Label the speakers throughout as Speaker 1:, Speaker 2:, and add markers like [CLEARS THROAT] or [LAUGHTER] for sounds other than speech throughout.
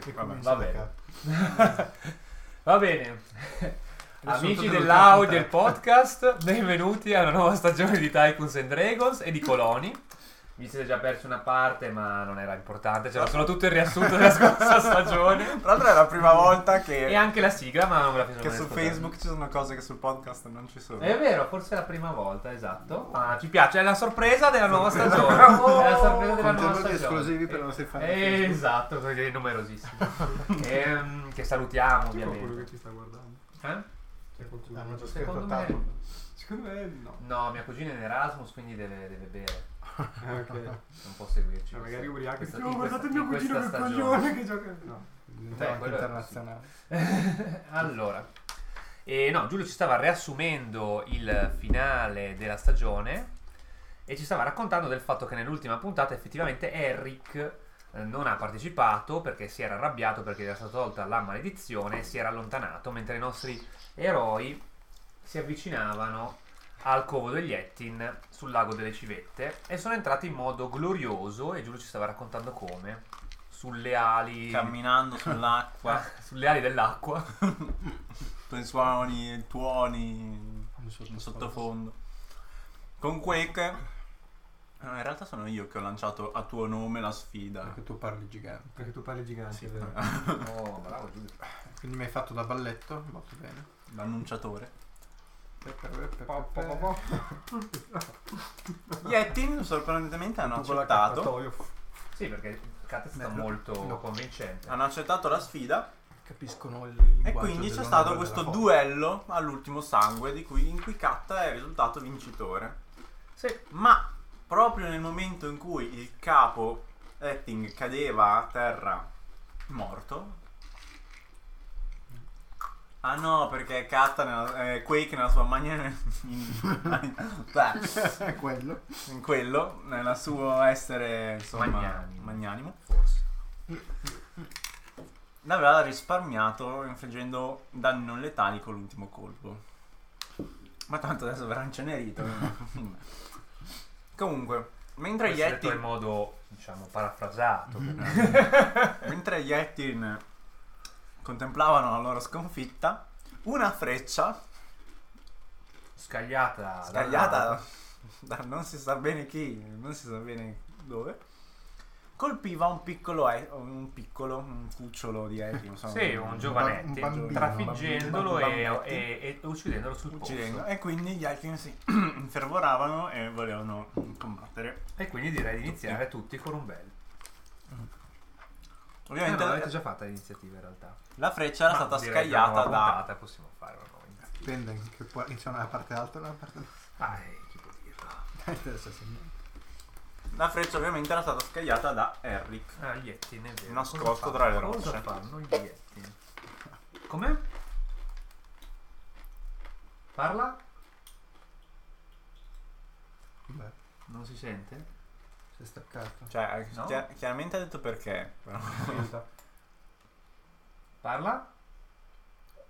Speaker 1: E quindi
Speaker 2: va
Speaker 1: sacca.
Speaker 2: bene. Va bene.
Speaker 1: Adesso
Speaker 2: Amici
Speaker 1: tutto
Speaker 2: dell'AU e
Speaker 1: dovete
Speaker 2: del podcast, benvenuti alla nuova stagione di Tycoons and Dragons e di Coloni. Vi siete già persi una parte, ma non era importante, c'era solo tutto il riassunto della scorsa [LAUGHS] stagione.
Speaker 3: Tra l'altro è la prima volta
Speaker 2: E
Speaker 3: che,
Speaker 2: anche la sigla, ma Eh, non ve la faccio
Speaker 3: che
Speaker 2: mai
Speaker 3: su
Speaker 2: ascoltare.
Speaker 3: Facebook ci sono cose che sul podcast non ci sono.
Speaker 2: È vero, forse è la prima volta, esatto. Ma ci piace, è la sorpresa della nuova stagione.
Speaker 3: Oh!
Speaker 2: È la sorpresa della nuova
Speaker 1: Contenuti
Speaker 2: stagione.
Speaker 1: esclusivi per i nostri fan di
Speaker 2: Eh,
Speaker 1: Facebook.
Speaker 2: Esatto, perché è numerosissimo. Ehm, che
Speaker 4: C'è
Speaker 2: salutiamo,
Speaker 4: qualcuno che
Speaker 2: ovviamente.
Speaker 4: ci sta guardando? Cioè,
Speaker 2: Eh?
Speaker 4: C'è qualcuno?
Speaker 1: Hanno già
Speaker 2: Secondo
Speaker 1: scritto
Speaker 2: me-
Speaker 1: tappo.
Speaker 3: Secondo me
Speaker 2: [LAUGHS]
Speaker 3: no.
Speaker 2: No, mia cugina è in Erasmus, quindi deve, deve bere.
Speaker 4: Ah, ok.
Speaker 2: Non può seguirci.
Speaker 4: Cioè,
Speaker 1: Ah,
Speaker 4: magari
Speaker 2: Questa-
Speaker 4: ubriaco.
Speaker 2: questa-
Speaker 4: Dico,
Speaker 2: in
Speaker 4: "Oh, guardate il mio
Speaker 2: questa- in
Speaker 4: cugino che
Speaker 2: questa
Speaker 4: coglione che gioca. No.
Speaker 1: Diventa
Speaker 2: Eh,
Speaker 1: anche
Speaker 2: quello è-
Speaker 1: internazionale.
Speaker 2: [LAUGHS] allora, e no, Giulio ci stava riassumendo il finale della stagione e ci stava raccontando del fatto che nell'ultima puntata effettivamente Eric eh, non ha partecipato perché si era arrabbiato perché gli era stata tolta la maledizione e si era allontanato mentre i nostri eroi si avvicinavano al covo degli Ettin sul lago delle civette e sono entrati in modo glorioso e Giulio ci stava raccontando come sulle ali
Speaker 3: Camminando sull'acqua,
Speaker 2: [LAUGHS] sulle ali dell'acqua
Speaker 3: i suoni, tuoni,
Speaker 1: Un
Speaker 3: in
Speaker 1: sottofondo.
Speaker 3: sottofondo. Con Quake, no, in realtà sono io che ho lanciato a tuo nome la sfida.
Speaker 1: Perché tu parli gigante.
Speaker 4: Perché tu parli gigante,
Speaker 3: Sì.
Speaker 4: è vero?
Speaker 2: Oh, bravo Giulio.
Speaker 1: Quindi mi hai fatto da balletto, molto bene.
Speaker 3: L'annunciatore.
Speaker 1: Pe- pe- pe- pe-
Speaker 4: Po, po,
Speaker 1: pe-
Speaker 4: po, po.
Speaker 3: Gli Ettin sorprendentemente hanno
Speaker 4: Tu con la
Speaker 3: accettato,
Speaker 4: cappatoio.
Speaker 2: Sì, perché Kat è stata
Speaker 1: Beh, lo-
Speaker 2: molto
Speaker 1: lo-
Speaker 2: convincente. Ah,
Speaker 3: hanno accettato la sfida
Speaker 1: Capiscono il
Speaker 3: E
Speaker 1: linguaggio
Speaker 3: quindi c'è
Speaker 1: dell'onore
Speaker 3: stato
Speaker 1: della
Speaker 3: questo
Speaker 1: foto.
Speaker 3: duello all'ultimo sangue di cui- in cui Katta è risultato vincitore.
Speaker 2: Sì.
Speaker 3: Ma proprio nel momento in cui il capo Etting cadeva a terra morto. Ah no, perché Katta nella- eh, Quake nella sua maniera [LAUGHS] in, beh,
Speaker 1: È [LAUGHS] quello.
Speaker 3: in quello, nel suo essere insomma
Speaker 2: Magnanimo.
Speaker 3: magnanimo
Speaker 2: Forse.
Speaker 3: l'aveva risparmiato infliggendo danni non letali con l'ultimo colpo. Ma tanto adesso verrà
Speaker 2: [LAUGHS]
Speaker 3: incenerito. Comunque, mentre gli,
Speaker 2: Questo detto in
Speaker 3: Ettin,
Speaker 2: modo, diciamo, parafrasato.
Speaker 3: mentre gli Ettin contemplavano la loro sconfitta, una freccia
Speaker 2: Scagliata.
Speaker 3: scagliata
Speaker 2: dall'alto.
Speaker 3: da non si sa bene chi, non si sa bene dove, colpiva un piccolo, e- un piccolo, un cucciolo di Ettin. non so,
Speaker 2: Sì, un giovanetto.
Speaker 1: Un bambino,
Speaker 2: Trafiggendolo
Speaker 3: un
Speaker 2: e,
Speaker 3: bambino.
Speaker 2: e- e uccidendolo sul
Speaker 3: uccidendo.
Speaker 2: polso.
Speaker 3: E quindi gli Alkin si [CLEARS THROAT] infervoravano e volevano combattere.
Speaker 2: E quindi direi di iniziare tutti con un bel. Eh,
Speaker 3: Ovviamente
Speaker 2: no, l'avete già fatta l'iniziativa in realtà.
Speaker 3: la freccia era
Speaker 2: Ma
Speaker 3: stata
Speaker 2: direi che la nuova
Speaker 3: scagliata da...
Speaker 2: puntata possiamo fare una nuova iniziativa.
Speaker 1: Dipende che poi c'è una parte alta e una parte [LAUGHS] bassa.
Speaker 2: Ah, eh, chi può dirlo?
Speaker 1: Adesso sì.
Speaker 3: La freccia ovviamente era stata scagliata da Eric.
Speaker 2: Ah, gli Yettin, è vero.
Speaker 3: Nascosto
Speaker 2: Cosa fanno?
Speaker 3: tra le
Speaker 2: Cosa
Speaker 3: rocce.
Speaker 2: fanno gli Yettin? Come? Parla?
Speaker 1: Beh,
Speaker 2: Non si sente?
Speaker 1: si
Speaker 3: [LAUGHS]
Speaker 1: è staccato.
Speaker 3: Cioè,
Speaker 2: No.
Speaker 3: chia- chiaramente ha detto perché. però.
Speaker 4: Aiuta.
Speaker 2: Parla?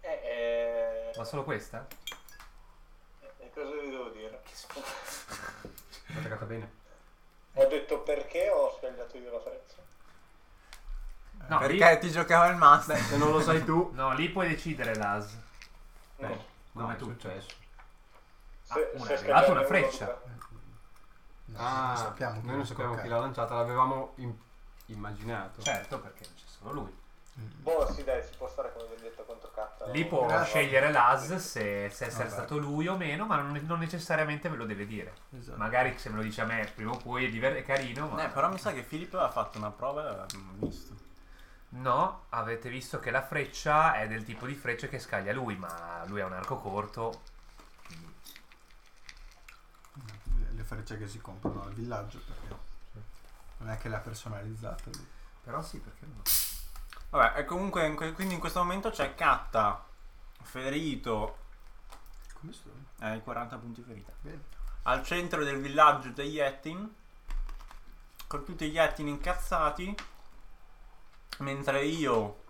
Speaker 5: Eh,
Speaker 2: Ma solo questa?
Speaker 5: eh, cosa vi devo dire?
Speaker 4: L'ho attaccata bene.
Speaker 5: Ho detto perché ho sbagliato io la freccia.
Speaker 2: No,
Speaker 3: perché ti giocava il master.
Speaker 4: Se non lo sai tu,
Speaker 2: Lì, no, lì puoi decidere l'AS.
Speaker 5: No.
Speaker 4: Eh,
Speaker 2: Come
Speaker 4: è
Speaker 2: tu.
Speaker 4: successo.
Speaker 2: Ah, una-
Speaker 5: se
Speaker 2: hai dato una
Speaker 5: scagliavo
Speaker 2: freccia.
Speaker 5: voluta.
Speaker 1: No,
Speaker 4: Ah,
Speaker 1: sappiamo chi
Speaker 4: noi
Speaker 1: l'ha
Speaker 4: non sappiamo chi
Speaker 1: toccato.
Speaker 4: l'ha lanciata, l'avevamo im- immaginato.
Speaker 2: Certo, perché c'è solo lui.
Speaker 1: Mm.
Speaker 5: Boh, sì, dai, si può fare come vi ho detto contro Katta.
Speaker 2: Lì può
Speaker 1: Grazie.
Speaker 2: scegliere l'AS se, se essere
Speaker 1: Vabbè.
Speaker 2: stato lui o meno, ma non, non necessariamente ve lo deve dire.
Speaker 1: Esatto.
Speaker 2: Magari se me lo dice a me prima o poi è, diver- è carino, ma...
Speaker 3: Eh, però mi sa che Filippo aveva fatto una prova e l'avevamo visto.
Speaker 2: No, avete visto che la freccia è del tipo di freccia che scaglia lui, ma lui ha un arco corto. quindi-
Speaker 1: Le- Le frecce che si comprano al villaggio perché non è che le ha personalizzate lui.
Speaker 2: Però sì, perché no?
Speaker 3: Vabbè, e comunque, in que- quindi in questo momento c'è Katta ferito
Speaker 1: Come sono?
Speaker 3: ai 40 Eh, punti ferita.
Speaker 1: Bene.
Speaker 3: al centro del villaggio degli Ettin con tutti gli Ettin incazzati mentre io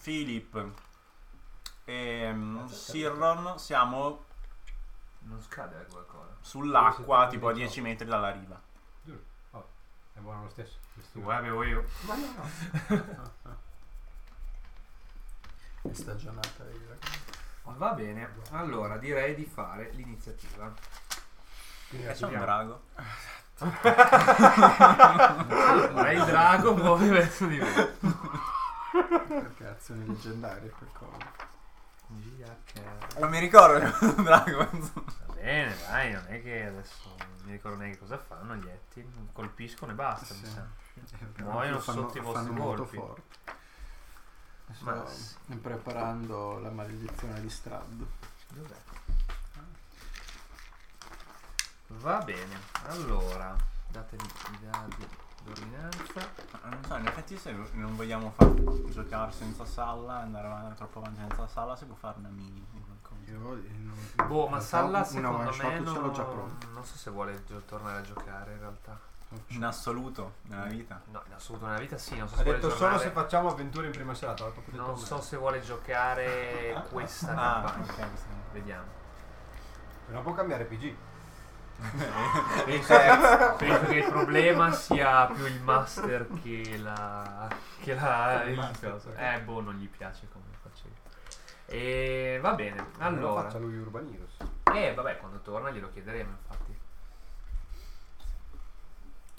Speaker 3: Philip e mm, Sirron siamo
Speaker 2: Non scade eh, qualcosa.
Speaker 3: sull'acqua tipo a 10 metri dalla riva
Speaker 4: È buono lo stesso.
Speaker 2: avevo io.
Speaker 1: Ma no, no. È stagionata. io ragazzi.
Speaker 2: Va bene, allora direi di fare l'iniziativa.
Speaker 6: Quindi
Speaker 3: E c'è un
Speaker 6: attiviamo.
Speaker 3: drago.
Speaker 2: Allora, [LAUGHS] il drago muove verso di voi.
Speaker 1: [LAUGHS] Perché azioni leggendarie per cosa.
Speaker 3: Non mi ricordo che un drago. [LAUGHS] insomma.
Speaker 2: Va bene, dai, non è che adesso non mi ricordo neanche cosa fanno gli etti. Colpiscono e basta, mi
Speaker 1: Sì.
Speaker 2: sa.
Speaker 1: Eh,
Speaker 2: Muoiono
Speaker 1: fanno-
Speaker 2: sotto i vostri
Speaker 1: fanno molto
Speaker 2: colpi.
Speaker 1: forti. Sto
Speaker 2: Ma sì.
Speaker 1: preparando la maledizione di Strad.
Speaker 2: Dov'è? Va bene, allora, datemi i dadi d'ordinanza.
Speaker 3: Non so, in effetti se non vogliamo far giocare senza salla, andare avanti troppo avanti senza salla, si può fare una mini o qualcosa.
Speaker 1: Io non,
Speaker 2: Boh, ma Salla
Speaker 1: una
Speaker 2: secondo
Speaker 1: one
Speaker 2: me
Speaker 1: shot ce l'ho
Speaker 2: non,
Speaker 1: già pronto.
Speaker 2: non so se vuole gio- tornare a giocare in realtà. Mm.
Speaker 3: In assoluto, nella vita.
Speaker 2: No, in assoluto nella vita sì, non so
Speaker 6: Ha
Speaker 2: se vuole
Speaker 6: detto solo
Speaker 2: giocare.
Speaker 6: se facciamo avventure in prima serata. l'ha proprio detto
Speaker 2: Non
Speaker 6: me.
Speaker 2: so se vuole giocare questa
Speaker 3: Ah,
Speaker 2: campagna.
Speaker 3: ok, sì.
Speaker 2: Vediamo.
Speaker 6: Però può cambiare PG.
Speaker 2: Penso
Speaker 6: [LAUGHS]
Speaker 2: che, penso che il problema sia più il master che la. che la.
Speaker 6: Il
Speaker 2: il
Speaker 6: master,
Speaker 2: coso.
Speaker 6: ok.
Speaker 2: Eh, boh, non gli piace come facevi. E va bene,
Speaker 6: Allora.
Speaker 2: allora.
Speaker 6: Faccia lui Urban Heroes.
Speaker 2: Eh, vabbè, quando torna glielo chiederemo, infatti.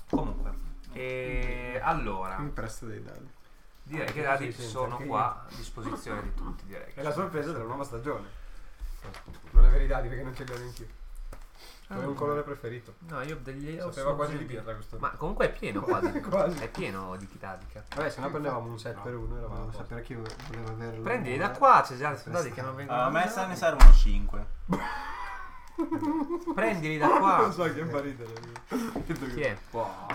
Speaker 2: Comunque, e allora,
Speaker 1: Mi presta dei dadi.
Speaker 2: direi che i
Speaker 6: Sì,
Speaker 2: dadi
Speaker 6: sì,
Speaker 2: sono
Speaker 6: anche io.
Speaker 2: qua a disposizione di tutti, direi.
Speaker 6: È la sorpresa della nuova stagione. Non avere i dadi perché non ce li ho neanche io. Avevo un colore preferito.
Speaker 2: Ah, No, io ho degli... ho
Speaker 6: Sapeva quasi di
Speaker 2: solo-
Speaker 6: birra questo.
Speaker 2: Ma comunque è pieno quasi.
Speaker 6: [LAUGHS] Quasi.
Speaker 2: È pieno di chitadica.
Speaker 6: Vabbè, se no prendevamo un 7
Speaker 1: No,
Speaker 6: per 1 eravamo
Speaker 1: Volevo
Speaker 6: a posto.
Speaker 1: sapere chi voleva
Speaker 6: Oh,
Speaker 1: averlo.
Speaker 6: eh.
Speaker 2: Prendi da qua, c'è già sono dadi che
Speaker 6: Ah.
Speaker 2: non vengono.
Speaker 3: Allora, a me
Speaker 2: usati.
Speaker 3: se ne serve uno 5.
Speaker 2: Prendili da qua.
Speaker 6: [LAUGHS] Non so che fa ridere.
Speaker 2: Chi è?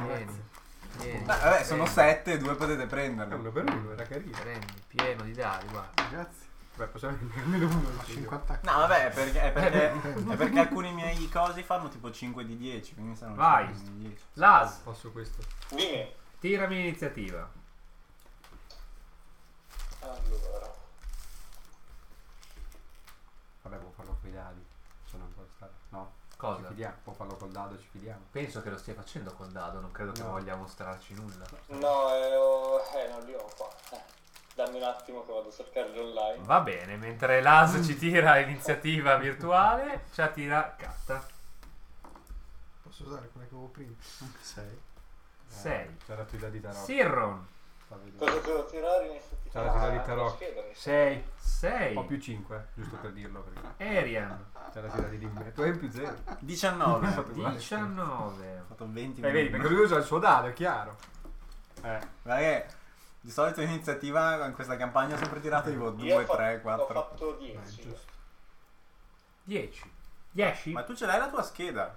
Speaker 2: Vieni. Vieni.
Speaker 3: vabbè, sono 7, 2 potete
Speaker 6: È
Speaker 3: prenderlo.
Speaker 6: uno per uno, era carino.
Speaker 2: Prendi, pieno di dadi, guarda.
Speaker 1: Grazie.
Speaker 6: Beh, possiamo prendere almeno uno.
Speaker 1: Ho 50 attacchi.
Speaker 3: No, vabbè, è perché, è perché, è perché alcuni miei cosi fanno tipo 5 di 10, quindi saranno
Speaker 2: Vai.
Speaker 3: 5 di 10.
Speaker 2: Las,
Speaker 6: Posso questo.
Speaker 5: Dimmi.
Speaker 2: tirami l'iniziativa.
Speaker 5: Allora.
Speaker 6: Vabbè, può farlo con i dadi. Sono un po' strano. No, ci
Speaker 2: Cosa?
Speaker 6: fidiamo. Può farlo col dado, ci fidiamo.
Speaker 2: Penso che lo stia facendo col dado, non credo che
Speaker 6: No.
Speaker 2: voglia mostrarci nulla.
Speaker 5: No, eh, ho- eh, non li ho qua. Eh, Dammi un attimo che vado a cercarli online.
Speaker 2: Va bene, mentre Las ci tira l'iniziativa virtuale, ci tira Katta.
Speaker 1: Posso usare quella che avevo prima? 6.
Speaker 6: Eh,
Speaker 2: Sei.
Speaker 6: C'era dato i dadi tarocchi.
Speaker 2: Sirron,
Speaker 6: fa vedere.
Speaker 5: Cosa Ah, devo tirare in effetti?
Speaker 6: C'ha la tira di tarocchi.
Speaker 5: tarocchi.
Speaker 6: 6 ho
Speaker 2: 6.
Speaker 6: più 5 giusto per dirlo perché
Speaker 3: Ah,
Speaker 2: Erian,
Speaker 6: c'è la tira di Limmer tu hai un più 0 eh
Speaker 3: 19. Ho
Speaker 2: 19.
Speaker 3: fatto 20
Speaker 6: Cioè, vedi perché lui usa il suo dado è chiaro eh
Speaker 3: Perché di solito in iniziativa in questa campagna ho sempre tirato tipo
Speaker 5: Io
Speaker 3: 2,
Speaker 5: ho
Speaker 3: 3,
Speaker 5: fatto, ho
Speaker 3: 4.
Speaker 2: Eh,
Speaker 5: fatto
Speaker 1: Vai,
Speaker 5: 10.
Speaker 1: giusto.
Speaker 2: 10. 10?
Speaker 3: Ma tu ce l'hai la tua scheda?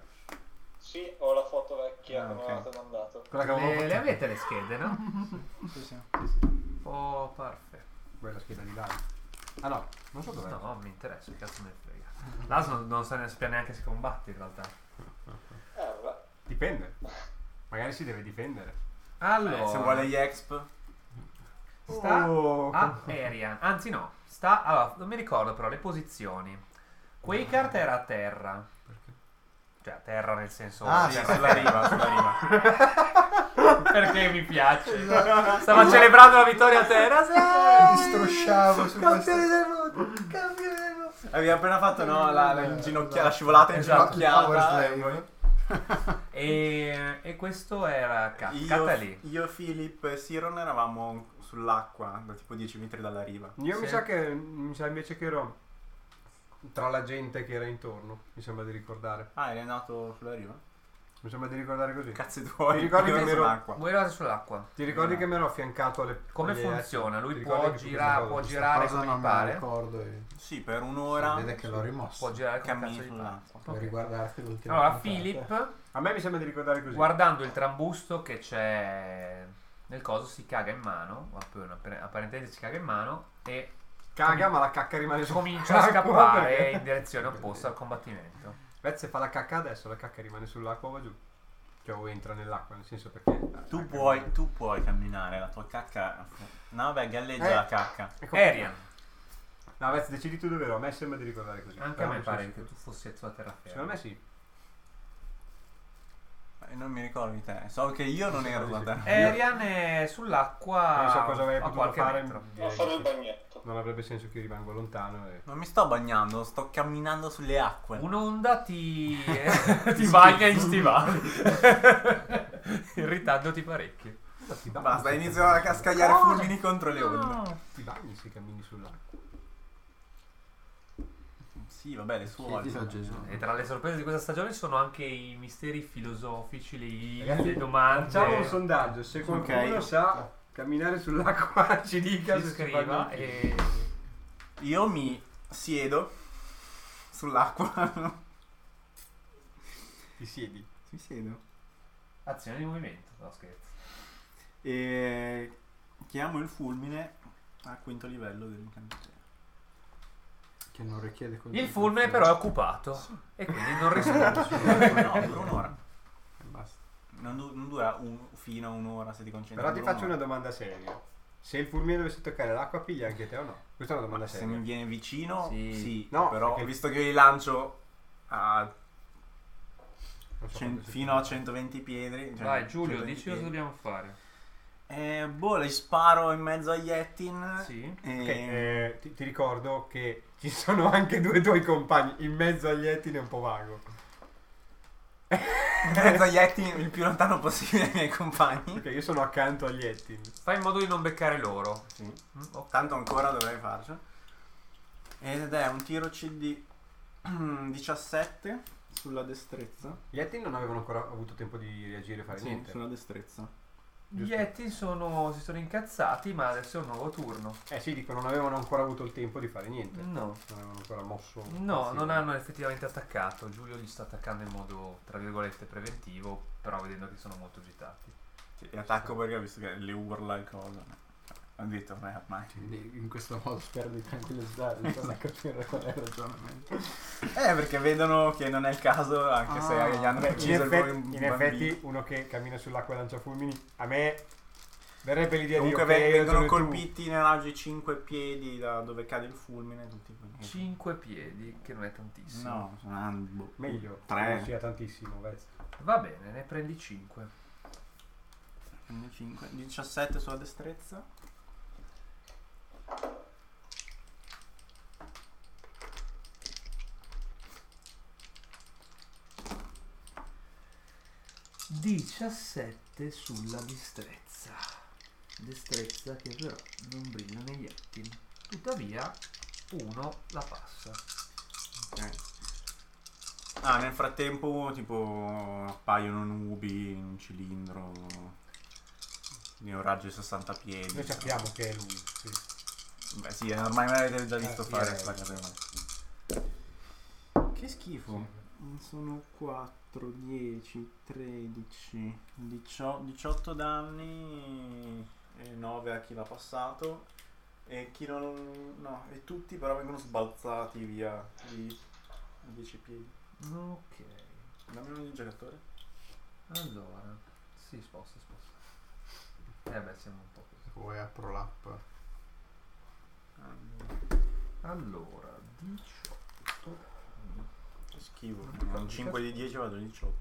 Speaker 5: Sì, ho la foto vecchia
Speaker 3: Ah,
Speaker 5: che mi
Speaker 3: ok.
Speaker 5: avevate mandato.
Speaker 6: quella che avevo
Speaker 2: Le, le
Speaker 6: fatto
Speaker 2: avete le schede, no?
Speaker 3: [LAUGHS] Sì, sì.
Speaker 2: Oh, perfetto.
Speaker 6: quella scheda di dado ah no non so dov'è
Speaker 2: No, non mi interessa, che cazzo me ne frega. Las non, non sa ne- sappia neanche se combatte in realtà.
Speaker 5: Eh, vabbè.
Speaker 6: dipende magari si deve difendere
Speaker 2: Allora,
Speaker 3: Se vuole gli exp.
Speaker 2: sta
Speaker 6: Oh,
Speaker 2: a Erian. Ah, Anzi no, sta... Allora, non mi ricordo però le posizioni.
Speaker 3: Mm.
Speaker 2: Quakart era a terra. Cioè a terra nel senso...
Speaker 3: Ah, sì,
Speaker 2: terra-
Speaker 3: sulla riva, sulla riva. [LAUGHS]
Speaker 2: Perché mi piace.
Speaker 3: Esatto.
Speaker 2: Stava celebrando la vittoria a terra.
Speaker 1: Mi strosciavo su questo.
Speaker 6: del mondo campione del mondo
Speaker 3: Abbiamo appena fatto no, la, la inginocchia- la scivolata in
Speaker 2: Esatto,
Speaker 1: Esatto,
Speaker 3: ginocchiata.
Speaker 2: E, e questo era Kat. Kat è
Speaker 3: Io,
Speaker 2: lì.
Speaker 3: io, Philip e Siron eravamo sull'acqua, da tipo 10 metri dalla riva.
Speaker 6: io mi
Speaker 2: Sì.
Speaker 6: sa che mi sa invece che ero tra la gente che era intorno mi sembra di ricordare
Speaker 3: Ah, eri nato sulla riva?
Speaker 6: mi sembra di ricordare così
Speaker 3: Cazzi tuoi,
Speaker 6: Ti ricordi
Speaker 3: io
Speaker 6: che
Speaker 3: ero
Speaker 6: ero-
Speaker 3: sull'acqua.
Speaker 2: Voi eravate sull'acqua.
Speaker 6: ti ricordi che mi ero affiancato alle
Speaker 2: Ah. Come
Speaker 6: alle-
Speaker 2: funziona? Lui
Speaker 6: Ti
Speaker 2: può
Speaker 6: ricordi che su
Speaker 2: girare-
Speaker 6: questa cosa-
Speaker 2: può girare
Speaker 1: Cosa
Speaker 2: come
Speaker 1: non me
Speaker 2: pare?
Speaker 1: la ricordo. e-
Speaker 3: Sì, per
Speaker 1: si
Speaker 3: un'ora
Speaker 1: Vede che l'ho rimosso.
Speaker 2: Può girare come
Speaker 3: cammini
Speaker 2: cazzo di pare.
Speaker 3: sull'acqua.
Speaker 1: Per
Speaker 2: Ok.
Speaker 1: riguardarti l'ultima.
Speaker 2: Allora,
Speaker 1: puntata.
Speaker 2: Philip,
Speaker 6: A me mi sembra di ricordare così.
Speaker 2: guardando il trambusto che c'è nel coso, si caga in mano. o appena- appena- Apparentemente si caga in mano e
Speaker 6: Caga, ma la cacca rimane su.
Speaker 2: comincia a
Speaker 6: [LAUGHS]
Speaker 2: scappare eh, in direzione opposta al combattimento.
Speaker 6: Pezze fa la cacca adesso, la cacca rimane sull'acqua o va giù. Cioè, o entra nell'acqua, nel senso perché. la
Speaker 3: Tu
Speaker 6: cacca-
Speaker 3: puoi, tu puoi camminare, la tua cacca. No, vabbè, galleggia
Speaker 6: Eh.
Speaker 3: la cacca.
Speaker 6: Ecco.
Speaker 2: Arian,
Speaker 6: No, Vez, decidi tu dove ero. A me sembra di ricordare così.
Speaker 2: anche
Speaker 6: Però
Speaker 2: a me
Speaker 6: non sono
Speaker 2: pare che
Speaker 6: sicuro.
Speaker 2: tu fossi a tua terraferma.
Speaker 6: Secondo me sì.
Speaker 3: Eh, Non mi ricordo di te. So che io non ero da te.
Speaker 2: Erian è sull'acqua.
Speaker 6: non so cosa avrei
Speaker 2: Ah, a
Speaker 6: potuto
Speaker 2: qualche
Speaker 6: fare.
Speaker 2: metro.
Speaker 6: direi
Speaker 5: Non fare il
Speaker 6: che
Speaker 5: bagnetto.
Speaker 6: Non avrebbe senso che io rimango lontano e
Speaker 3: Non mi sto bagnando, sto camminando sulle acque.
Speaker 2: Un'onda
Speaker 6: [LAUGHS]
Speaker 2: ti, [LAUGHS] ti bagna in [LAUGHS] stivali, irritandoti parecchio.
Speaker 6: ti bagni,
Speaker 3: Basta,
Speaker 6: se
Speaker 3: inizio a
Speaker 6: cammini
Speaker 3: ca-
Speaker 6: sulla-
Speaker 3: scagliare fulmini contro le onde.
Speaker 6: Ti bagni se cammini sull'acqua.
Speaker 3: Sì, vabbè, le cioè. suole.
Speaker 1: Chiedilo a Gesù.
Speaker 2: E tra le sorprese di questa stagione ci sono anche i misteri filosofici, le,
Speaker 6: Ragazzi,
Speaker 2: le domande.
Speaker 6: Facciamo un sondaggio, se qualcuno
Speaker 3: Ok.
Speaker 6: sa camminare sull'acqua [LAUGHS] ci dica
Speaker 2: Ci
Speaker 6: se si
Speaker 2: scriva
Speaker 6: bagna.
Speaker 2: e
Speaker 3: Io mi siedo sull'acqua.
Speaker 6: Ti siedi.
Speaker 3: mi siedo.
Speaker 2: azione di movimento. No, scherzo.
Speaker 3: E chiamo il fulmine al quinto livello dell'incantatore.
Speaker 1: Che non richiede così.
Speaker 2: Il fulmine
Speaker 1: [LAUGHS]
Speaker 2: però è occupato e quindi non
Speaker 6: [LAUGHS]
Speaker 2: risponde.
Speaker 3: [LAUGHS] no, dura
Speaker 2: [LAUGHS]
Speaker 3: un'ora.
Speaker 1: Basta.
Speaker 3: Non, du- non dura un- fino a un'ora se ti concentri.
Speaker 6: Però ti
Speaker 3: dura
Speaker 6: faccio una
Speaker 3: un'ora.
Speaker 6: domanda seria. Se il fulmine dovesse toccare l'acqua piglia anche te o no? Questa è una domanda
Speaker 3: Se
Speaker 6: seria.
Speaker 3: mi viene vicino,
Speaker 2: Sì.
Speaker 3: sì.
Speaker 6: No,
Speaker 3: però
Speaker 6: perché-
Speaker 3: visto che io li lancio a
Speaker 6: Non so
Speaker 3: cen-
Speaker 6: quanto si
Speaker 3: fino
Speaker 6: può.
Speaker 3: a 120 piedi. cioè
Speaker 2: Vai Giulio,
Speaker 3: 120
Speaker 2: dici cosa
Speaker 3: piedi.
Speaker 2: dobbiamo fare.
Speaker 3: Eh, boh, le sparo in mezzo agli Yettin.
Speaker 2: Sì.
Speaker 3: E...
Speaker 6: Ok, eh, ti, ti ricordo che ci sono anche due tuoi compagni in mezzo agli etini è un po' vago.
Speaker 3: In mezzo agli Yettin il più lontano possibile dai miei compagni.
Speaker 6: Ok, io sono accanto agli etini.
Speaker 2: Fai in modo di non beccare loro.
Speaker 3: Sì.
Speaker 2: Mm, ok.
Speaker 3: Tanto ancora dovrei farcela. Ed è un tiro CD [CLEARS THROAT] 17 sulla destrezza.
Speaker 6: Gli etini non avevano ancora avuto tempo di reagire e fare
Speaker 3: Sì,
Speaker 6: niente.
Speaker 3: sulla destrezza.
Speaker 2: Gli Yeti sono, si sono incazzati, ma adesso è un nuovo turno.
Speaker 6: Eh sì, dico, non avevano ancora avuto il tempo di fare niente.
Speaker 2: No,
Speaker 6: Non avevano ancora mosso.
Speaker 2: no,
Speaker 6: Sì.
Speaker 2: non hanno effettivamente attaccato. Giulio gli sta attaccando in modo, tra virgolette, preventivo, però vedendo che sono molto agitati.
Speaker 3: Sì, e attacco perché ho visto che le urla e cosa. Ho detto, beh, ormai.
Speaker 1: Quindi in questo modo spero di tranquillizzarli per capire qual è il ragionamento.
Speaker 3: Eh, perché vedono che non è il caso, anche
Speaker 1: Ah.
Speaker 3: se gli hanno
Speaker 6: Beh, in,
Speaker 3: ucciso il
Speaker 6: effetti,
Speaker 3: bambino.
Speaker 6: in effetti uno che cammina sull'acqua e lancia fulmini, a me verrebbe l'idea
Speaker 3: Comunque
Speaker 6: di... ok, hai
Speaker 3: vengono
Speaker 6: ragione tu.
Speaker 3: colpiti in raggio di 5 piedi da dove cade il fulmine. Tutti quelli.
Speaker 2: Cinque piedi, che non è tantissimo.
Speaker 3: No, sono boh,
Speaker 6: Meglio, non
Speaker 3: Tre.
Speaker 6: sia tantissimo, beh.
Speaker 2: Va bene, ne prendi cinque.
Speaker 3: Quindi cinque. 17 sulla destrezza.
Speaker 2: Diciassette sulla destrezza. Destrezza che però non brilla negli Yeti. Tuttavia, uno la passa.
Speaker 3: Ok. Ah, nel frattempo, tipo, appaiono nubi in un cilindro di un raggio di 60 piedi.
Speaker 6: Noi sappiamo che è lui. sì.
Speaker 3: Beh, sì, eh, ormai me l'avete già visto
Speaker 6: Eh, sì,
Speaker 3: fare
Speaker 6: eh.
Speaker 3: sta cosa. Che schifo. Sono 4, 10, 13, 18 danni e 9 a chi l'ha passato e chi non... no, e tutti però vengono sbalzati via di 10 piedi.
Speaker 2: Ok,
Speaker 3: Dammi un giocatore.
Speaker 2: allora. Si sposta, sposta. Eh beh, siamo un po' così.
Speaker 1: Poi apro l'app.
Speaker 2: Allora, 18.
Speaker 3: Che schifo.
Speaker 2: Porca
Speaker 3: Con 5 di 10 vado a 18.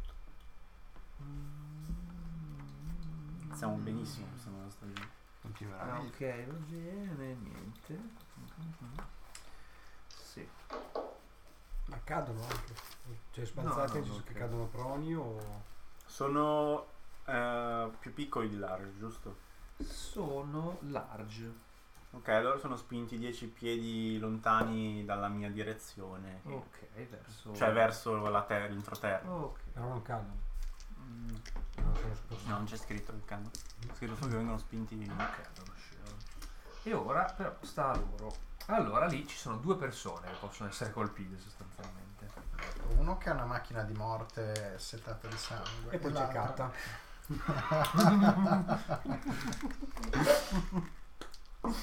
Speaker 3: Stiamo benissimo questa nuova stagione.
Speaker 1: Continuerà.
Speaker 2: Ah, ok, va bene, niente. Mm, Sì.
Speaker 6: Ma cadono anche. Cioè
Speaker 2: No, no,
Speaker 6: sbalzati nel
Speaker 2: no,
Speaker 6: senso che
Speaker 2: ok.
Speaker 6: cadono proni o...
Speaker 3: Sono eh, più piccoli di large, giusto?
Speaker 2: Sono large.
Speaker 3: Ok, allora sono spinti 10 piedi lontani dalla mia direzione.
Speaker 2: Ok, verso.
Speaker 3: Cioè verso la ter- l'entroterra.
Speaker 2: Ok.
Speaker 6: Però non cadono.
Speaker 3: Mm,
Speaker 6: Non sono spostati.
Speaker 3: No, non c'è scritto il cano. C'è scritto solo che vengono spinti.
Speaker 2: Ok, non uscivo. E ora però sta a loro. Allora lì ci sono due persone che possono essere colpite sostanzialmente.
Speaker 1: Uno che ha una macchina di morte settata di sangue.
Speaker 6: E poi c'è
Speaker 1: l'altro-
Speaker 6: Kata.
Speaker 1: [LAUGHS]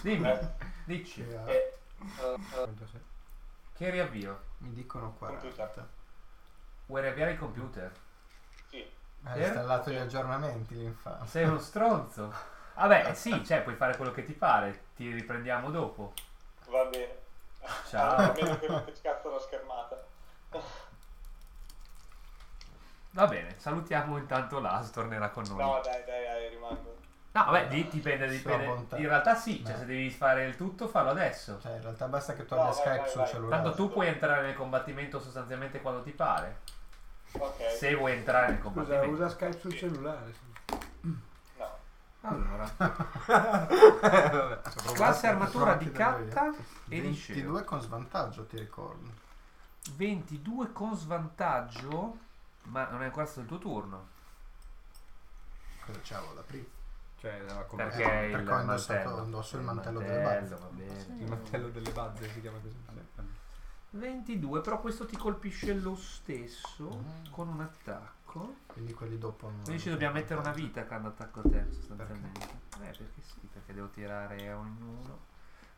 Speaker 2: Dimmi,
Speaker 5: Eh.
Speaker 2: dici.
Speaker 1: che ha-
Speaker 5: E eh,
Speaker 6: 46.
Speaker 2: Che riavvio?
Speaker 1: Mi dicono 40.
Speaker 5: Computer.
Speaker 2: Vuoi riavviare il computer?
Speaker 5: sì,
Speaker 1: Hai
Speaker 2: Eh?
Speaker 1: installato gli aggiornamenti l'infanzia.
Speaker 2: Sei uno stronzo. Vabbè, sì, cioè, puoi fare quello che ti pare. Ti riprendiamo dopo.
Speaker 5: va bene.
Speaker 2: Ciao.
Speaker 5: [LAUGHS] Ah, A meno che non ti scatta la schermata.
Speaker 2: Va bene, salutiamo intanto Las, tornerà con noi.
Speaker 5: No, dai, dai, dai, rimango.
Speaker 2: No, vabbè, di- dipende,
Speaker 1: Sulla
Speaker 2: dipende.
Speaker 1: bontà.
Speaker 2: In realtà sì, cioè
Speaker 1: No.
Speaker 2: se devi fare il tutto, fallo adesso.
Speaker 1: Cioè, in realtà basta che torni
Speaker 5: No,
Speaker 1: a
Speaker 5: vai,
Speaker 1: Skype
Speaker 5: vai,
Speaker 1: sul
Speaker 5: vai.
Speaker 1: cellulare.
Speaker 2: Tanto tu puoi entrare nel combattimento sostanzialmente quando ti pare.
Speaker 5: Ok.
Speaker 2: Se vuoi entrare nel
Speaker 6: Scusa,
Speaker 2: combattimento.
Speaker 6: usa Skype sul cellulare.
Speaker 5: No.
Speaker 2: Allora,
Speaker 6: [LAUGHS] Vabbè,
Speaker 2: classe armatura di
Speaker 1: Trovati per
Speaker 2: Katta e di Sheo.
Speaker 1: 22 con svantaggio, ti ricordo.
Speaker 2: 22 con svantaggio, ma non è ancora stato il tuo turno.
Speaker 1: Cosa c'avevo da prima?
Speaker 6: Cioè, la com-
Speaker 2: Perché
Speaker 1: eh,
Speaker 2: il
Speaker 1: perché ho indossato-
Speaker 2: mantello.
Speaker 1: indosso il mantello
Speaker 2: del
Speaker 1: delle
Speaker 2: va
Speaker 1: bazze.
Speaker 2: bene.
Speaker 6: il mantello delle bazze si chiama così.
Speaker 2: 22, però questo ti colpisce lo stesso
Speaker 1: Mm.
Speaker 2: con un attacco.
Speaker 1: Quindi quelli dopo non...
Speaker 2: Quindi ci dobbiamo mettere una vita quando attacco a te, sostanzialmente. Eh, perché sì, perché devo tirare a ognuno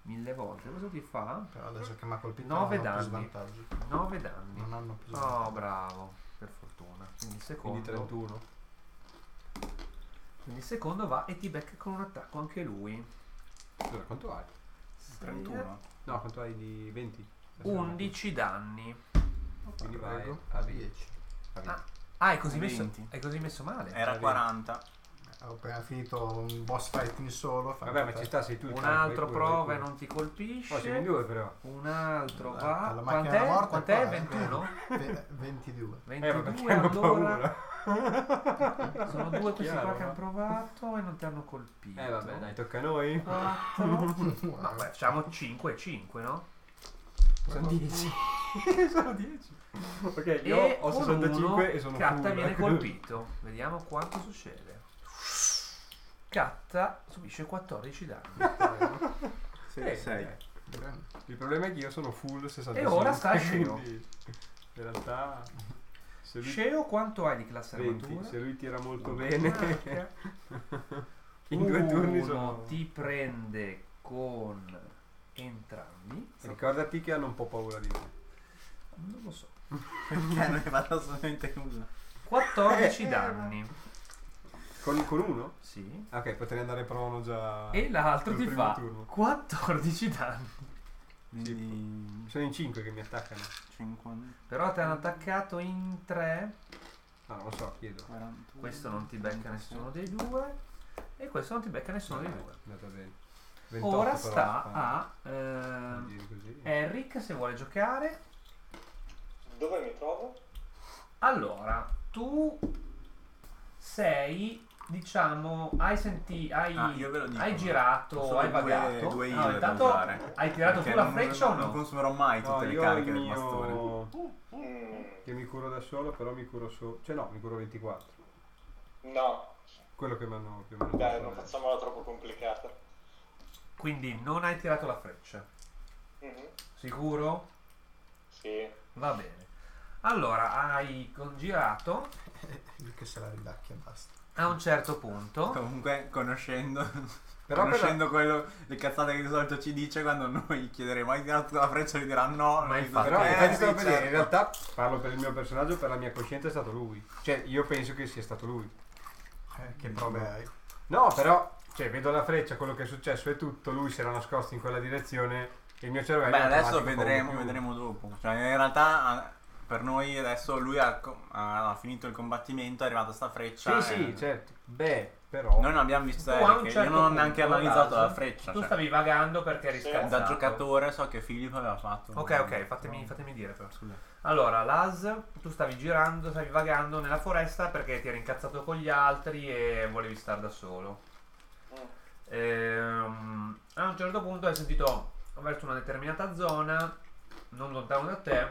Speaker 2: mille volte. Cosa ti fa?
Speaker 1: Però adesso che mi ha colpito
Speaker 2: Nove
Speaker 1: non ho più
Speaker 2: danni.
Speaker 1: svantaggio.
Speaker 2: 9 danni.
Speaker 1: Non hanno più
Speaker 2: Oh,
Speaker 1: svantaggio.
Speaker 2: bravo, per fortuna. Quindi il
Speaker 6: Quindi
Speaker 2: secondo,
Speaker 6: 31.
Speaker 2: quindi il secondo va e ti becca con un attacco anche lui.
Speaker 6: Allora, quanto hai?
Speaker 3: 31.
Speaker 6: No, quanto hai di 20?
Speaker 2: 11 danni.
Speaker 6: Quindi vai
Speaker 1: Prego.
Speaker 6: a 20.
Speaker 1: 10.
Speaker 2: Ah, hai così, messo,
Speaker 3: 20.
Speaker 2: hai così messo male.
Speaker 3: Era 40.
Speaker 1: Ho appena finito un boss fight in solo. fai
Speaker 6: Vabbè, ma
Speaker 1: fatta-
Speaker 6: ci sta, sei tu. il
Speaker 2: un
Speaker 6: tank, vai
Speaker 2: altro
Speaker 6: pure,
Speaker 2: prova e
Speaker 6: vai pure.
Speaker 2: non ti colpisce.
Speaker 6: Oh, siamo in due però.
Speaker 2: Un altro
Speaker 1: Dai,
Speaker 2: va.
Speaker 1: alla macchina
Speaker 2: Quant'è?
Speaker 1: della morte
Speaker 2: Quant'è?
Speaker 1: qua, eh.
Speaker 2: 21?
Speaker 1: Ve-
Speaker 2: [LAUGHS]
Speaker 1: 22.
Speaker 6: Eh, [LAUGHS]
Speaker 2: 22
Speaker 6: hanno
Speaker 2: allora. [LAUGHS] Sono due questi
Speaker 6: Chiaro,
Speaker 2: qua che
Speaker 6: ma-
Speaker 2: hanno provato e non ti hanno colpito.
Speaker 6: Eh vabbè, dai, tocca a noi.
Speaker 2: 4.
Speaker 1: [LAUGHS]
Speaker 2: No, beh, facciamo 5 e 5, no?
Speaker 6: Sono 10. [LAUGHS] sono 10. Ok, io
Speaker 2: e
Speaker 6: ho
Speaker 2: con
Speaker 6: 65
Speaker 2: uno
Speaker 6: e sono
Speaker 2: Katta
Speaker 6: full. [LAUGHS]
Speaker 2: viene colpito. Vediamo quanto succede. Katta subisce 14 danni.
Speaker 6: Eh,
Speaker 3: 6.
Speaker 6: dai.
Speaker 1: Grande.
Speaker 6: Il problema è che io sono full 65.
Speaker 2: E ora sta Scemo.
Speaker 6: quindi, In realtà se lui,
Speaker 2: Sceo, quanto hai di classe
Speaker 6: 20,
Speaker 2: armatura?
Speaker 6: se lui tira molto
Speaker 2: Porca.
Speaker 6: bene [LAUGHS] in due turni
Speaker 2: Uno
Speaker 6: sono
Speaker 2: ti prende con entrambi.
Speaker 6: [LAUGHS] Ricordati che hanno un po' paura di te.
Speaker 2: Non lo so.
Speaker 3: Perché Cioè, non hai fatto assolutamente nulla.
Speaker 6: [LAUGHS] Eh,
Speaker 2: 14 danni.
Speaker 6: Con, con uno?
Speaker 2: Sì.
Speaker 6: Ah, Ok, potrei andare prono già.
Speaker 2: E l'altro
Speaker 6: Col
Speaker 2: ti
Speaker 6: ah, primo
Speaker 2: fa
Speaker 6: turno.
Speaker 2: 14 danni.
Speaker 3: Quindi
Speaker 6: Sono in 5 che mi attaccano.
Speaker 3: 50,
Speaker 2: Però ti hanno attaccato in 3.
Speaker 6: Ah, non lo so, chiedo.
Speaker 3: 41.
Speaker 2: Questo non ti becca nessuno dei due. E questo non ti becca nessuno dei due.
Speaker 6: Eh, È andata bene. 28
Speaker 2: Ora
Speaker 6: però,
Speaker 3: eh.
Speaker 2: sta
Speaker 6: fa-
Speaker 2: a ehm,
Speaker 6: dire così.
Speaker 2: Eric se vuole giocare.
Speaker 5: Dove mi trovo?
Speaker 2: Allora, tu sei, diciamo, hai sentito, hai,
Speaker 3: Ah, io ve lo dico.
Speaker 2: hai girato,
Speaker 3: Solo
Speaker 2: hai
Speaker 3: due-
Speaker 2: vagato.
Speaker 3: Due
Speaker 2: No,
Speaker 3: heal da
Speaker 2: intanto
Speaker 3: usare.
Speaker 2: hai tirato
Speaker 3: Perché
Speaker 2: tu la
Speaker 3: non-
Speaker 2: freccia o
Speaker 3: Non
Speaker 2: no?
Speaker 3: consumerò mai
Speaker 6: No,
Speaker 3: tutte le
Speaker 6: io
Speaker 3: cariche
Speaker 6: il
Speaker 3: del
Speaker 6: mio-
Speaker 3: bastone.
Speaker 5: Mm,
Speaker 6: Che mi curo da solo, però mi curo solo. Cioè no, mi curo 24.
Speaker 5: No,
Speaker 6: Quello che mi hanno più o meno
Speaker 5: dai,
Speaker 6: fatto
Speaker 5: non
Speaker 6: vedere.
Speaker 5: facciamola troppo complicata.
Speaker 2: Quindi non hai tirato la freccia.
Speaker 5: Mhm,
Speaker 2: Sicuro?
Speaker 5: Sì.
Speaker 2: Va bene. Allora, hai con- girato
Speaker 1: Lui che se la ridacchia e basta.
Speaker 2: a un certo punto.
Speaker 3: Comunque,
Speaker 2: [LAUGHS]
Speaker 3: conoscendo,
Speaker 6: Però
Speaker 3: conoscendo quello, le cazzate che di solito ci dice, quando noi gli chiederemo hai tirato la freccia, lui dirà no.
Speaker 2: Ma
Speaker 3: lui
Speaker 2: infatti-
Speaker 6: Però
Speaker 3: dirà,
Speaker 6: infatti
Speaker 3: "Eh,
Speaker 6: stavo
Speaker 3: sì,
Speaker 6: per dire, in
Speaker 3: certo".
Speaker 6: realtà parlo per il mio personaggio, per la mia coscienza è stato lui. Cioè, io penso che sia stato lui.
Speaker 1: Eh, che prove hai?
Speaker 6: No, però, cioè, vedo la freccia, quello che è successo è tutto, lui si era nascosto in quella direzione e il mio cervello...
Speaker 3: Beh,
Speaker 6: è
Speaker 3: adesso
Speaker 6: automatico
Speaker 3: vedremo,
Speaker 6: come più.
Speaker 3: vedremo dopo. Cioè, in realtà ah, per noi adesso lui ha, co- ha finito il combattimento, è arrivata sta freccia.
Speaker 6: Sì, sì,
Speaker 3: e-
Speaker 6: certo. Beh, però...
Speaker 3: Noi non abbiamo visto
Speaker 2: cioè, Tu a un
Speaker 3: Eric,
Speaker 2: certo
Speaker 3: io non ho
Speaker 2: punto,
Speaker 3: neanche analizzato
Speaker 2: Lars,
Speaker 3: la freccia.
Speaker 2: Tu
Speaker 3: cioè,
Speaker 2: stavi vagando perché eri
Speaker 5: Sì.
Speaker 2: scazzato.
Speaker 3: da giocatore so che Filippo aveva fatto.
Speaker 2: Ok, ok, fatemi, fatemi dire però.
Speaker 3: Scusa.
Speaker 2: Allora, Las, tu stavi girando, stavi vagando nella foresta perché ti eri incazzato con gli altri e volevi stare da solo.
Speaker 5: Mm.
Speaker 2: Ehm, a un certo punto hai sentito verso una determinata zona, non lontano da te,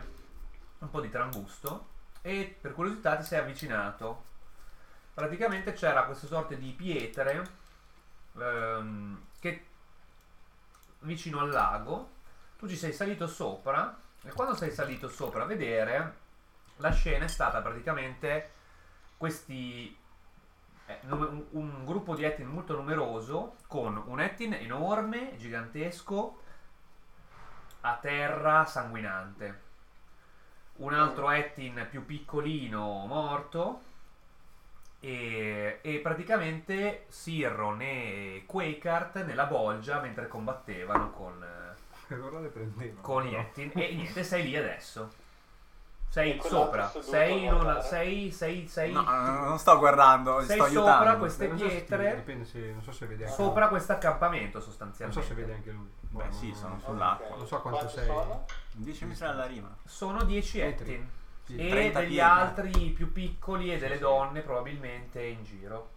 Speaker 2: un po' di trambusto e per curiosità ti sei avvicinato. Praticamente c'era questa sorta di pietre ehm, che vicino al lago, tu ci sei salito sopra e quando sei salito sopra a vedere, la scena è stata praticamente questi eh, num- un, un gruppo di Etin molto numeroso con un Etin enorme, gigantesco, a terra sanguinante, un altro Etin più piccolino morto e, e praticamente Sirron e Quakart nella bolgia mentre combattevano con, eh,
Speaker 6: [LAUGHS] Allora le prendevo.
Speaker 2: con gli Etin e niente, sei lì adesso. Sei
Speaker 5: E quell'altro
Speaker 2: sopra,
Speaker 5: seduto
Speaker 2: sei, in
Speaker 5: a
Speaker 2: una,
Speaker 5: guardare.
Speaker 2: sei, sei, sei,
Speaker 3: No, no, non sto guardando,
Speaker 2: sei
Speaker 3: sto
Speaker 2: sopra
Speaker 3: aiutando.
Speaker 2: queste
Speaker 6: Non so se-
Speaker 2: pietre,
Speaker 6: Dipende se. Non so se vede anche
Speaker 2: sopra questo accampamento
Speaker 6: Non so
Speaker 2: sostanzialmente.
Speaker 6: se vede anche lui.
Speaker 3: Beh,
Speaker 6: Boh,
Speaker 3: sì,
Speaker 6: non-
Speaker 3: sono
Speaker 6: non-
Speaker 3: sull'acqua.
Speaker 5: Ok.
Speaker 6: Non so quanto sei.
Speaker 5: sono?
Speaker 3: 10 metri alla rima.
Speaker 2: Sono 10
Speaker 6: Metri.
Speaker 2: etti
Speaker 6: Sì.
Speaker 2: e
Speaker 3: 30
Speaker 2: degli
Speaker 3: piedi.
Speaker 2: altri più piccoli e
Speaker 6: Sì,
Speaker 2: delle
Speaker 6: sì.
Speaker 2: donne probabilmente in giro.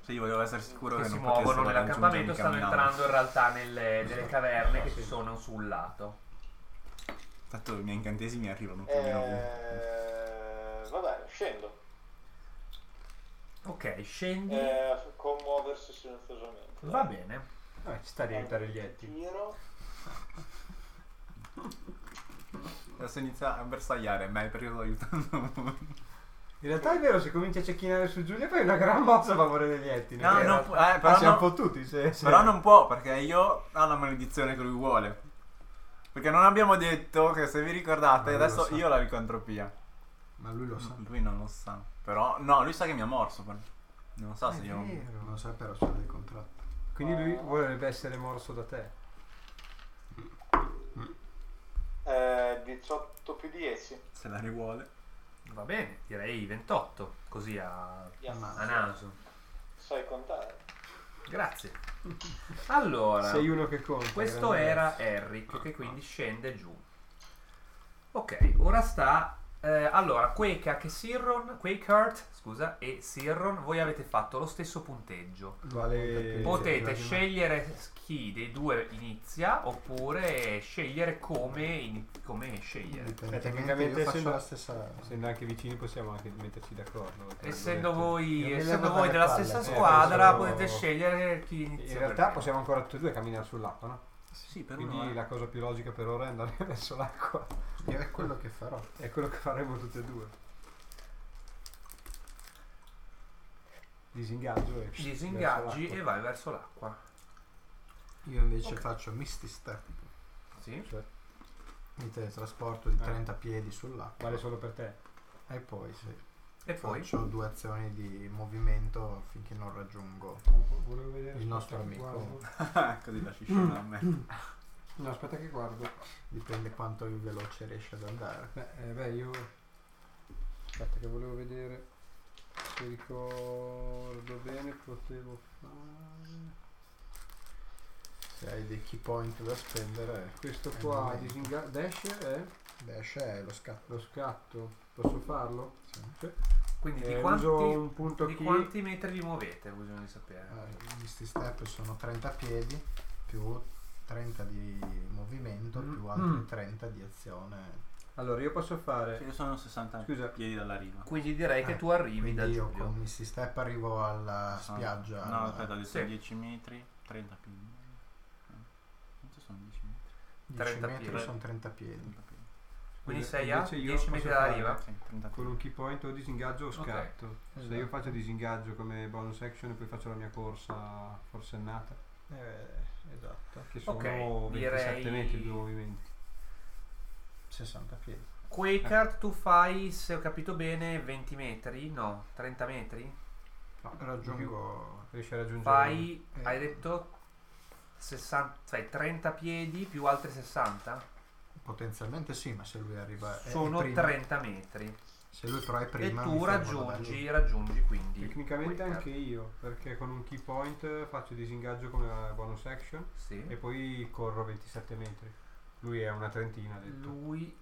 Speaker 3: Sì, io volevo essere sicuro che,
Speaker 2: che si
Speaker 3: non
Speaker 2: muovono
Speaker 3: potessero
Speaker 2: nell'accampamento
Speaker 3: raggiungermi
Speaker 2: stanno
Speaker 3: camminando.
Speaker 2: entrando in realtà nelle, nelle caverne che
Speaker 6: Sì.
Speaker 2: ci sono sul lato.
Speaker 3: Tanto i miei incantesimi arrivano più o meno ovunque.
Speaker 5: Eh, va bene, scendo.
Speaker 2: Ok, scendi.
Speaker 5: Eh, commuoversi silenziosamente.
Speaker 2: Va bene.
Speaker 6: Ah, ci
Speaker 5: Eh.
Speaker 6: sta di aiutare gli etti.
Speaker 5: Tiro.
Speaker 3: Adesso inizia a bersagliare, ma è il periodo aiutando voi.
Speaker 6: In realtà è vero, se cominci a cecchinare su Giulia fai una gran mossa a favore degli etti.
Speaker 3: No,
Speaker 6: perché-
Speaker 3: non pu- eh,
Speaker 6: Ah,
Speaker 3: però
Speaker 6: siamo
Speaker 3: non-
Speaker 6: fottuti. Se, se-
Speaker 3: Però non può, perché io ho la maledizione che lui vuole. Perché non abbiamo detto che se vi ricordate,
Speaker 6: Ma lui lo
Speaker 3: adesso
Speaker 6: sa.
Speaker 3: io ho la licantropia.
Speaker 1: Ma lui lo sa.
Speaker 3: Lui non lo sa. Però, no, lui sa che mi ha morso. però Non sa
Speaker 6: Ah, è
Speaker 3: se io.
Speaker 1: Non
Speaker 6: vero.
Speaker 1: lo sa però sono dei contratti.
Speaker 6: Quindi lui vorrebbe essere morso da te.
Speaker 5: Eh, 18 più 10.
Speaker 3: Se la rivuole.
Speaker 2: Va bene, direi 28, così a, a
Speaker 5: Yes.
Speaker 1: Ma-
Speaker 2: naso.
Speaker 5: Sai contare.
Speaker 2: Grazie. Allora,
Speaker 6: Sei uno che conta.
Speaker 2: questo
Speaker 6: grande
Speaker 2: era Eric che quindi scende giù. Ok, ora sta... eh, allora, Quake che Sirron, Quakehart, scusa, e Sirron, voi avete fatto lo stesso punteggio.
Speaker 6: Vale-
Speaker 2: Potete
Speaker 6: Sì,
Speaker 2: scegliere chi dei due inizia oppure scegliere come, in- come scegliere.
Speaker 1: Dipende.
Speaker 6: tecnicamente
Speaker 1: io faccio
Speaker 6: essendo-
Speaker 1: Cioè, la stessa.
Speaker 6: Essendo anche vicini possiamo anche metterci d'accordo. tra
Speaker 2: Essendo
Speaker 6: virgolette.
Speaker 2: voi,
Speaker 1: Io mi
Speaker 2: essendo
Speaker 1: levo
Speaker 2: voi
Speaker 1: dalle
Speaker 2: della
Speaker 1: palle,
Speaker 2: stessa
Speaker 1: eh,
Speaker 2: squadra
Speaker 6: penso-
Speaker 2: potete scegliere chi inizia.
Speaker 6: In realtà
Speaker 2: perché.
Speaker 6: possiamo ancora tutti e due camminare sull'acqua, no?
Speaker 3: Sì, per
Speaker 6: Quindi la cosa più logica per ora è andare [LAUGHS] verso l'acqua.
Speaker 1: Io è quello che farò.
Speaker 6: È quello che faremo tutti e due. Disingaggio e...
Speaker 2: Disingaggi
Speaker 6: verso
Speaker 2: e vai verso l'acqua.
Speaker 1: Io invece faccio Misty Step.
Speaker 2: Sì?
Speaker 6: Cioè,
Speaker 1: Mi teletrasporto di
Speaker 6: Ah.
Speaker 1: 30 piedi sull'acqua.
Speaker 6: vale solo per te.
Speaker 1: E poi sì.
Speaker 2: E poi?
Speaker 1: Faccio due azioni di movimento finché non raggiungo.
Speaker 6: Volevo vedere...
Speaker 1: Il nostro
Speaker 6: aspetta che
Speaker 1: amico.
Speaker 6: guardo.
Speaker 3: [LAUGHS] Così Ecco, la scisciona a me.
Speaker 6: No, aspetta che guardo.
Speaker 1: Dipende quanto veloce riesci ad andare.
Speaker 6: Beh, eh, beh, io... Aspetta che volevo vedere... Se ricordo bene potevo fare...
Speaker 1: Se hai dei key point da spendere,
Speaker 6: Questo
Speaker 1: È il
Speaker 6: qua,
Speaker 1: momento.
Speaker 6: disinga- dash è
Speaker 1: dash è lo scatto.
Speaker 6: lo scatto. Posso farlo?
Speaker 1: Sì.
Speaker 2: Quindi di
Speaker 6: Eh,
Speaker 2: quanti,
Speaker 6: uso un punto
Speaker 2: di
Speaker 6: key.
Speaker 2: quanti metri vi muovete? Bisogna sapere.
Speaker 1: Eh, Misty Step sono 30 piedi più 30 di movimento
Speaker 6: Mm.
Speaker 1: più altri
Speaker 6: Mm.
Speaker 1: 30 di azione.
Speaker 6: Allora, io posso fare...
Speaker 3: Io sono 60
Speaker 6: Scusa.
Speaker 3: piedi dalla riva.
Speaker 2: Quindi direi che
Speaker 1: Eh,
Speaker 2: tu arrivi da
Speaker 1: Quindi io
Speaker 2: Giulio.
Speaker 1: con Misty Step arrivo alla spiaggia.
Speaker 3: Ah. No, aspetta, ho detto
Speaker 2: Sì.
Speaker 3: 10 metri, 30 piedi. Quanto sono 10 metri?
Speaker 1: 10
Speaker 2: 30
Speaker 1: metri
Speaker 2: piedi.
Speaker 1: sono 30 piedi.
Speaker 3: 30 piedi. Eh,
Speaker 2: Quindi
Speaker 6: Invece
Speaker 2: sei a
Speaker 6: io
Speaker 2: 10 metri
Speaker 6: posso
Speaker 2: dalla
Speaker 6: fare-
Speaker 2: riva.
Speaker 3: Sì, 30
Speaker 6: Con un
Speaker 3: piedi.
Speaker 6: key point o disingaggio o
Speaker 2: Ok.
Speaker 6: scatto. Se io
Speaker 1: Esatto.
Speaker 6: faccio disingaggio come bonus action e poi faccio la mia corsa forsennata, Eh,
Speaker 1: esatto.
Speaker 6: che sono
Speaker 2: Ok,
Speaker 6: 27
Speaker 2: direi-
Speaker 6: metri due movimenti.
Speaker 1: 60 piedi.
Speaker 2: Quakehart tu fai, se ho capito bene, 20 metri? No, 30 metri?
Speaker 6: No,
Speaker 1: Raggiungo
Speaker 6: Riesci a raggiungere...
Speaker 2: Fai,
Speaker 1: Eh.
Speaker 2: hai detto 60, fai 30 piedi più altri 60?
Speaker 6: Eh,
Speaker 1: potenzialmente sì, ma se lui arriva è- è
Speaker 2: Sono
Speaker 1: prima,
Speaker 2: 30 metri.
Speaker 1: se lui però è prima
Speaker 2: e
Speaker 1: mi
Speaker 2: tu
Speaker 1: fermo da
Speaker 2: raggiungi,
Speaker 1: lì.
Speaker 2: raggiungi quindi.
Speaker 6: Tecnicamente
Speaker 2: Quakehart.
Speaker 6: anche io, perché con un key point faccio disingaggio come bonus action e
Speaker 2: Sì.
Speaker 6: poi corro 27 metri. Lui è una trentina, ha detto.
Speaker 2: Lui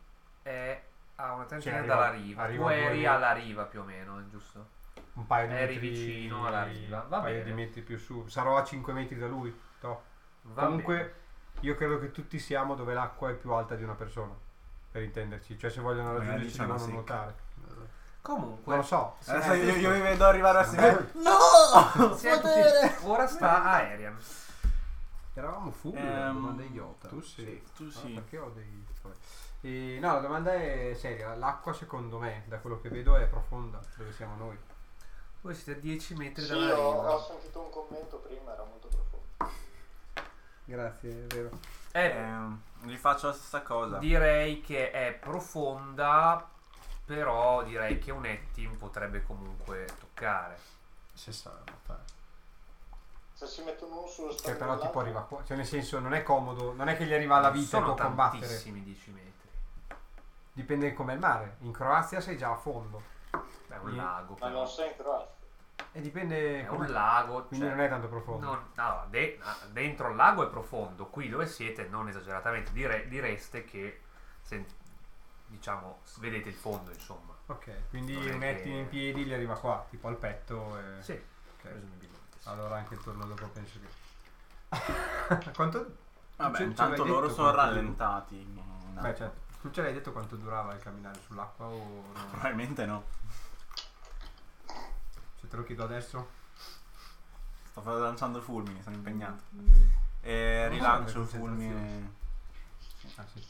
Speaker 2: è a una trentina
Speaker 6: Cioè, arriva-
Speaker 2: dalla riva. Tu
Speaker 6: arriva a due
Speaker 2: eri
Speaker 6: metri.
Speaker 2: alla riva più o meno, giusto?
Speaker 6: un paio di
Speaker 2: Eri
Speaker 6: metri
Speaker 2: vicino alla riva, va
Speaker 6: un paio
Speaker 2: bene.
Speaker 6: di metri più su sarò a 5 metri da lui no.
Speaker 2: Va
Speaker 6: comunque
Speaker 2: bene.
Speaker 6: io credo che tutti siamo dove l'acqua è più alta di una persona per intenderci cioè se vogliono
Speaker 3: Magari
Speaker 6: raggiungerci
Speaker 3: siamo
Speaker 6: devono
Speaker 3: secchi.
Speaker 6: nuotare
Speaker 2: Comunque,
Speaker 6: non lo so
Speaker 2: se-
Speaker 3: Adesso io, io vi vedo arrivare
Speaker 6: Eh.
Speaker 3: a sinistra.
Speaker 2: se a tutti- ora sta a Arian.
Speaker 6: eravamo furbi
Speaker 3: Ehm,
Speaker 6: la domanda idiota
Speaker 1: tu sì.
Speaker 3: Tu
Speaker 6: No, Ah, perché ho dei vabbè. E, no la domanda è seria l'acqua secondo me da quello che vedo è profonda dove siamo noi
Speaker 2: Voi siete a 10 metri
Speaker 5: Sì, oh,
Speaker 2: dalla
Speaker 5: ho, ho
Speaker 2: riva.
Speaker 5: sentito un commento prima, era molto profondo.
Speaker 6: grazie è vero
Speaker 2: Eh,
Speaker 3: Ehm, vi faccio la stessa cosa.
Speaker 2: Direi che è profonda, però direi che un Ettim potrebbe comunque toccare.
Speaker 1: se sa nuotare.
Speaker 5: Se si mettono uno sullo
Speaker 6: cioè
Speaker 5: stagno
Speaker 6: però tipo
Speaker 5: dell'altro-
Speaker 6: arriva qua cioè nel senso non è comodo non è che gli arriva la vita e
Speaker 2: Sono
Speaker 6: può combattere
Speaker 2: tantissimi 10 metri.
Speaker 6: Dipende com'è il mare. In Croazia sei già a fondo.
Speaker 2: Beh, è un lago.
Speaker 5: Ma
Speaker 2: però.
Speaker 5: non sei in Croazia.
Speaker 6: E dipende...
Speaker 2: È
Speaker 6: com'è.
Speaker 2: un lago.
Speaker 6: Quindi
Speaker 2: cioè,
Speaker 6: non è tanto profondo.
Speaker 2: non- no, de- dentro il lago è profondo. Qui dove siete, non esageratamente, dire- direste che se- diciamo s- vedete il fondo, insomma.
Speaker 6: Ok, quindi
Speaker 2: Non è
Speaker 6: un metti
Speaker 2: che-
Speaker 6: in piedi gli arriva qua, tipo al petto. E...
Speaker 2: Sì,
Speaker 6: ok.
Speaker 2: presumibilmente. sì.
Speaker 6: Allora anche il turno dopo penso che... [LAUGHS] quanto...
Speaker 3: Vabbè,
Speaker 6: Ce- ce
Speaker 3: intanto loro
Speaker 6: l'hai Cioè, detto
Speaker 3: sono
Speaker 6: quanto-
Speaker 3: rallentati. No,
Speaker 6: Beh, certo. Tu ce l'hai detto quanto durava il camminare sull'acqua o no?
Speaker 3: Probabilmente no.
Speaker 6: Se Cioè, te lo chiedo adesso?
Speaker 3: Sto fa- lanciando il fulmine, sono impegnato. E
Speaker 6: Non so
Speaker 3: rilancio il
Speaker 6: perché
Speaker 3: fulmine.
Speaker 6: Ah sì.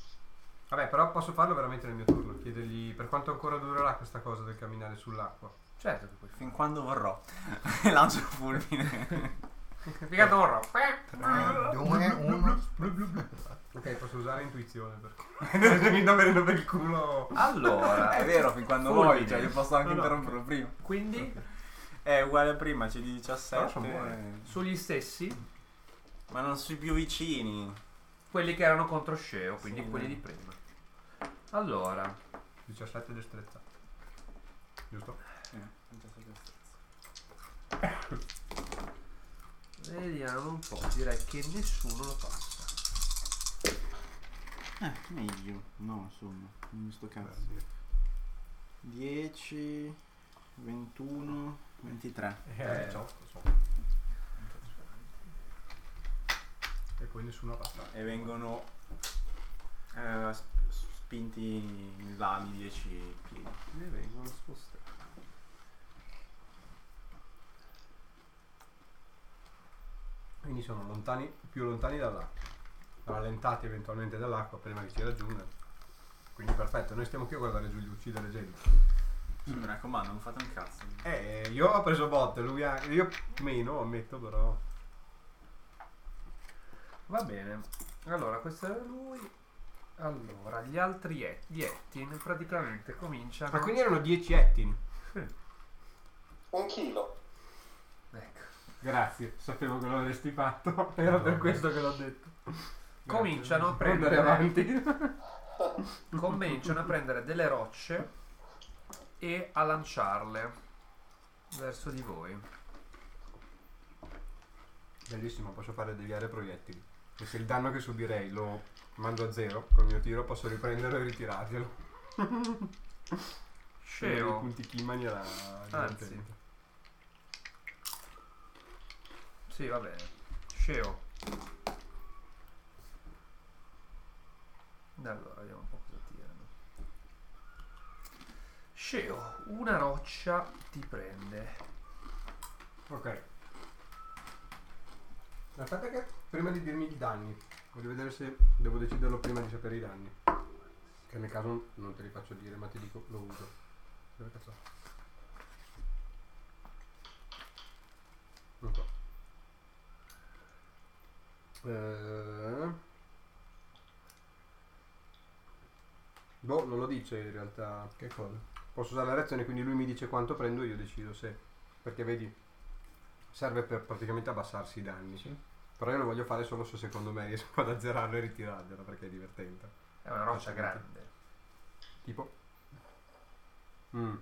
Speaker 6: Vabbè, però posso farlo veramente nel mio turno, chiedergli per quanto ancora durerà questa cosa del camminare sull'acqua.
Speaker 2: [LAUGHS] Certo che puoi
Speaker 3: Fin quando vorrò. [LAUGHS] Lancio il
Speaker 6: Eh,
Speaker 3: fulmine.
Speaker 2: fare. Figato un rock.
Speaker 1: Eh,
Speaker 2: eh?
Speaker 1: Due, uno.
Speaker 6: Ok, posso usare intuizione per [LAUGHS] mi nomerino per il culo.
Speaker 2: Allora,
Speaker 3: È vero, fin quando
Speaker 2: Fulmine.
Speaker 3: vuoi, cioè io posso anche
Speaker 6: No, no.
Speaker 3: interromperlo prima.
Speaker 2: quindi
Speaker 3: È uguale a prima, c'è di
Speaker 6: Però
Speaker 3: 17.
Speaker 6: sono buone.
Speaker 2: sugli stessi,
Speaker 3: Ma non sui più vicini.
Speaker 2: quelli che erano contro Sceo, quindi
Speaker 3: Sì,
Speaker 2: quelli
Speaker 3: dai.
Speaker 2: di prima. Allora,
Speaker 6: 17 destrezza. Giusto?
Speaker 2: vediamo un po', direi che nessuno lo passa.
Speaker 3: Eh, meglio. No, insomma, non sto cazzo. 10, 21, 23.
Speaker 6: Eh,
Speaker 1: Eh,
Speaker 6: 18, so. E poi nessuno ha passato.
Speaker 3: E vengono eh, s- spinti in là di 10 piedi.
Speaker 6: E vengono spostati. Quindi sono lontani, più lontani dall'acqua, rallentati eventualmente dall'acqua prima che ci raggiungano. Quindi perfetto, noi stiamo qui a guardare giù gli uccidere gente.
Speaker 2: Mm.
Speaker 3: Mi raccomando, non fate un cazzo.
Speaker 6: Eh, io ho preso botte, lui ha... Io meno, ammetto, però...
Speaker 2: Va bene, allora questo era lui. Allora, gli altri et- gli Ettin praticamente cominciano...
Speaker 6: Ma quindi erano 10 ettin.
Speaker 5: Un chilo.
Speaker 2: Ecco.
Speaker 6: Grazie, sapevo che lo avresti fatto. Era per questo che l'ho detto.
Speaker 2: Cominciano a
Speaker 6: prendere
Speaker 2: prendere
Speaker 6: avanti.
Speaker 2: cominciano a prendere delle rocce e a lanciarle verso di voi.
Speaker 6: Bellissimo, posso fare deviare proiettili. E se il danno che subirei lo mando a zero col mio tiro, posso riprenderlo e ritirarglielo. Scegliere i
Speaker 2: Sceo,
Speaker 6: punti chi in maniera divertente.
Speaker 2: sì, va bene. Sceo. Allora, vediamo un po' cosa tirano. Sceo, una roccia ti prende.
Speaker 6: Ok. Aspetta che prima di dirmi i danni, voglio vedere se devo deciderlo prima di sapere i danni. Che nel caso non te li faccio dire, ma ti dico lo uso. Dove cazzo? è? Non so. Eh. Boh, non lo dice in realtà. Che cosa? Posso usare la reazione, quindi lui mi dice quanto prendo e io decido se. Perché vedi, serve per praticamente abbassarsi i danni. Però io lo voglio fare solo se secondo me riesco ad azzerarlo e ritirarglielo perché è divertente.
Speaker 2: È una roccia grande.
Speaker 6: Tipo? Mm.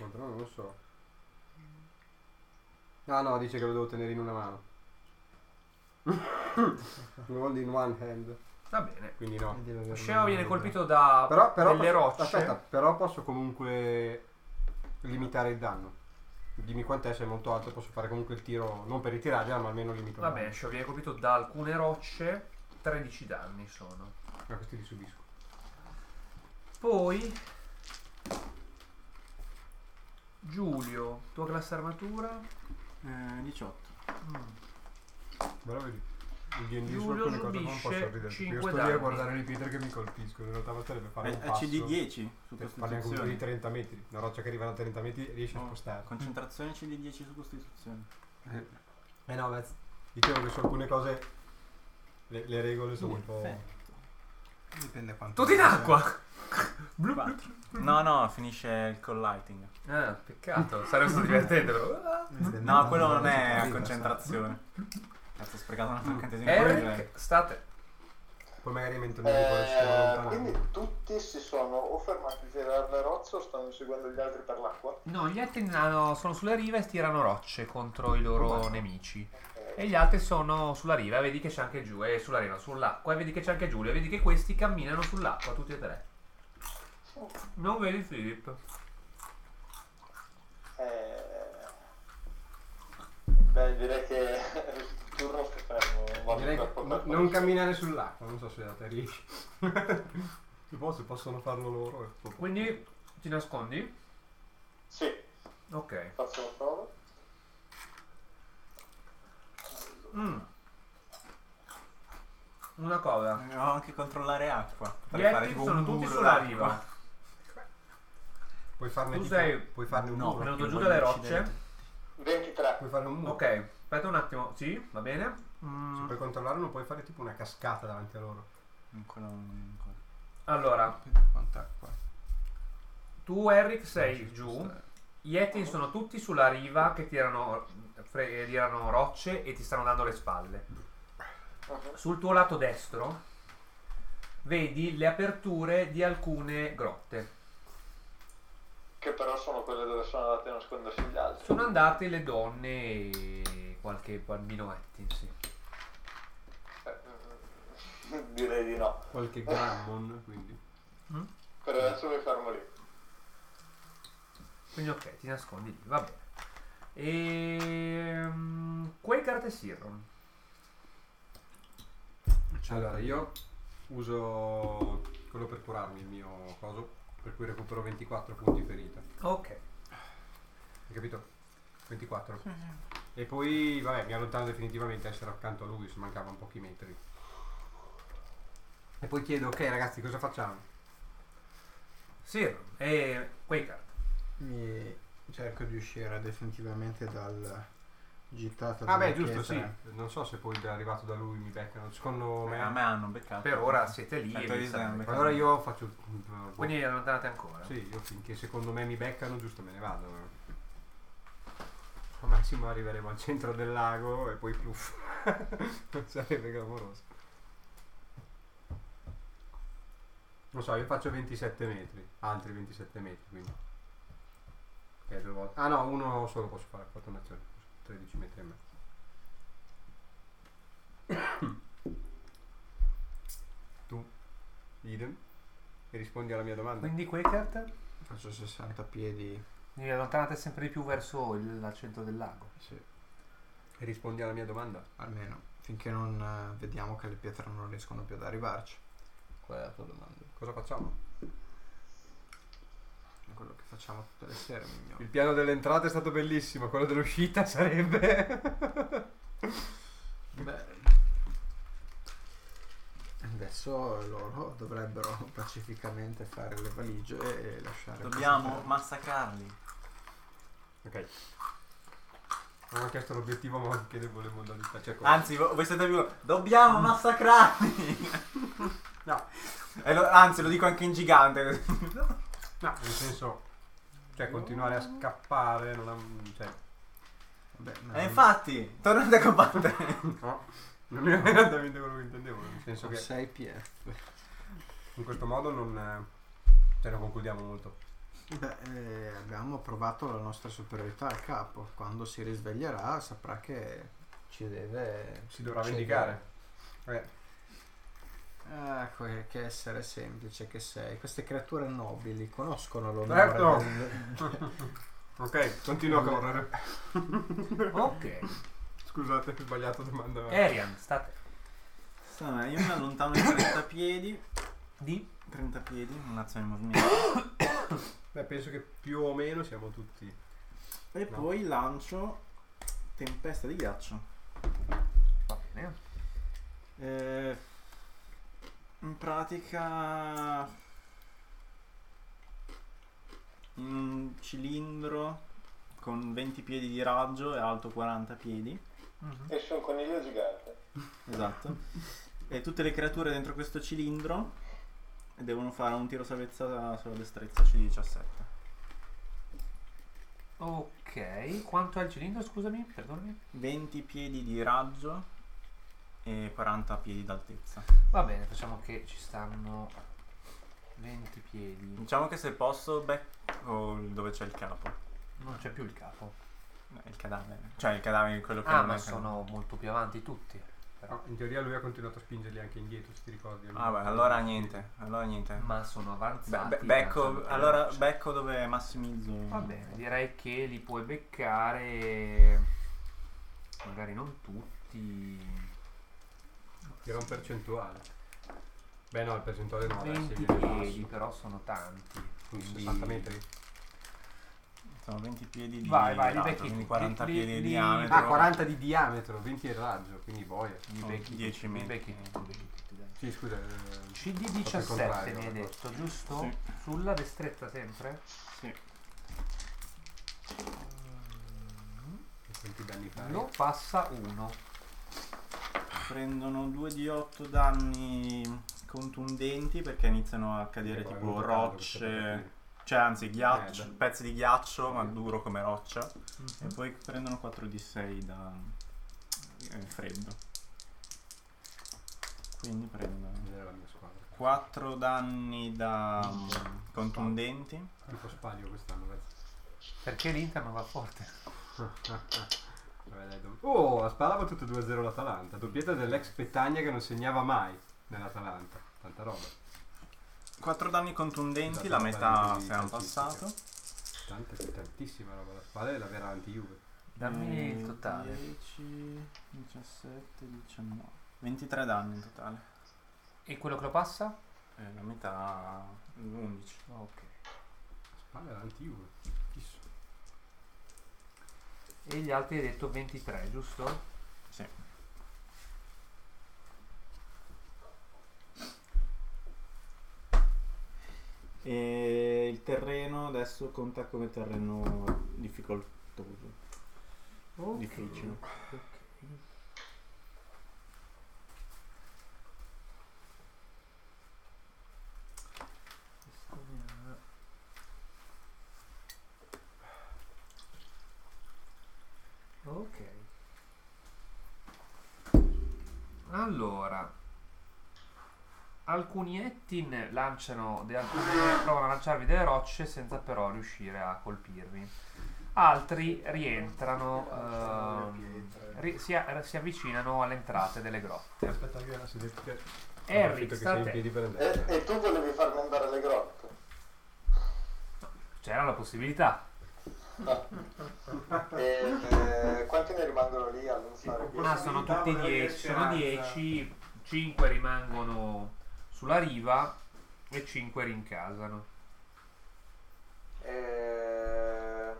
Speaker 6: Ma però non lo so. Ah no, dice che lo devo tenere in una mano. [LAUGHS] Lo hold in one hand.
Speaker 2: Va bene.
Speaker 6: Quindi no.
Speaker 2: Sceo viene colpito da
Speaker 6: Però, però
Speaker 2: delle
Speaker 6: posso-
Speaker 2: rocce.
Speaker 6: Aspetta, però posso comunque limitare il danno. Dimmi quant'è, se è molto alto posso fare comunque il tiro, non per ritirargliela, ma almeno limito. il
Speaker 2: Va
Speaker 6: danno.
Speaker 2: bene, Sceo viene colpito da alcune rocce. 13 danni sono.
Speaker 6: Ma Ah, questi li subisco.
Speaker 2: Poi Giulio, tua classe armatura.
Speaker 3: Eh, 18.
Speaker 2: Mm.
Speaker 6: Però vedi, il D&D su
Speaker 2: Giulio
Speaker 6: alcune cose non posso
Speaker 2: subisce
Speaker 6: ridere. perché Io
Speaker 2: cinque
Speaker 6: sto lì a
Speaker 2: danni.
Speaker 6: guardare le pietre che mi colpiscono. In realtà basterebbe
Speaker 1: Eh,
Speaker 6: fare
Speaker 3: È,
Speaker 6: un
Speaker 3: è
Speaker 6: passo.
Speaker 3: CD 10 su
Speaker 6: Te- Parliamo comunque di
Speaker 3: Costituzione.
Speaker 6: 30 metri. Una roccia che arriva da 30 metri riesce a
Speaker 3: Oh,
Speaker 6: spostare.
Speaker 3: Concentrazione CD 10 su Costituzione.
Speaker 6: Eh no, ma dicevo che su alcune cose le, le regole sono un po'.
Speaker 1: Dipende quanto.
Speaker 2: Tutto in acqua! [LAUGHS]
Speaker 3: Quattro. No, no, finisce il collighting.
Speaker 2: Ah, peccato, sarebbe stato divertente però. [LAUGHS]
Speaker 1: Dipende
Speaker 3: No,
Speaker 1: quanto
Speaker 3: quello non
Speaker 1: ci
Speaker 3: è a
Speaker 1: arriva,
Speaker 3: concentrazione. Cazzo, ho sprecato un attaccante di
Speaker 2: Eric, state.
Speaker 6: Poi magari mentre ancora si stiamo
Speaker 5: Eh,
Speaker 6: allontanando.
Speaker 5: quindi tutti si sono o fermati a tirare le rocce o stanno seguendo gli altri per l'acqua?
Speaker 2: No, gli altri no, sono sulla riva e tirano rocce contro i loro
Speaker 6: Wow.
Speaker 2: nemici.
Speaker 5: Ok.
Speaker 2: E gli altri sono sulla riva, vedi che c'è anche giù, e sulla riva, sull'acqua, e vedi che c'è anche Giulio, e vedi che questi camminano sull'acqua tutti e tre. Oh. Non vedi Philip.
Speaker 5: Eh, Beh, direi che [LAUGHS] il turno sta fermo. vado
Speaker 6: Direi
Speaker 5: per-
Speaker 6: che
Speaker 5: per-
Speaker 6: non camminare sull'acqua, non so se te riesci. [LAUGHS] Tipo se possono farlo loro. e poi-
Speaker 2: Quindi ti nascondi?
Speaker 5: Sì,
Speaker 2: Ok.
Speaker 5: faccio la prova.
Speaker 2: Mm. Una cosa.
Speaker 3: Dobbiamo anche controllare acqua.
Speaker 2: Gli
Speaker 3: Potrei fare
Speaker 2: altri
Speaker 3: tipo
Speaker 2: sono
Speaker 3: un
Speaker 2: tutti
Speaker 3: muro
Speaker 2: sulla
Speaker 3: d'acqua.
Speaker 2: riva.
Speaker 6: Puoi farne
Speaker 2: Tu
Speaker 6: tipo-
Speaker 2: sei-
Speaker 6: puoi farne un
Speaker 3: No,
Speaker 6: muro.
Speaker 3: però-
Speaker 2: Venuto giù
Speaker 3: Perché voi
Speaker 2: dalle
Speaker 3: mi
Speaker 2: rocce.
Speaker 3: uccidete.
Speaker 5: 23.
Speaker 6: Puoi farne un muro.
Speaker 2: Ok, aspetta un attimo. Sì, va bene.
Speaker 6: Se
Speaker 2: Mm,
Speaker 6: puoi controllarlo non puoi fare tipo una cascata davanti a loro.
Speaker 3: Ancora un...
Speaker 2: Allora,
Speaker 4: Quanta acqua?
Speaker 2: tu Eric
Speaker 6: Cioè,
Speaker 2: sei giù. Gli Etin sono tutti sulla riva che tirano, fre- eh, tirano rocce e ti stanno dando le spalle.
Speaker 5: uh-huh,
Speaker 2: Sul tuo lato destro vedi le aperture di alcune grotte.
Speaker 5: Che però sono quelle dove sono andati a nascondersi gli altri.
Speaker 2: Sono andate le donne e qualche bambino Etin, sì.
Speaker 5: Eh, mm, [LAUGHS] Direi di no.
Speaker 6: Qualche grammon, quindi.
Speaker 3: Mm?
Speaker 5: Per adesso mi fermo lì.
Speaker 2: Quindi ok, ti nascondi lì, va bene. Ehm, quei carte Sirron. Certo.
Speaker 6: Allora, io uso quello per curarmi, il mio coso, per cui recupero 24 punti ferita.
Speaker 2: Ok.
Speaker 6: Hai capito? 24. E poi, vabbè, mi allontano definitivamente a essere accanto a lui, se mancavano pochi metri. E poi chiedo, ok ragazzi, cosa facciamo?
Speaker 2: Sirron e quei carte.
Speaker 1: Mi cerco di uscire definitivamente dal gittato
Speaker 6: Ah beh,
Speaker 1: delle
Speaker 6: giusto, sì.
Speaker 1: pietre.
Speaker 6: Non so se poi arrivato da lui mi beccano. Secondo
Speaker 3: Come
Speaker 6: me...
Speaker 3: a me hanno beccato.
Speaker 2: Per ora siete lì.
Speaker 3: Tanto
Speaker 2: e vi
Speaker 3: io
Speaker 2: state-
Speaker 3: sono-
Speaker 6: Allora io faccio...
Speaker 2: Quindi allontanate ancora.
Speaker 6: Sì, io finché secondo me mi beccano, giusto, me ne vado. eh. Al massimo arriveremo al centro del lago e poi pluff. [LAUGHS] non sarebbe clamoroso. Lo so, io faccio 27 metri, altri 27 metri, quindi. Ok, due volte. Ah no, uno solo posso fare, ho fatto un'azione. 13 metri e mezzo. [COUGHS] tu, idem, e rispondi alla mia domanda.
Speaker 2: Quindi quei carte?
Speaker 1: Faccio 60 piedi.
Speaker 2: Vi allontanate sempre di più verso il al centro del
Speaker 3: [LAUGHS]
Speaker 2: lago.
Speaker 1: Sì,
Speaker 6: E rispondi alla mia domanda.
Speaker 1: almeno. Finché non eh, vediamo che le pietre non riescono più ad arrivarci.
Speaker 4: Qual è la tua domanda?
Speaker 6: Cosa facciamo?
Speaker 1: È quello che facciamo tutte le sere, mignolo.
Speaker 6: Il piano dell'entrata è stato bellissimo, quello dell'uscita [LAUGHS] sarebbe...
Speaker 1: Beh. Adesso loro dovrebbero pacificamente fare le valigie e lasciare.
Speaker 3: Dobbiamo
Speaker 1: questa-
Speaker 3: massacrarli.
Speaker 6: ok. Non ho chiesto l'obiettivo, ma anche le volevo modalità. Cioè, cosa?
Speaker 3: Anzi, vo- voi siete più... Dobbiamo [LAUGHS] massacrarli!
Speaker 6: No.
Speaker 3: E lo- anzi, lo dico anche in gigante. così.
Speaker 6: No, nel senso... Cioè, continuare a scappare, non ha... Cioè...
Speaker 1: Vabbè, ma
Speaker 3: E
Speaker 1: non-
Speaker 3: infatti, tornate a combattere.
Speaker 6: No. Non è esattamente quello che intendevo, nel senso
Speaker 1: ho
Speaker 6: che
Speaker 1: 6 PF.
Speaker 6: in questo modo non... Cioè, non concludiamo molto.
Speaker 1: Beh, eh, abbiamo provato la nostra superiorità al capo. Quando si risveglierà saprà che ci deve.
Speaker 6: Si dovrà
Speaker 1: cedere.
Speaker 6: vendicare. Eh,
Speaker 1: Ah, que- che essere semplice che sei. Queste creature nobili conoscono l'onore.
Speaker 6: Certo.
Speaker 1: del-
Speaker 6: ok, continua a correre.
Speaker 2: Ok.
Speaker 6: Scusate, ho sbagliato domanda.
Speaker 2: Arian, state.
Speaker 3: Sta, io mi allontano di 30 piedi.
Speaker 2: Di?
Speaker 3: 30 piedi, un'azione di movimento.
Speaker 6: Beh, penso che più o meno siamo tutti.
Speaker 3: E
Speaker 6: No.
Speaker 3: poi lancio tempesta di ghiaccio.
Speaker 2: Va bene.
Speaker 3: Eh, in pratica in un cilindro con 20 piedi di raggio e alto 40 piedi.
Speaker 2: Mhm.
Speaker 5: Esce un coniglio gigante.
Speaker 3: Esatto. e tutte le creature dentro questo cilindro devono fare un tiro salvezza sulla destrezza C17.
Speaker 2: Ok. Quanto è il cilindro, scusami? Perdonami.
Speaker 3: 20 piedi di raggio e 40 piedi d'altezza.
Speaker 2: Va bene, facciamo che ci stanno 20 piedi.
Speaker 3: Diciamo che se posso becco il- dove c'è il capo,
Speaker 2: Non c'è più il capo.
Speaker 3: No, il cadavere, cioè il cadavere è quello che
Speaker 2: Ah,
Speaker 3: non
Speaker 2: ma
Speaker 3: è cadavere.
Speaker 2: sono molto più avanti tutti.
Speaker 6: Ah, in teoria lui ha continuato a spingerli anche indietro, se ti ricordi.
Speaker 3: Ah beh, allora niente, allora niente.
Speaker 2: Ma sono
Speaker 3: Be-
Speaker 2: avanzati.
Speaker 3: be- becco,
Speaker 2: abbastanza
Speaker 3: allora Mm.
Speaker 2: veloci.
Speaker 3: becco dove massimizzo.
Speaker 2: Va bene, direi che li puoi beccare. Magari non tutti.
Speaker 6: Era un percentuale. Beh no, il percentuale no, adesso
Speaker 2: 20
Speaker 6: viene
Speaker 2: piedi,
Speaker 6: basso.
Speaker 2: però sono tanti.
Speaker 6: Quindi Ah,
Speaker 2: Quindi-
Speaker 6: 60 metri.
Speaker 3: Sono 20 piedi di
Speaker 2: Vai, vai, li
Speaker 3: lato,
Speaker 2: becchi
Speaker 3: quindi
Speaker 2: tutti.
Speaker 3: 40
Speaker 2: Li-
Speaker 3: piedi di
Speaker 2: li-
Speaker 3: diametro.
Speaker 6: Ah, 40 di diametro, 20 di raggio, quindi boia.
Speaker 2: Li
Speaker 3: Oh,
Speaker 2: becchi
Speaker 3: 10
Speaker 2: tutti, li
Speaker 3: metri.
Speaker 2: becchi tutti, li becchi tutti, dai.
Speaker 6: Sì, scusa. eh,
Speaker 2: CD
Speaker 6: Fatto il contrario,
Speaker 2: 17 mi hai
Speaker 6: allora.
Speaker 2: detto, giusto?
Speaker 3: Sì.
Speaker 2: Sulla destrezza sempre?
Speaker 3: Sì.
Speaker 6: Quanti danni fai?
Speaker 2: Lo passa uno.
Speaker 3: Prendono 2 di 8 danni contundenti perché iniziano a cadere
Speaker 6: Boia,
Speaker 3: tipo
Speaker 6: è tanto
Speaker 3: rocce,
Speaker 6: questo
Speaker 3: cioè anzi ghiaccio,
Speaker 6: Merda.
Speaker 3: pezzi di ghiaccio ma duro come roccia e
Speaker 2: Mhm.
Speaker 3: poi prendono 4 di 6 da eh, freddo. Quindi prendono
Speaker 6: Vedere la mia squadra.
Speaker 3: 4 danni da mm, contundenti.
Speaker 6: Tipo spadio quest'anno, penso.
Speaker 2: Perché l'Inter non va forte.
Speaker 6: Vabbè, dai, dom- Oh, la spalla ha battuto 2-0 l'Atalanta. Doppietta dell'ex Petagna che non segnava mai nell'Atalanta. Tanta roba.
Speaker 3: 4 danni contundenti,
Speaker 6: Esatto,
Speaker 3: la metà
Speaker 6: di
Speaker 3: se hanno
Speaker 6: calcistica.
Speaker 3: passato.
Speaker 6: Tanta, tantissima roba. La spalla è la vera anti-Juve.
Speaker 2: Dammi il
Speaker 3: Eh,
Speaker 2: totale.
Speaker 3: 10, 17, 19. 23 danni in totale.
Speaker 2: E quello che lo passa?
Speaker 3: Eh, la metà 11.
Speaker 2: Ok.
Speaker 6: La spalla è l'anti-Juve. Fisso.
Speaker 2: E gli altri hai detto 23, giusto?
Speaker 3: Sì. E il terreno adesso conta come terreno difficoltoso.
Speaker 2: Oh,
Speaker 3: Difficile.
Speaker 2: Ok. Allora, alcuni Ettin lanciano, de- alcuni provano a lanciarvi delle rocce senza però riuscire a colpirvi. Altri rientrano, ehm, ri- si, a- si avvicinano alle entrate delle grotte.
Speaker 6: Aspetta, io la sedetta. Ho
Speaker 2: Harry,
Speaker 6: capito che
Speaker 2: sta
Speaker 6: sei
Speaker 2: a
Speaker 6: in
Speaker 2: te.
Speaker 6: piedi per andare.
Speaker 5: E, e tu volevi farmi andare
Speaker 6: [LAUGHS]
Speaker 5: alle grotte?
Speaker 2: C'era la possibilità.
Speaker 5: E, eh, quanti ne rimangono lì a non stare qui?
Speaker 2: Ah, sono tutti 10, sono 10, 5 rimangono sulla riva e 5 rincasano.
Speaker 5: Eh,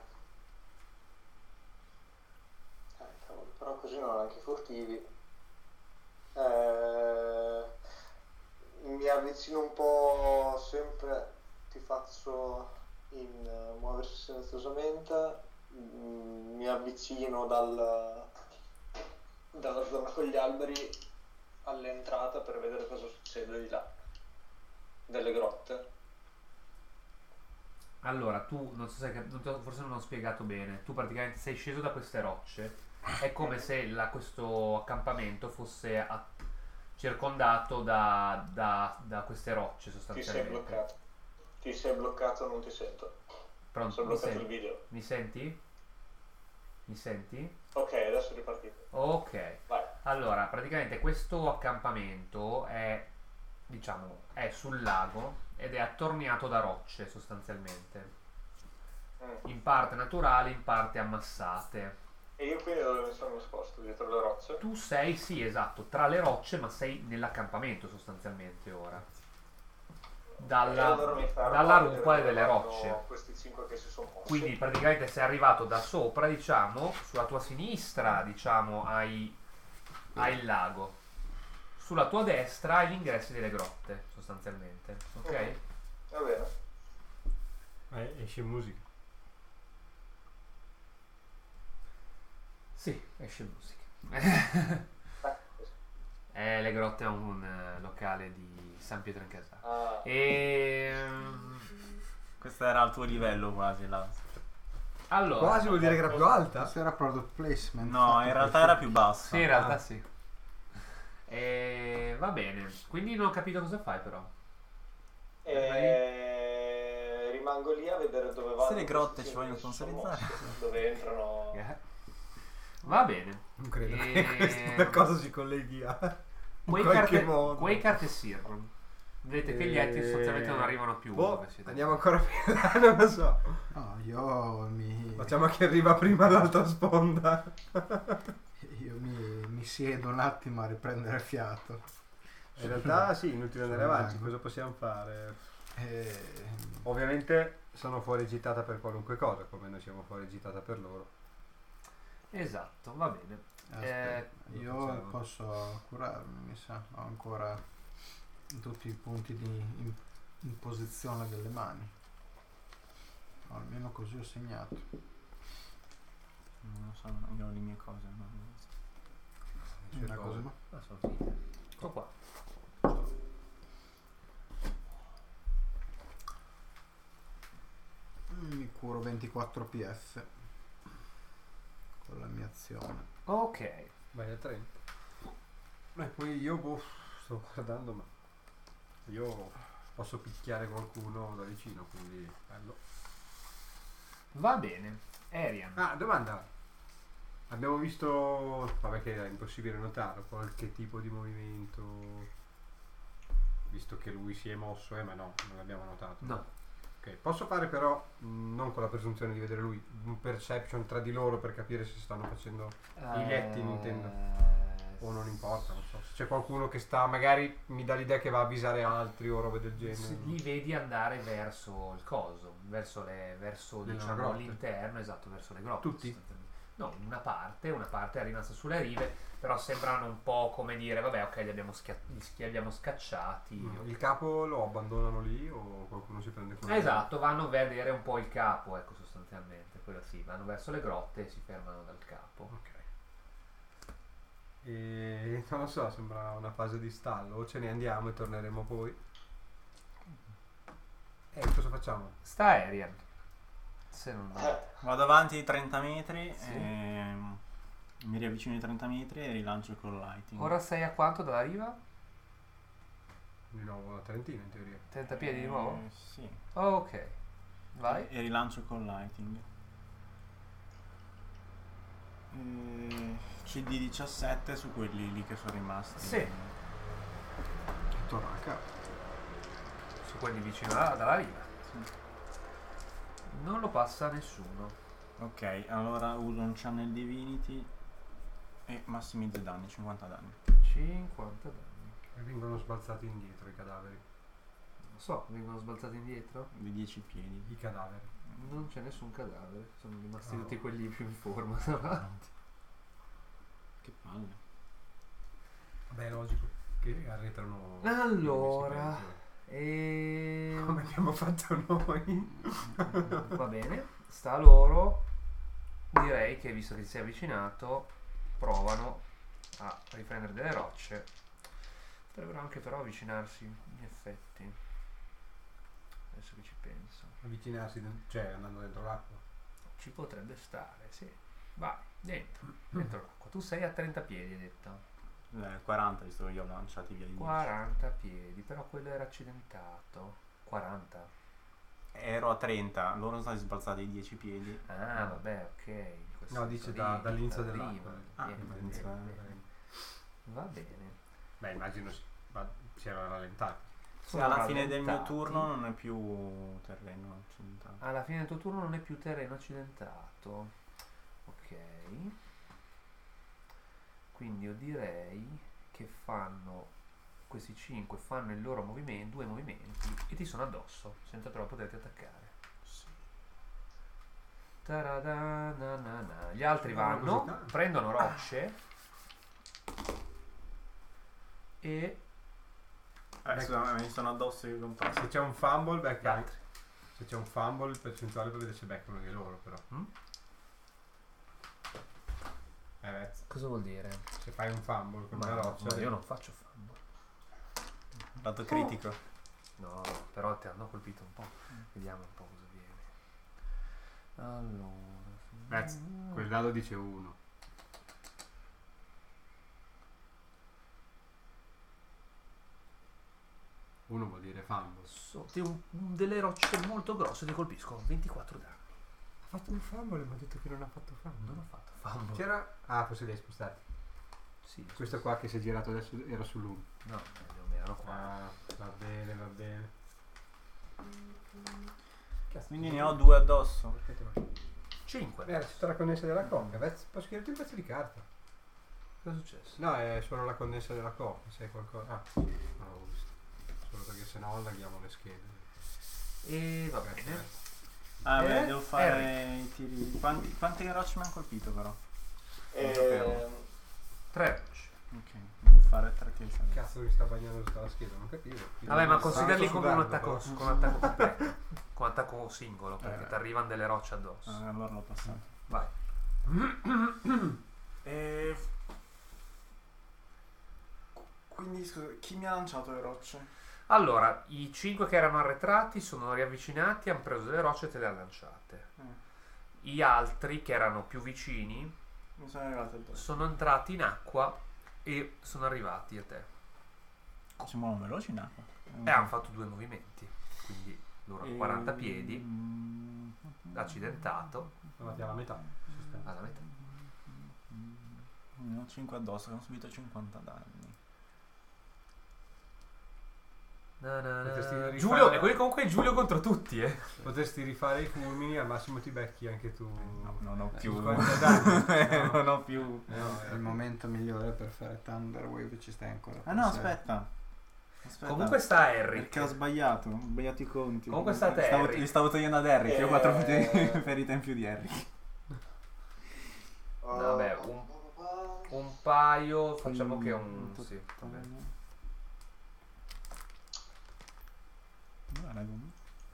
Speaker 5: cavolo, però così non anche furtivi. Eh, mi avvicino un po' sempre, ti faccio in eh, muoversi silenziosamente, mm, mi avvicino dal, [LAUGHS] dalla zona con gli alberi all'entrata per vedere cosa succede di là, delle grotte.
Speaker 2: Allora, tu non so se hai cap- non te- forse non ho spiegato bene. Tu praticamente sei sceso da queste rocce. È come se la- questo accampamento fosse a- circondato da, da- da queste rocce
Speaker 5: Ti sei
Speaker 2: sostanzialmente.
Speaker 5: bloccato. Ti sei bloccato, non ti sento. Non
Speaker 2: Pronto?
Speaker 5: sono
Speaker 2: Mi
Speaker 5: bloccato il
Speaker 2: senti?
Speaker 5: video.
Speaker 2: Mi senti? Mi senti?
Speaker 5: Ok, adesso è ripartito.
Speaker 2: Ok.
Speaker 5: Vai.
Speaker 2: Allora, praticamente questo accampamento è, diciamo, è sul lago ed è attorniato da rocce sostanzialmente,
Speaker 5: Mm.
Speaker 2: in parte naturali, in parte ammassate.
Speaker 5: E io qui dove mi sono nascosto? Dietro le rocce?
Speaker 2: Tu sei, sì, esatto, tra le rocce, ma sei nell'accampamento sostanzialmente ora.
Speaker 5: E allora mi
Speaker 2: Dalla,
Speaker 5: fermo
Speaker 2: dalla
Speaker 5: a vedere
Speaker 2: rupa
Speaker 5: dove
Speaker 2: delle
Speaker 5: vanno
Speaker 2: rocce.
Speaker 5: Questi cinque che si sono mossi.
Speaker 2: Quindi praticamente sei arrivato da sopra, diciamo, sulla tua sinistra, diciamo, hai, hai il lago. Sulla tua destra hai gli ingressi delle grotte, sostanzialmente. Ok?
Speaker 5: Va bene.
Speaker 6: Eh, esce musica.
Speaker 2: Sì, esce musica.
Speaker 5: Ah,
Speaker 2: [LAUGHS] eh, le grotte è un eh, locale di San Pietro in Casale.
Speaker 5: ah,
Speaker 2: Ehm,
Speaker 3: Questo era al tuo livello quasi là.
Speaker 2: Allora,
Speaker 6: eh, Quasi vuol dire che era più alta.
Speaker 1: Questo era product placement.
Speaker 2: Ah.
Speaker 3: No, in realtà era più basso.
Speaker 2: sì, in realtà sì. E Eh, va bene, quindi non ho capito cosa fai però.
Speaker 5: E Eh, rimango lì a vedere dove vanno.
Speaker 7: Se le grotte
Speaker 5: questi
Speaker 7: ci vogliono
Speaker 5: signori che sono
Speaker 7: sponsorizzare.
Speaker 5: mossi, Dove entrano.
Speaker 2: Eh, Va bene.
Speaker 6: Non credo
Speaker 2: E-
Speaker 6: che [LAUGHS] questa cosa si colleghi a...
Speaker 2: Quei
Speaker 6: qualche
Speaker 2: carte,
Speaker 6: modo.
Speaker 2: quei carte Sir. Vedete che gli atti
Speaker 6: Eh,
Speaker 2: sostanzialmente non arrivano più.
Speaker 6: boh,
Speaker 2: dove siete.
Speaker 6: andiamo ancora più là, non lo so.
Speaker 1: No, io mi,
Speaker 6: Facciamo che arriva prima l'altra sponda.
Speaker 1: io mi, mi siedo un attimo a riprendere fiato.
Speaker 6: In realtà sì, inutile andare
Speaker 1: Sono
Speaker 6: avanti,
Speaker 1: largo.
Speaker 6: cosa possiamo fare?
Speaker 1: E,
Speaker 6: Ovviamente sono fuori gittata per qualunque cosa, come noi siamo fuori gittata per loro.
Speaker 2: Esatto, va bene.
Speaker 1: aspetta,
Speaker 6: Eh,
Speaker 1: io
Speaker 6: lo facciamo.
Speaker 1: posso curarmi, mi sa. Ho ancora tutti i punti di in, in posizione delle mani. O almeno così ho segnato.
Speaker 3: Non so, io ho le mie cose. no?
Speaker 6: Le sue
Speaker 1: Una
Speaker 6: cose.
Speaker 1: cosa.
Speaker 6: Ah, sono finite.
Speaker 2: Tutto Ecco qua.
Speaker 1: Mm, Mi curo 24 PF con la mia azione.
Speaker 2: Ok.
Speaker 6: Vai a 30. E poi io boh, sto guardando, ma io posso picchiare qualcuno da vicino, quindi bello.
Speaker 2: Va bene. Arian.
Speaker 6: Ah, domanda. Abbiamo visto, vabbè che era impossibile notarlo, qualche tipo di movimento, visto che lui si è mosso, eh, ma no, non l'abbiamo notato.
Speaker 2: No.
Speaker 6: Ok, posso fare però, mh, non con la presunzione di vedere lui, un perception tra di loro per capire se stanno facendo I
Speaker 2: Eh,
Speaker 6: letti, Nintendo. o non importa, non so. Se c'è qualcuno che sta, magari mi dà l'idea che va a avvisare altri o robe del genere.
Speaker 2: Se Li vedi andare verso il coso, verso, le, verso
Speaker 6: Le
Speaker 2: diciamo,
Speaker 6: grotte.
Speaker 2: l'interno, esatto, verso le grotte.
Speaker 6: Tutti?
Speaker 2: sostanzialmente. No, una parte, una parte è rimasta sulle rive, però sembrano un po' come dire, vabbè, ok, li abbiamo, schia- li abbiamo scacciati.
Speaker 6: Mm, Il capo lo abbandonano lì o qualcuno si prende con lui?
Speaker 2: Esatto, vanno a vedere un po' il capo, ecco sostanzialmente, quello sì, vanno verso le grotte e si fermano dal capo.
Speaker 6: Ok. E non lo so, sembra una fase di stallo, o ce ne andiamo e torneremo poi. E cosa facciamo?
Speaker 2: Sta Arian, se non
Speaker 3: Vado avanti di 30 metri
Speaker 2: Sì.
Speaker 3: e mi riavvicino di 30 metri e rilancio col lighting.
Speaker 2: Ora sei a quanto dalla riva?
Speaker 6: Di nuovo la Trentina in teoria.
Speaker 2: 30 piedi di nuovo?
Speaker 3: Eh, sì.
Speaker 2: Ok, vai.
Speaker 3: E rilancio col lighting. Eh, CD 17 su quelli lì che sono rimasti.
Speaker 2: Sì.
Speaker 1: Torno a capo.
Speaker 2: su quelli vicino alla, dalla riva.
Speaker 3: Sì.
Speaker 2: Non lo passa nessuno.
Speaker 3: Ok, allora uso un channel divinity e massimizzo i danni, 50 danni.
Speaker 2: 50 danni.
Speaker 6: E vengono sbalzati indietro i cadaveri.
Speaker 2: Non so, vengono sbalzati indietro.
Speaker 3: Di 10 piedi.
Speaker 6: I cadaveri.
Speaker 2: Non c'è nessun cadavere. Sono rimasti
Speaker 6: Oh.
Speaker 2: tutti quelli più in forma davanti.
Speaker 3: Che palle.
Speaker 6: Beh, è logico che arretrano.
Speaker 2: Allora.
Speaker 6: i mesi
Speaker 2: E...
Speaker 6: per- Come abbiamo fatto noi?
Speaker 2: Va bene, sta a loro. Direi che visto che si è avvicinato, provano a riprendere delle rocce. Potrebbero anche però avvicinarsi, in effetti. Adesso che ci penso.
Speaker 6: Avvicinarsi, cioè andando dentro l'acqua.
Speaker 2: Ci potrebbe stare, sì. Vai, dentro, dentro l'acqua. Tu sei a 30 piedi, hai detto.
Speaker 3: Eh, 40 visto che io ho lanciati via di 10.
Speaker 2: 40 piedi, però quello era accidentato. 40.
Speaker 3: Ero a 30, loro sono stati sbalzati di 10 piedi.
Speaker 2: Ah, vabbè, ok. in quel
Speaker 6: No,
Speaker 2: senso
Speaker 6: dice
Speaker 2: lì,
Speaker 6: da- dall'inizio eh.
Speaker 2: da
Speaker 6: dell'acqua.
Speaker 2: prima.
Speaker 3: Ah,
Speaker 2: Bene,
Speaker 3: dall'inizio
Speaker 2: bene,
Speaker 3: dell'acqua.
Speaker 2: bene. Va bene.
Speaker 6: Beh, immagino si, ma si era rallentato.
Speaker 3: Se
Speaker 2: Sono
Speaker 3: alla fine del mio
Speaker 2: rallentati.
Speaker 3: turno non è più terreno accidentato.
Speaker 2: Alla fine del tuo turno non è più terreno accidentato. Ok. Quindi io direi che fanno questi 5 fanno il loro movimento, due movimenti e ti sono addosso senza però poterti attaccare. Taradà, na, na, na. Gli altri
Speaker 6: Fanno
Speaker 2: vanno,
Speaker 6: così tanto.
Speaker 2: prendono rocce e
Speaker 3: Eh, scusa, mi sono addosso i compassi.
Speaker 6: Se c'è un fumble,
Speaker 2: gli
Speaker 6: becca
Speaker 2: altri.
Speaker 6: Se c'è un fumble, il percentuale per vedere se beccano anche loro, però.
Speaker 2: Mm?
Speaker 6: Eh beh,
Speaker 2: Cosa vuol dire?
Speaker 6: se fai un fumble con
Speaker 2: Ma,
Speaker 6: una roccia,
Speaker 2: ma io non faccio fumble.
Speaker 3: Lato critico.
Speaker 2: No, però ti hanno colpito un po'. Vediamo un po' cosa viene. Allora.
Speaker 6: Beh, quel dado dice 1. Uno vuol dire fumble.
Speaker 2: Sotto un- delle rocce molto grosse ti colpiscono 24 danni.
Speaker 6: Ha fatto un fumble ma ha detto che non ha fatto fumble.
Speaker 2: Non ho fatto fumble.
Speaker 6: C'era... Ah, forse devi spostarti.
Speaker 2: Sì,
Speaker 6: Questo qua che si è girato adesso era sull'1.
Speaker 2: No, non erano qua.
Speaker 6: Ah, va bene, va bene.
Speaker 3: Quindi ne ho due addosso.
Speaker 6: Aspetta, ma-
Speaker 2: 5.
Speaker 6: Eh, ci sta la connessa della coppa. Vez- Posso chiederti un pezzo di carta?
Speaker 2: Cosa è successo?
Speaker 6: No, è solo la connessa della coppa. Se hai qualcosa. Ah, non l'ho visto. Solo perché sennò allaghiamo le schede.
Speaker 2: E va
Speaker 6: Grazie,
Speaker 2: bene.
Speaker 6: eh.
Speaker 3: Ah,
Speaker 2: Eh?
Speaker 3: beh, devo fare i tiri. Quanti, quanti rocce mi hanno colpito però?
Speaker 5: Eh,
Speaker 6: Non
Speaker 5: E,
Speaker 6: sapevo.
Speaker 2: 3.
Speaker 3: Ok, devo fare tre tiri. salvezza.
Speaker 6: Cazzo mi sta bagnando tutta la scheda, non capivo.
Speaker 2: Vabbè, ma
Speaker 6: Io
Speaker 2: considerali
Speaker 6: stavo
Speaker 2: come un
Speaker 6: sudando,
Speaker 2: attacco,
Speaker 6: però.
Speaker 2: come un attacco completo. Come attacco singolo, perché
Speaker 3: Eh.
Speaker 2: ti arrivano delle rocce addosso.
Speaker 3: Ah, allora l'ho passato.
Speaker 2: Vai.
Speaker 3: E... Quindi scusa, chi mi ha lanciato le rocce?
Speaker 2: Allora, i 5 che erano arretrati sono riavvicinati, hanno preso delle rocce e te le ha lanciate.
Speaker 3: Eh,
Speaker 2: Gli altri che erano più vicini
Speaker 3: mi sono arrivate il dosso.
Speaker 2: sono entrati in acqua e sono arrivati a te.
Speaker 3: Si muovono veloci in acqua.
Speaker 2: E hanno fatto due movimenti, quindi loro
Speaker 3: Ehm.
Speaker 2: hanno 40 piedi,
Speaker 3: Mm.
Speaker 2: accidentato,
Speaker 6: Davanti alla metà. sostanzialmente.
Speaker 2: alla metà.
Speaker 3: Mm, Ne ho 5 addosso che hanno subito 50 danni.
Speaker 2: Na, na, na.
Speaker 6: Potresti rifare-
Speaker 2: Giulio, e quelli comunque è Giulio contro tutti, eh.
Speaker 6: Potresti rifare i fulmini, al massimo ti becchi anche tu.
Speaker 3: No, non ho
Speaker 6: Eh,
Speaker 3: più. [LAUGHS]
Speaker 6: quanti
Speaker 2: [LAUGHS]
Speaker 6: danni?
Speaker 3: non ho più.
Speaker 6: Eh, No,
Speaker 1: È il momento migliore per fare Thunder Wave ci stai ancora
Speaker 3: Ah no,
Speaker 1: pensando.
Speaker 3: aspetta. Aspetta.
Speaker 2: Comunque sta
Speaker 3: Perché ho
Speaker 2: Harry.
Speaker 3: sbagliato, ho sbagliato i conti.
Speaker 2: Comunque sta a te,
Speaker 3: Stavo,
Speaker 2: Eric.
Speaker 3: gli stavo togliendo ad Eric, io ho 4
Speaker 5: Eh.
Speaker 3: ferite in più di Eric.
Speaker 5: oh,
Speaker 2: Vabbè, Un paio, facciamo che un...
Speaker 3: Mm,
Speaker 2: Sì, vabbè.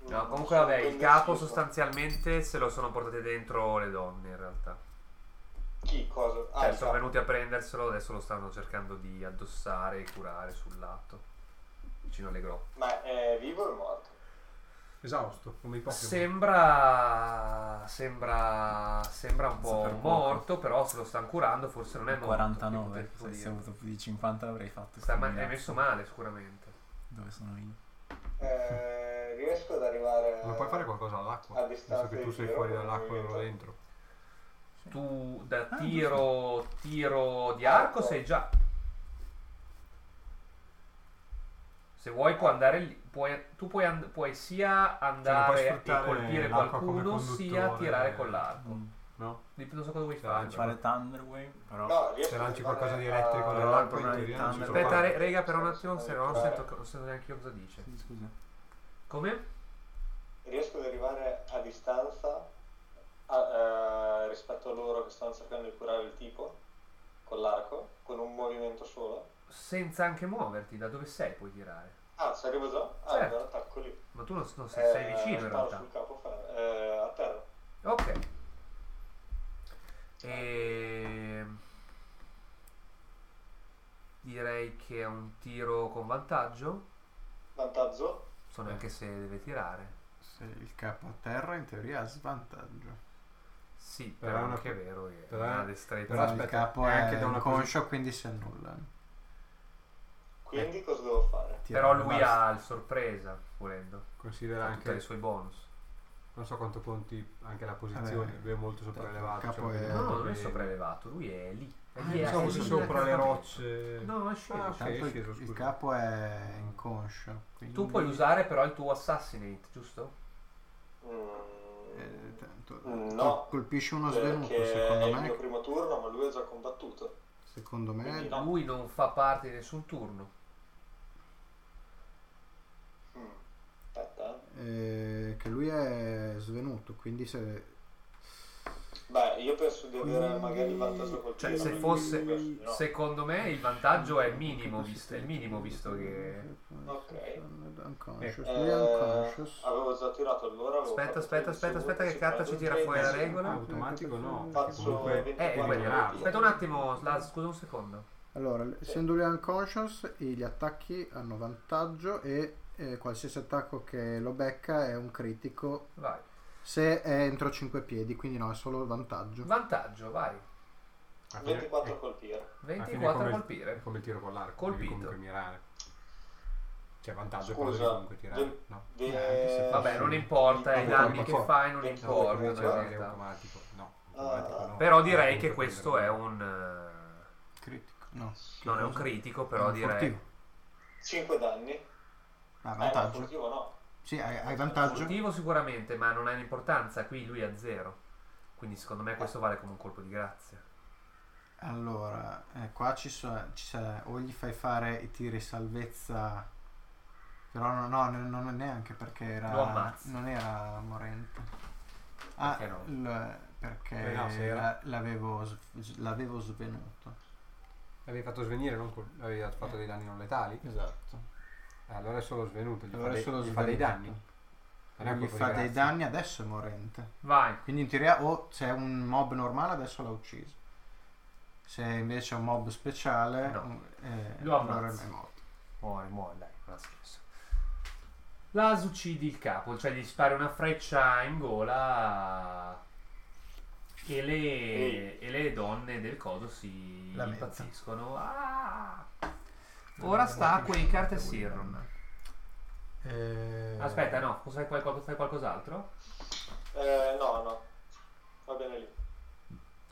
Speaker 2: No, comunque vabbè, il capo sostanzialmente se lo sono portate dentro le donne in realtà.
Speaker 5: Chi cosa? Ah,
Speaker 2: Cioè
Speaker 5: il
Speaker 2: sono
Speaker 5: capo.
Speaker 2: venuti a prenderselo, adesso lo stanno cercando di addossare e curare sul lato, vicino alle grotte.
Speaker 5: Ma è vivo o è morto?
Speaker 6: Esausto, come i Pokémon.
Speaker 2: Sembra, sembra, sembra un po'
Speaker 3: Super poco.
Speaker 2: morto, però se lo stanno curando forse non è morto.
Speaker 3: 49,
Speaker 2: che
Speaker 3: Cioè, se
Speaker 2: potevo
Speaker 3: avessi
Speaker 2: dire.
Speaker 3: avuto più di 50 l'avrei fatto.
Speaker 2: Sta ma- è
Speaker 3: Quindi,
Speaker 2: messo male sicuramente.
Speaker 3: Dove sono io?
Speaker 5: Eh, riesco ad arrivare.
Speaker 6: Ma puoi fare qualcosa all'acqua?
Speaker 5: A
Speaker 6: Visto
Speaker 5: distanza
Speaker 6: che tu
Speaker 5: di
Speaker 6: sei
Speaker 5: tiro,
Speaker 6: fuori
Speaker 5: con il
Speaker 6: dall'acqua e loro
Speaker 5: movimento.
Speaker 6: dentro.
Speaker 2: Tu da
Speaker 3: Ah,
Speaker 2: tiro, tiro di arco
Speaker 5: Arco.
Speaker 2: sei già... Se vuoi puoi andare lì, puoi- tu puoi, and- puoi sia
Speaker 6: Cioè, puoi
Speaker 2: andare e
Speaker 6: sfruttare
Speaker 2: colpire
Speaker 6: l'acqua come
Speaker 2: qualcuno, sia
Speaker 6: conduttore.
Speaker 2: tirare con l'arco.
Speaker 3: Mm.
Speaker 6: No?
Speaker 2: Dipende da cosa vuoi
Speaker 6: Cioè,
Speaker 2: fare.
Speaker 6: ci
Speaker 3: Fare Thunder Wave, però... [LAUGHS]
Speaker 5: No, riesco
Speaker 6: Se lanci
Speaker 5: ad
Speaker 6: qualcosa di
Speaker 5: arrivare a-
Speaker 6: elettrico
Speaker 3: però il
Speaker 6: nell'acqua, in
Speaker 3: problema di
Speaker 6: teoria non si
Speaker 3: Thunder-
Speaker 6: può
Speaker 2: Aspetta,
Speaker 6: fare.
Speaker 2: re- rega, per un attimo, se
Speaker 5: Eh,
Speaker 2: no non sento, non sento neanche io cosa dice.
Speaker 3: Sì, scusa.
Speaker 2: Come?
Speaker 5: Riesco ad arrivare a distanza a- eh, rispetto a loro che stanno cercando di curare il tipo con l'arco, con un movimento solo.
Speaker 2: Senza anche muoverti, da dove sei puoi tirare.
Speaker 5: Ah, ci arrivo già? Ah,
Speaker 2: Certo.
Speaker 5: allora attacco lì.
Speaker 2: Ma tu non, non sei,
Speaker 5: Eh,
Speaker 2: sei vicino in
Speaker 5: stavo
Speaker 2: realtà.
Speaker 5: sul capoferro, eh, a terra.
Speaker 2: Ok. E... Direi che è un tiro con vantaggio.
Speaker 5: Vantaggio?
Speaker 2: So
Speaker 6: Eh.
Speaker 2: neanche se deve tirare.
Speaker 1: Se il capo a terra in teoria ha svantaggio.
Speaker 2: Sì,
Speaker 6: Però
Speaker 2: però
Speaker 6: è una-
Speaker 2: anche è vero che è
Speaker 6: però è-
Speaker 2: una destrezza.
Speaker 6: però
Speaker 1: Però, il
Speaker 6: aspetta,
Speaker 1: capo
Speaker 6: è
Speaker 1: è
Speaker 6: anche da una
Speaker 1: inconscio quindi si annulla.
Speaker 6: Eh.
Speaker 5: Quindi cosa devo fare?
Speaker 2: Però lui ha il sorpresa, volendo.
Speaker 6: Considera
Speaker 2: Ha tutti i
Speaker 6: anche,
Speaker 2: suoi bonus.
Speaker 6: non so quanto conti, anche la posizione.
Speaker 1: Vabbè.
Speaker 6: Lui è molto sopraelevato.
Speaker 1: Capo
Speaker 6: cioè,
Speaker 1: è-
Speaker 2: Eh. No, non è
Speaker 6: bene.
Speaker 2: sopraelevato, lui è lì. È
Speaker 1: Ah,
Speaker 2: lì, eh, è-
Speaker 6: Pensavo
Speaker 2: è
Speaker 1: Siamo
Speaker 6: fosse
Speaker 2: lì
Speaker 6: diciamo sopra
Speaker 2: nel
Speaker 6: le
Speaker 2: campamento.
Speaker 6: rocce.
Speaker 2: No, è sceso.
Speaker 6: Ah, ok.
Speaker 1: Tanto
Speaker 6: scusa,
Speaker 1: il,
Speaker 6: scusa.
Speaker 1: capo è inconscio. Quindi
Speaker 2: Tu puoi usare però il tuo assassinate, giusto?
Speaker 5: Mm,
Speaker 1: Eh, tanto-
Speaker 5: Mm, no.
Speaker 1: Colpisci uno svenuto,
Speaker 5: perché è
Speaker 1: secondo
Speaker 5: il mio
Speaker 1: me.
Speaker 5: primo turno, ma lui ha già combattuto.
Speaker 1: Secondo me
Speaker 5: Quindi no.
Speaker 2: Lui non fa parte di nessun turno.
Speaker 5: Mm. Aspetta, eh.
Speaker 1: eh, che lui è svenuto, quindi se
Speaker 5: Beh, io penso di avere magari il vantaggio col
Speaker 2: Cioè,
Speaker 5: tiro,
Speaker 2: se
Speaker 5: quindi
Speaker 2: fosse-
Speaker 5: penso di no.
Speaker 2: Secondo me Eh, il vantaggio è minimo, visto, è il minimo visto che...
Speaker 5: Ok.
Speaker 1: Unconscious, lui è
Speaker 5: Eh,
Speaker 1: unconscious.
Speaker 5: avevo già tirato allora. avevo
Speaker 2: Aspetta,
Speaker 5: fatto
Speaker 2: aspetta, aspetta,
Speaker 5: 13
Speaker 2: aspetta che
Speaker 5: secondi,
Speaker 2: carta ci tira fuori la
Speaker 5: 13.
Speaker 1: Ah,
Speaker 2: regola.
Speaker 6: Automatico no.
Speaker 5: Faccio
Speaker 6: Comunque-
Speaker 5: 24
Speaker 2: Eh, è quella.
Speaker 5: minuti.
Speaker 2: Aspetta un attimo, Slaz, scusa un secondo.
Speaker 1: Allora, essendo lui unconscious, i- gli attacchi hanno vantaggio e eh, qualsiasi attacco che lo becca è un critico
Speaker 2: Vai.
Speaker 1: se è entro 5 piedi, quindi no, è solo vantaggio.
Speaker 2: Vantaggio, vai.
Speaker 6: Alla fine-
Speaker 5: 24 colpire.
Speaker 6: alla fine
Speaker 2: 24 a
Speaker 6: come-
Speaker 2: colpire.
Speaker 6: Come il tiro con l'arco.
Speaker 2: Colpito.
Speaker 6: devi Comunque mirare. C'è vantaggio
Speaker 5: Scusa,
Speaker 6: quello di comunque tirare.
Speaker 5: del-
Speaker 6: No.
Speaker 5: de-
Speaker 1: Eh,
Speaker 2: Vabbè, non importa, i
Speaker 5: Di-
Speaker 2: danni
Speaker 6: Ma
Speaker 2: che
Speaker 6: co-
Speaker 2: fai non
Speaker 5: di-
Speaker 2: importano in
Speaker 5: di-
Speaker 6: Cioè, è
Speaker 2: realtà.
Speaker 6: automatico. No,
Speaker 5: Ah.
Speaker 6: automatico no.
Speaker 2: Però
Speaker 6: Non
Speaker 2: direi
Speaker 6: comunque
Speaker 2: che
Speaker 6: prendere
Speaker 2: questo
Speaker 6: bene.
Speaker 2: è un... eh,
Speaker 1: Critico. No.
Speaker 2: Non è un critico, però direi...
Speaker 5: 5 danni.
Speaker 1: Ah,
Speaker 5: Eh,
Speaker 1: vantaggio.
Speaker 5: furtivo no.
Speaker 1: Sì, hai, hai vantaggio.
Speaker 2: Furtivo sicuramente, ma non ha l'importanza. Qui lui ha zero. Quindi secondo me questo vale come un colpo di grazia.
Speaker 1: Allora, eh, qua ci so- ci sa- o gli fai fare i tiri salvezza, però no, no, ne- non è neanche perché
Speaker 2: Lo
Speaker 1: era,
Speaker 2: ammazzi.
Speaker 1: non era morente. Ah,
Speaker 2: Perché no?
Speaker 1: l- perché
Speaker 6: Eh no, se era-
Speaker 1: la- l'avevo, s- l'avevo svenuto.
Speaker 6: L'avevi fatto svenire, non col- avevi fatto dei danni non letali.
Speaker 1: Esatto.
Speaker 6: Eh, Allora è solo svenuto, gli,
Speaker 1: Allora
Speaker 6: fa, dei,
Speaker 1: è solo
Speaker 6: gli fa dei
Speaker 1: svenuto.
Speaker 6: danni. Non è
Speaker 1: Gli
Speaker 6: colpo di
Speaker 1: fa dei
Speaker 6: grazia.
Speaker 1: danni, adesso è morente.
Speaker 2: Vai.
Speaker 1: Quindi in teoria o se è un mob normale adesso l'ha ucciso. Se invece è un mob speciale,
Speaker 2: No.
Speaker 1: un- eh,
Speaker 2: Lo
Speaker 1: allora
Speaker 2: ammazzi.
Speaker 1: è morto.
Speaker 2: Muori, muori, dai, non ha senso. Las uccidi il capo, cioè gli spari una freccia in gola e le, e le donne del coso si
Speaker 1: Lamenta.
Speaker 2: impazziscono. Ah! Ora sta a quei carte Sirron.
Speaker 1: Eh,
Speaker 2: Aspetta, no, fai, qualco- fai qualcos'altro?
Speaker 5: Eh, no, no. Va bene lì.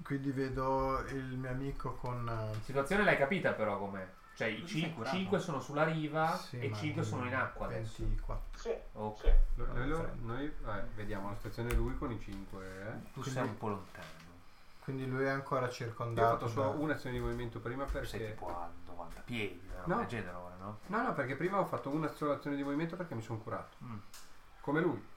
Speaker 1: Quindi vedo il mio amico con...
Speaker 6: Ah,
Speaker 1: eh,
Speaker 2: Situazione l'hai capita però com'è. Cioè i
Speaker 1: Tu ti sei curato?
Speaker 2: 5 sono sulla riva
Speaker 1: eh, sì,
Speaker 2: e
Speaker 1: ma
Speaker 2: 5 sono in acqua adesso.
Speaker 1: 24.
Speaker 5: Sì,
Speaker 2: Ok,
Speaker 5: sì.
Speaker 6: Lo-
Speaker 1: Vabbè,
Speaker 6: Noi, lo-
Speaker 1: Fred.
Speaker 6: noi- vabbè, vediamo la situazione lui con i 5. Eh.
Speaker 2: tu
Speaker 1: Quindi-
Speaker 2: sei un po' lontano.
Speaker 1: Quindi lui è ancora
Speaker 6: Io ho
Speaker 1: circondato.
Speaker 6: fatto solo
Speaker 1: da-
Speaker 6: un'azione di movimento prima
Speaker 2: Sei
Speaker 6: perché...
Speaker 2: tipo a 90 piedi, una roba
Speaker 6: No.
Speaker 2: del genere ora, no?
Speaker 6: No, no, perché prima ho fatto una sola azione di movimento perché mi sono curato.
Speaker 2: Mm.
Speaker 6: Come lui.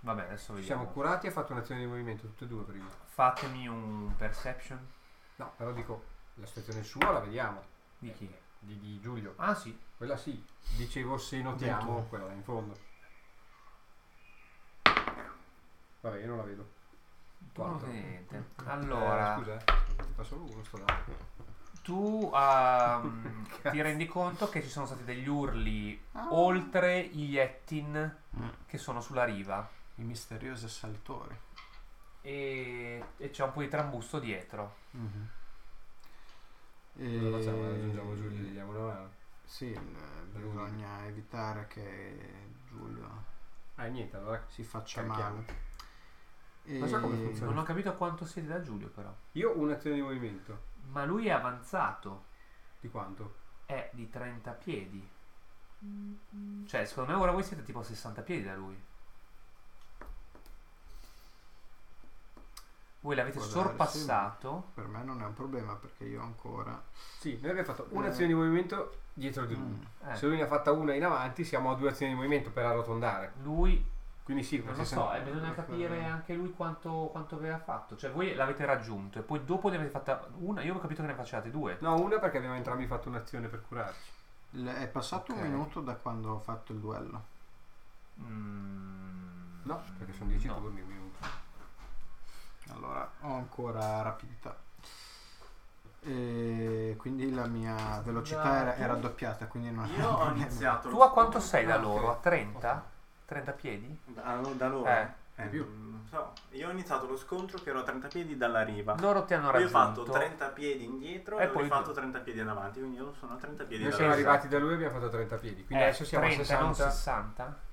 Speaker 2: Vabbè, adesso
Speaker 6: Ci
Speaker 2: vediamo.
Speaker 6: siamo
Speaker 1: eh.
Speaker 6: curati e ho fatto un'azione di movimento, tutte e due prima.
Speaker 2: Fatemi un perception
Speaker 6: No, però dico, la situazione sua la vediamo,
Speaker 2: di chi?
Speaker 6: di, di Giulio.
Speaker 2: Ah sì,
Speaker 6: Quella sì. Dicevo se notiamo quella là in fondo. Vabbè, io non la vedo.
Speaker 2: tu non
Speaker 6: Quattro.
Speaker 2: vedi niente.
Speaker 6: Eh,
Speaker 2: Allora,
Speaker 6: scusa, eh. Fa solo uno sto dando. [LAUGHS]
Speaker 2: tu ehm, ti rendi conto che ci sono stati degli urli oltre i Yettin
Speaker 1: Mm.
Speaker 2: che sono sulla riva
Speaker 1: I misteriosi assaltori.
Speaker 2: e, e c'è un po' di trambusto dietro.
Speaker 1: E...
Speaker 2: Ehm.
Speaker 6: Cosa facciamo? Raggiungiamo Giulio e gli diamo una mano.
Speaker 1: Sì, il- bisogna evitare che Giulio
Speaker 6: Ah, niente, allora
Speaker 1: si faccia
Speaker 6: Carichiamo.
Speaker 1: male. E...
Speaker 6: Ma so come funziona?
Speaker 2: Non ho capito quanto siete da Giulio però.
Speaker 6: io un'azione di movimento.
Speaker 2: Ma lui è avanzato,
Speaker 6: Di quanto?
Speaker 2: è di 30 piedi. Cioè, secondo me ora voi siete tipo a 60 piedi da lui. Voi l'avete
Speaker 1: Guardare,
Speaker 2: sorpassato.
Speaker 1: Per me non è un problema perché io ancora...
Speaker 6: Sì, noi abbiamo fatto un'azione di movimento dietro di lui.
Speaker 1: Mm.
Speaker 2: Eh,
Speaker 6: Se lui ne ha fatta una in avanti, siamo a due azioni di movimento per arrotondare.
Speaker 2: lui,
Speaker 6: Quindi sì,
Speaker 2: non lo
Speaker 6: questi
Speaker 2: so,
Speaker 6: sono-
Speaker 2: eh, bisogna capire anche lui quanto, quanto aveva fatto. Cioè, voi l'avete raggiunto e poi dopo ne avete fatta una. Io ho capito che ne facevate due.
Speaker 6: No, una perché abbiamo entrambi fatto un'azione per curarci.
Speaker 1: L- è passato
Speaker 6: Ok.
Speaker 1: un minuto da quando ho fatto il duello.
Speaker 2: Mm,
Speaker 6: No, perché sono 10
Speaker 2: no.
Speaker 6: turni, un minuto.
Speaker 1: Allora, ho ancora rapidità. E quindi la mia velocità era,
Speaker 6: Esatto.
Speaker 1: era doppiata, quindi non
Speaker 3: Io ho iniziato.
Speaker 2: Tu a quanto sei da
Speaker 3: Ah,
Speaker 2: loro? A 30? 30 piedi?
Speaker 3: Da, da loro?
Speaker 2: Eh.
Speaker 6: Di più.
Speaker 3: non so. Io ho iniziato lo scontro che ero a 30 piedi dalla riva.
Speaker 2: Loro ti hanno
Speaker 3: Io ho
Speaker 2: raggiunto.
Speaker 3: fatto 30 piedi indietro
Speaker 2: E
Speaker 3: e, poi
Speaker 2: poi
Speaker 3: ho fatto
Speaker 2: due.
Speaker 3: 30 piedi in avanti, quindi io sono a 30 piedi
Speaker 6: Noi
Speaker 3: dalla
Speaker 6: siamo
Speaker 2: Esatto.
Speaker 6: arrivati da lui e abbiamo fatto 30 piedi. Quindi
Speaker 2: Eh,
Speaker 6: adesso siamo
Speaker 2: 30,
Speaker 6: a
Speaker 2: non
Speaker 6: 60.
Speaker 2: 60.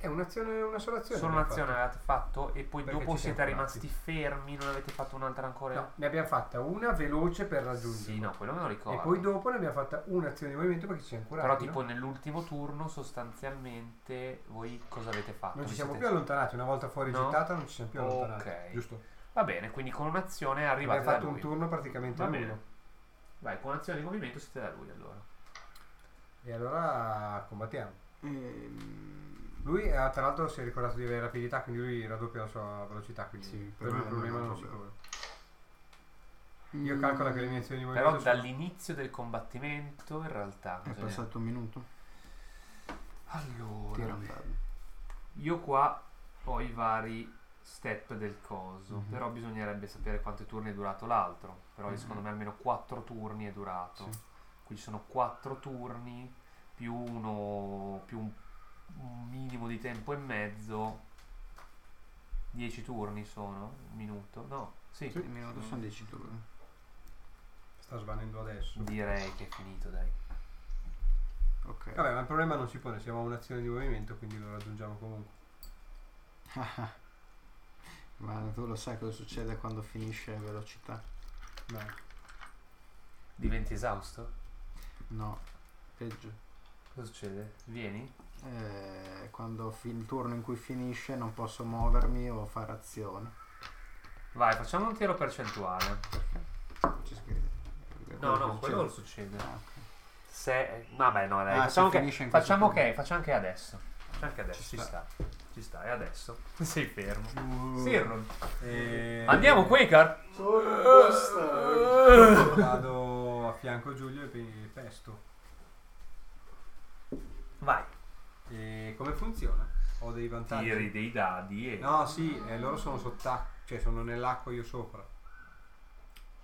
Speaker 6: È un'azione, una sola azione.
Speaker 2: Solo
Speaker 6: abbiamo
Speaker 2: un'azione avevate fatto e poi
Speaker 6: Perché
Speaker 2: dopo
Speaker 6: ci siamo
Speaker 2: siete
Speaker 6: curati.
Speaker 2: rimasti fermi, non avete fatto un'altra ancora.
Speaker 6: fatto. No, ne abbiamo fatta una veloce per raggiungere.
Speaker 2: Sì, no, quello me lo ricordo.
Speaker 6: E poi dopo ne abbiamo fatta un'azione di movimento perché ci siamo curati.
Speaker 2: Però
Speaker 6: no?
Speaker 2: tipo nell'ultimo turno sostanzialmente voi cosa avete fatto?
Speaker 6: Non ci
Speaker 2: Vi
Speaker 6: siamo
Speaker 2: siete-
Speaker 6: più allontanati, una volta fuori
Speaker 2: No?
Speaker 6: gittata non ci siamo più allontanati.
Speaker 2: Ok.
Speaker 6: Giusto?
Speaker 2: Va bene, quindi con un'azione arrivate da
Speaker 6: Abbiamo fatto
Speaker 2: lui.
Speaker 6: un turno praticamente
Speaker 2: Va
Speaker 6: a
Speaker 2: bene.
Speaker 6: meno.
Speaker 2: Vai, con un'azione di movimento siete da lui allora.
Speaker 6: E allora combattiamo.
Speaker 1: Ehm,
Speaker 6: Lui eh, tra l'altro si è ricordato di avere rapidità, quindi lui raddoppia la sua velocità, quindi
Speaker 1: Sì,
Speaker 6: per lui il problema non si
Speaker 1: problema.
Speaker 6: pone.
Speaker 1: Mm.
Speaker 6: Io calcolo che le mie azioni di movimento
Speaker 2: Però
Speaker 6: sono-
Speaker 2: dall'inizio del combattimento in realtà...
Speaker 1: È
Speaker 2: bisogna-
Speaker 1: passato un minuto.
Speaker 2: Allora...
Speaker 1: Tira un dado.
Speaker 2: Io qua ho i vari step del coso,
Speaker 1: Mhm.
Speaker 2: però bisognerebbe sapere quanti turni è durato l'altro. Però io
Speaker 1: Mhm.
Speaker 2: secondo me almeno 4 turni è durato.
Speaker 1: Sì.
Speaker 2: Quindi sono 4 turni più uno più un, un minimo di tempo e mezzo. 10 turni sono, un minuto. No, sì,
Speaker 1: Un minuto sono 10 turni.
Speaker 6: sta svanendo adesso.
Speaker 2: direi che è finito, dai.
Speaker 1: Ok.
Speaker 6: Vabbè, ma il problema non si pone, siamo a un'azione di movimento, quindi lo raggiungiamo comunque.
Speaker 1: Ma tu lo sai cosa succede quando finisce la velocità?
Speaker 6: No.
Speaker 2: Diventi esausto?
Speaker 1: No, peggio.
Speaker 2: Cosa succede? Vieni?
Speaker 1: Eh, quando fi- il turno in cui finisce non posso muovermi o fare azione.
Speaker 2: Vai, facciamo un tiro percentuale.
Speaker 1: Non ci scrive.
Speaker 2: No,
Speaker 1: Quello
Speaker 2: no,
Speaker 1: che
Speaker 2: quello non
Speaker 1: succede.
Speaker 2: succede.
Speaker 1: Ah, ok.
Speaker 2: Se... Vabbè, no, dai,
Speaker 1: Ah,
Speaker 2: facciamo,
Speaker 1: se
Speaker 2: che,
Speaker 1: finisce in questo
Speaker 2: facciamo
Speaker 1: turno.
Speaker 2: che, facciamo che adesso. Facciamo anche adesso, ci,
Speaker 1: Ci
Speaker 2: sta.
Speaker 1: sta.
Speaker 2: Ci sta, e adesso? [LAUGHS] Sei fermo. Sirron.
Speaker 6: E...
Speaker 2: Andiamo, Quaker!
Speaker 3: Sono posta.
Speaker 6: [LAUGHS] Vado a fianco a Giulio e pe- pesto.
Speaker 2: Vai.
Speaker 6: E come funziona? Ho dei vantaggi.
Speaker 2: Tiri dei dadi e...
Speaker 6: No, sì, eh, loro sono sott'acqua, cioè sono nell'acqua io sopra.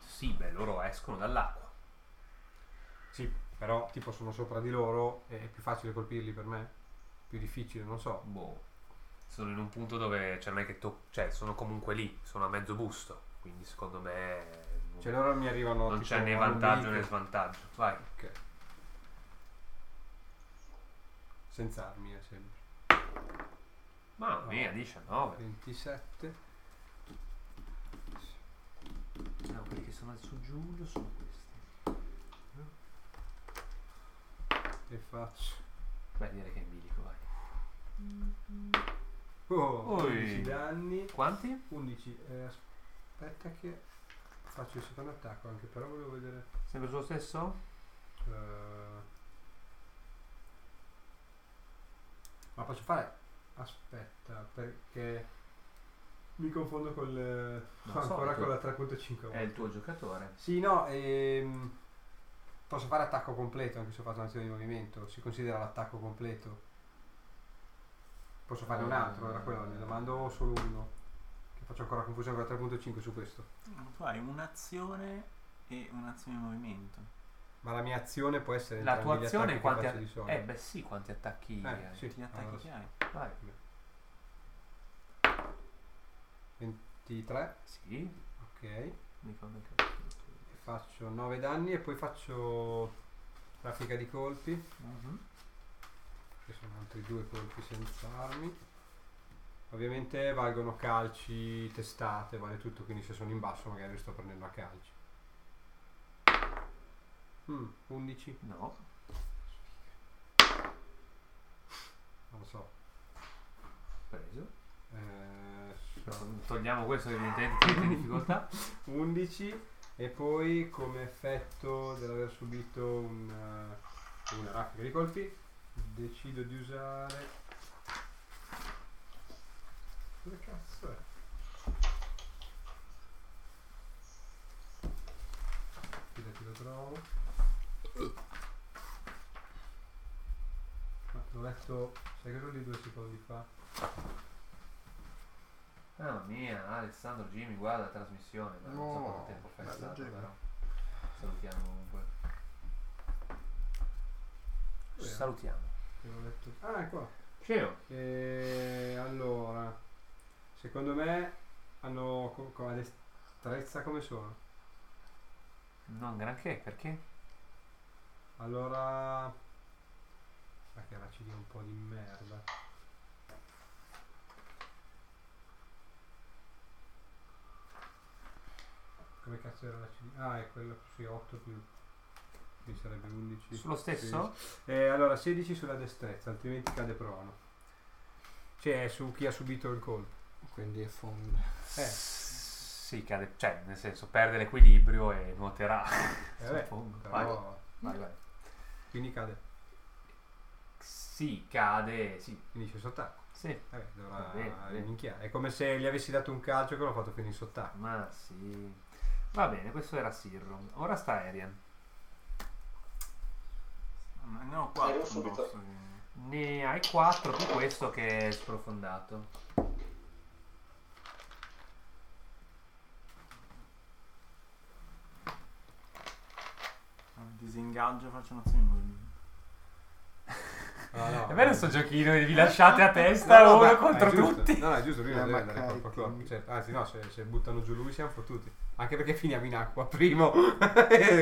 Speaker 2: Sì, beh, loro escono dall'acqua.
Speaker 6: Sì, però tipo sono sopra di loro, e è più facile colpirli per me. Più difficile, non so.
Speaker 2: Boh. Sono in un punto dove... Cioè, non è che to- Cioè, sono comunque lì. Sono a mezzo busto. Quindi, secondo me... non-
Speaker 6: Cioè loro mi arrivano
Speaker 2: non
Speaker 6: tipo,
Speaker 2: c'è né
Speaker 6: a un
Speaker 2: vantaggio
Speaker 6: metro.
Speaker 2: né svantaggio. Vai.
Speaker 6: Ok. Senza armi, è sempre.
Speaker 2: Mamma mia, 19.
Speaker 6: 27.
Speaker 2: No, quelli che sono su Giulio sono questi.
Speaker 6: E faccio.
Speaker 2: Beh, direi che è in bilico, vai.
Speaker 6: Oh,
Speaker 2: Ui.
Speaker 6: 11 danni.
Speaker 2: Quanti?
Speaker 6: 11. eh, aspetta che faccio il secondo attacco anche, però volevo vedere...
Speaker 2: Sempre sullo stesso?
Speaker 6: eh. Ma posso fare... Aspetta, perché... Mi confondo col... eh, [LAUGHS]
Speaker 2: No,
Speaker 6: ancora
Speaker 2: so, Eh,
Speaker 6: con la 3.5.
Speaker 2: È il tuo giocatore.
Speaker 6: Sì, no, ehm, posso fare attacco completo anche se ho fatto un'azione di movimento, si considera l'attacco completo. Posso fare un altro, era quello, ne domando solo uno. Che faccio ancora confusione con la 3.5 su questo.
Speaker 3: Tu hai un'azione e un'azione in movimento.
Speaker 6: Ma la mia azione può essere
Speaker 2: La
Speaker 6: entrambi
Speaker 2: tua
Speaker 6: gli
Speaker 2: azione
Speaker 6: attacchi
Speaker 2: quanti
Speaker 6: che
Speaker 2: a-
Speaker 6: faccio di solito.
Speaker 2: Eh beh sì, quanti attacchi
Speaker 6: Eh,
Speaker 2: hai.
Speaker 6: sì,
Speaker 3: Gli attacchi
Speaker 2: Ah,
Speaker 6: allora,
Speaker 3: che hai.
Speaker 2: Vai.
Speaker 6: 23,
Speaker 2: Sì.
Speaker 6: ok.
Speaker 2: Mi fa anche-
Speaker 6: Faccio 9 danni e poi faccio raffica di colpi.
Speaker 2: Mhm.
Speaker 6: Ci sono altri due colpi senza armi. Ovviamente valgono calci, testate, vale tutto, quindi se sono in basso magari li sto prendendo a calci. Mm, 11,
Speaker 2: No.
Speaker 6: non lo so.
Speaker 2: Preso.
Speaker 6: Eh,
Speaker 2: Togliamo questo che evidentemente ti mette in [LAUGHS] difficoltà.
Speaker 6: 11 e poi come effetto dell'aver subito un, eh, una raffica di colpi decido di usare... Dove cazzo è? Fidati lo trovo. Ma l'ho letto, sai che lì due secondi fa?
Speaker 2: Mamma mia, Alessandro Jimmy, guarda la trasmissione. Ma non so
Speaker 1: No,
Speaker 2: quanto tempo fa è
Speaker 1: bella
Speaker 2: stato,
Speaker 1: gente.
Speaker 2: però. Salutiamo comunque.
Speaker 6: Dov'era?
Speaker 2: Salutiamo.
Speaker 6: Che l'ho letto. Ah, è qua.
Speaker 2: Scemo.
Speaker 6: E allora, secondo me hanno co- co- la destrezza come sono.
Speaker 2: Non granché, perché?
Speaker 6: Allora, ma che era CD un po' di merda. Come cazzo era la CD? Ah, è quello sì, 8 più. Quindi sarebbe 11.
Speaker 2: Sullo stesso?
Speaker 6: Eh, allora, 16 sulla destrezza, altrimenti cade prono. Cioè, su chi ha subito il colpo.
Speaker 1: Quindi è fondo.
Speaker 2: Eh, Sì, cade, cioè, nel senso, perde l'equilibrio e nuoterà. [LAUGHS]
Speaker 6: Eh beh,
Speaker 2: Suppongo. Vai,
Speaker 6: però-
Speaker 2: vai, vai.
Speaker 6: Quindi cade,
Speaker 2: Sì, cade, sì.
Speaker 6: finisce sott'acqua.
Speaker 2: Sì.
Speaker 6: Vabbè, dovrà
Speaker 2: Va bene, va bene.
Speaker 6: minchiare. È come se gli avessi dato un calcio che l'ho fatto finire sott'acqua.
Speaker 2: Ma sì. Va bene, questo era Sirron. Ora sta Arian.
Speaker 3: Ma Ne ho quattro.
Speaker 5: Io subito.
Speaker 3: bossi.
Speaker 2: Ne hai 4 più questo che è sprofondato.
Speaker 3: Disengaggio, faccio un'azione in movimento.
Speaker 6: Ah, no,
Speaker 2: È vero sto giochino che vi lasciate a testa
Speaker 6: [LAUGHS] No, no,
Speaker 2: uno
Speaker 6: ma-
Speaker 2: contro
Speaker 6: è giusto.
Speaker 2: tutti.
Speaker 6: No, no, è giusto, lui
Speaker 1: Eh,
Speaker 6: non deve
Speaker 1: ma
Speaker 6: andare
Speaker 1: cai,
Speaker 6: corpo a corpo.
Speaker 1: quindi.
Speaker 6: Cioè, anzi, no, se, se buttano giù lui siamo fottuti. Anche perché finiamo in acqua, primo. [LAUGHS]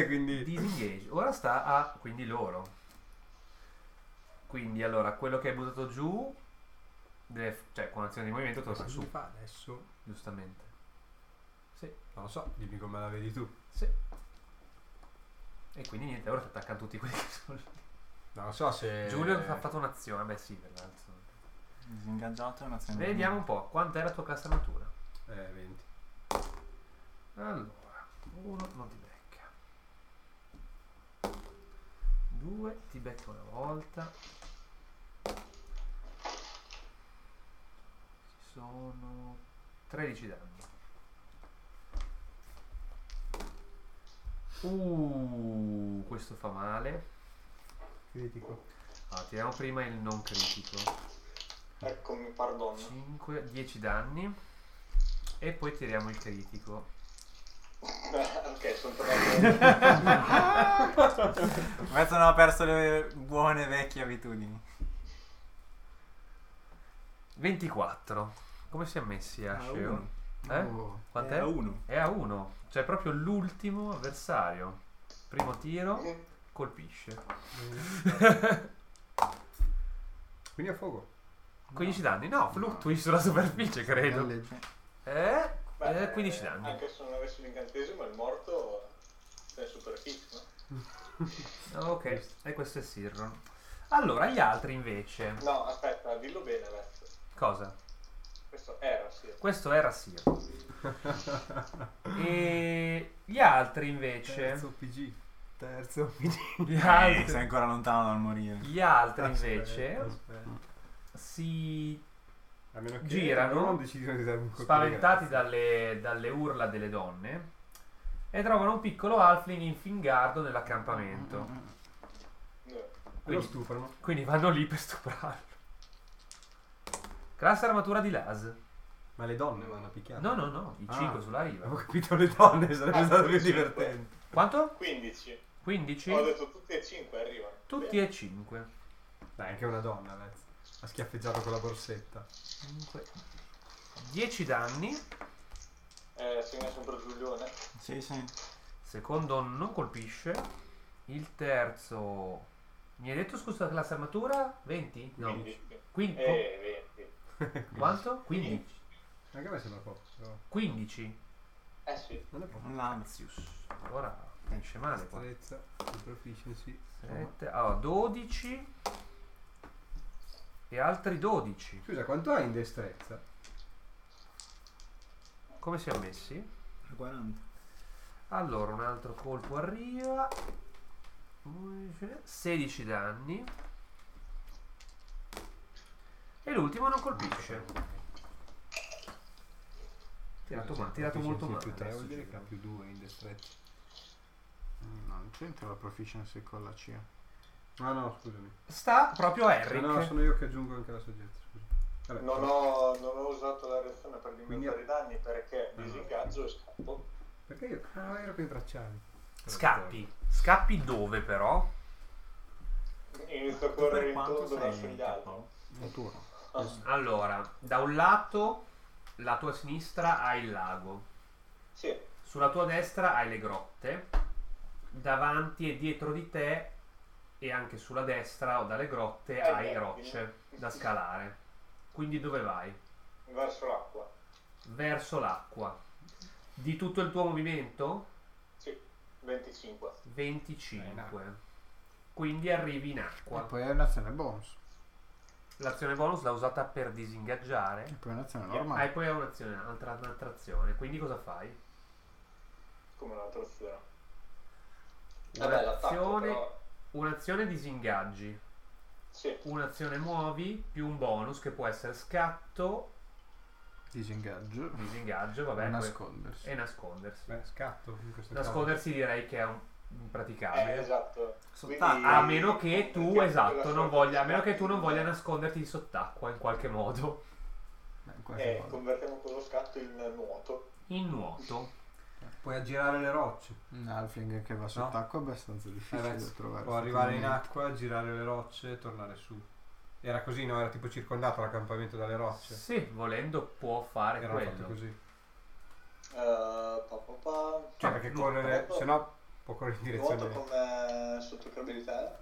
Speaker 6: Quindi...
Speaker 2: Disengage. Ora sta a quindi loro. Quindi allora, quello che hai buttato giù, deve f- cioè con azione di movimento torna
Speaker 6: Cosa
Speaker 2: su,
Speaker 6: si fa adesso?
Speaker 2: giustamente. Sì,
Speaker 6: Non lo so, dimmi come la vedi tu.
Speaker 2: sì. E quindi niente, ora ti attaccano tutti quelli che sono lì.
Speaker 6: Non lo so se...
Speaker 2: Giulio ha fatto un'azione, beh sì, peraltro.
Speaker 3: Disingaggiato è un'azione.
Speaker 2: Vediamo un po', quanta è la tua cassa natura?
Speaker 6: Eh, 20.
Speaker 2: Allora, uno non ti becca. Due ti becca una volta. Ci sono 13 danni. Uh, questo fa male.
Speaker 4: critico.
Speaker 2: Allora, tiriamo prima il non critico.
Speaker 5: Eccomi, perdono.
Speaker 2: 5, 10 danni. E poi tiriamo il critico.
Speaker 5: [LAUGHS] ok, sono
Speaker 2: Eh,
Speaker 5: tornato.
Speaker 3: Mezzo non ha perso le buone vecchie abitudini.
Speaker 2: 24. Come si è messi a Sheo? Eh?
Speaker 1: Oh,
Speaker 2: Quant'è?
Speaker 3: Era uno.
Speaker 2: È a 1, cioè proprio l'ultimo avversario. Primo tiro, colpisce.
Speaker 6: Quindi a fuoco.
Speaker 2: 15 danni? No, fluttui sulla superficie, credo.
Speaker 1: legge.
Speaker 2: Eh?
Speaker 5: Beh,
Speaker 2: Eh, 15 danni.
Speaker 5: Anche se non avessi l'incantesimo, il morto è superficie, no?
Speaker 2: Ok, e questo è Sirron. Allora, gli altri invece.
Speaker 5: No, aspetta, dillo bene, Lex.
Speaker 2: Cosa?
Speaker 5: Questo era, sì.
Speaker 2: Questo era Sirron. E gli altri invece.
Speaker 6: Terzo PG.
Speaker 4: Terzo.
Speaker 2: Gli
Speaker 3: Eh, sei
Speaker 2: altri,
Speaker 3: ancora lontano dal morire.
Speaker 2: gli altri
Speaker 6: Aspetta,
Speaker 2: invece
Speaker 6: Eh, aspetta.
Speaker 2: si
Speaker 6: A meno che
Speaker 2: Girano.
Speaker 6: non decidono di dare un colpo
Speaker 2: spaventati dalle, dalle urla delle donne e trovano un piccolo halfling in fingardo nell'accampamento.
Speaker 5: No.
Speaker 6: Lo
Speaker 2: Quindi,
Speaker 6: stufano.
Speaker 2: quindi vanno lì per stuprarlo. Classe armatura di Las.
Speaker 6: Ma le donne vanno a picchiare.
Speaker 2: No, no, no, i
Speaker 6: Ah.
Speaker 2: 5 sulla riva.
Speaker 6: Avevo capito le donne, sarebbe
Speaker 5: Ah,
Speaker 6: stato più
Speaker 5: sì.
Speaker 6: divertente.
Speaker 2: Quanto?
Speaker 5: 15. Ho
Speaker 2: 15?
Speaker 5: detto tutti e 5 arrivano.
Speaker 2: Tutti e 5.
Speaker 6: Dai, anche una donna, Lez. Ha schiaffeggiato con la borsetta.
Speaker 2: 10 danni,
Speaker 5: e... Eh, segna sempre Giulione.
Speaker 3: Sì, sì.
Speaker 2: secondo non colpisce. Il terzo... Mi hai detto scusa classe armatura? 20? No.
Speaker 5: 15.
Speaker 2: Quinto?
Speaker 5: Eh, 20.
Speaker 2: Quanto? 15.
Speaker 6: Anche a me sembra poco, però
Speaker 2: 15.
Speaker 5: Eh sì.
Speaker 6: non è poco.
Speaker 3: Un lancio.
Speaker 2: Azius. Allora finisce male qua. ah,
Speaker 6: Attrezza, proficiency.
Speaker 2: 7. Allora 12. E altri 12.
Speaker 6: Scusa, quanto hai in destrezza?
Speaker 2: Come siamo messi?
Speaker 3: 40.
Speaker 2: Allora un altro colpo arriva. 16 danni. E l'ultimo non colpisce. Tirato, ma- tirato molto male. eh,
Speaker 6: Più 3
Speaker 2: adesso,
Speaker 6: vuol dire che ha
Speaker 2: Giulio.
Speaker 6: più 2 in destrezza.
Speaker 1: Mm, No, non c'entra la proficiency con la C.
Speaker 6: Ah no, scusami.
Speaker 2: Sta proprio a
Speaker 6: Ah,
Speaker 2: Eric.
Speaker 6: no, sono io che aggiungo anche la saggezza, scusa. Vabbè,
Speaker 5: Non ho, non ho usato la reazione per
Speaker 6: Quindi-
Speaker 5: diminuire i danni
Speaker 3: Ah.
Speaker 5: perché
Speaker 6: no.
Speaker 5: disingaggio e scappo.
Speaker 6: Perché io? Ah, ero con i bracciali.
Speaker 2: Scappi. Scappi dove però?
Speaker 5: Inizio a correre
Speaker 3: Per quanto
Speaker 5: intorno verso
Speaker 3: sei
Speaker 5: gli altri. Ah,
Speaker 3: Paolo?
Speaker 6: Un turno.
Speaker 2: Allora, da un lato la tua sinistra hai il lago,
Speaker 5: Sì,
Speaker 2: sulla tua destra hai le grotte, davanti e dietro di te e anche sulla destra o dalle grotte
Speaker 5: Hai
Speaker 2: hai
Speaker 5: le
Speaker 2: rocce da scalare. Quindi dove vai?
Speaker 5: verso l'acqua.
Speaker 2: Verso l'acqua. Di tutto il tuo movimento?
Speaker 5: Sì, 25.
Speaker 2: 25. Quindi arrivi in
Speaker 1: E
Speaker 2: acqua.
Speaker 1: poi è un'azione bonus.
Speaker 2: L'azione bonus l'ha usata per disingaggiare.
Speaker 1: E poi è un'azione
Speaker 2: Hai
Speaker 1: normale.
Speaker 2: poi un'azione, un'altra, un'altra azione. Quindi cosa fai?
Speaker 5: Come un'altra azione. Vabbè, l'attacco
Speaker 2: Un'azione,
Speaker 5: però.
Speaker 2: un'azione disingaggi,
Speaker 5: Sì,
Speaker 2: un'azione muovi più un bonus che può essere scatto,
Speaker 1: Disingaggio.
Speaker 2: disingaggio, vabbè, eh,
Speaker 1: e
Speaker 2: poi-
Speaker 1: nascondersi.
Speaker 2: e nascondersi.
Speaker 6: Beh, scatto in questo
Speaker 2: Nascondersi direi che è un-
Speaker 3: Ah,
Speaker 5: eh,
Speaker 2: impraticabile.
Speaker 5: esatto.
Speaker 3: Sott'acqua.
Speaker 2: A meno che tu,
Speaker 5: Perché
Speaker 2: esatto,
Speaker 5: quella
Speaker 2: non
Speaker 5: sorta
Speaker 2: voglia, a
Speaker 5: di eh.
Speaker 2: meno che tu non
Speaker 5: scatto-
Speaker 2: voglia nasconderti sott'acqua in qualche modo,
Speaker 1: Beh, in qualche
Speaker 5: Eh,
Speaker 1: modo.
Speaker 5: convertiamo quello scatto in nuoto.
Speaker 2: in nuoto.
Speaker 6: caso. Puoi aggirare le rocce.
Speaker 1: Un halfling che va sott'acqua è abbastanza difficile
Speaker 6: Eh,
Speaker 1: da trovare.
Speaker 6: Può arrivare in
Speaker 1: Ah, effettivamente.
Speaker 6: acqua, girare le rocce e tornare su. Era così, no? Era tipo circondato l'accampamento dalle rocce.
Speaker 2: Sì, volendo può fare
Speaker 6: Era fatto
Speaker 2: quello.
Speaker 6: così.
Speaker 5: Eh, pa, pa, pa.
Speaker 6: Cioè, perché correre,
Speaker 5: Nuoto-
Speaker 6: se no può correre in
Speaker 5: Nuoto
Speaker 6: direzione.
Speaker 5: come sottocredibilità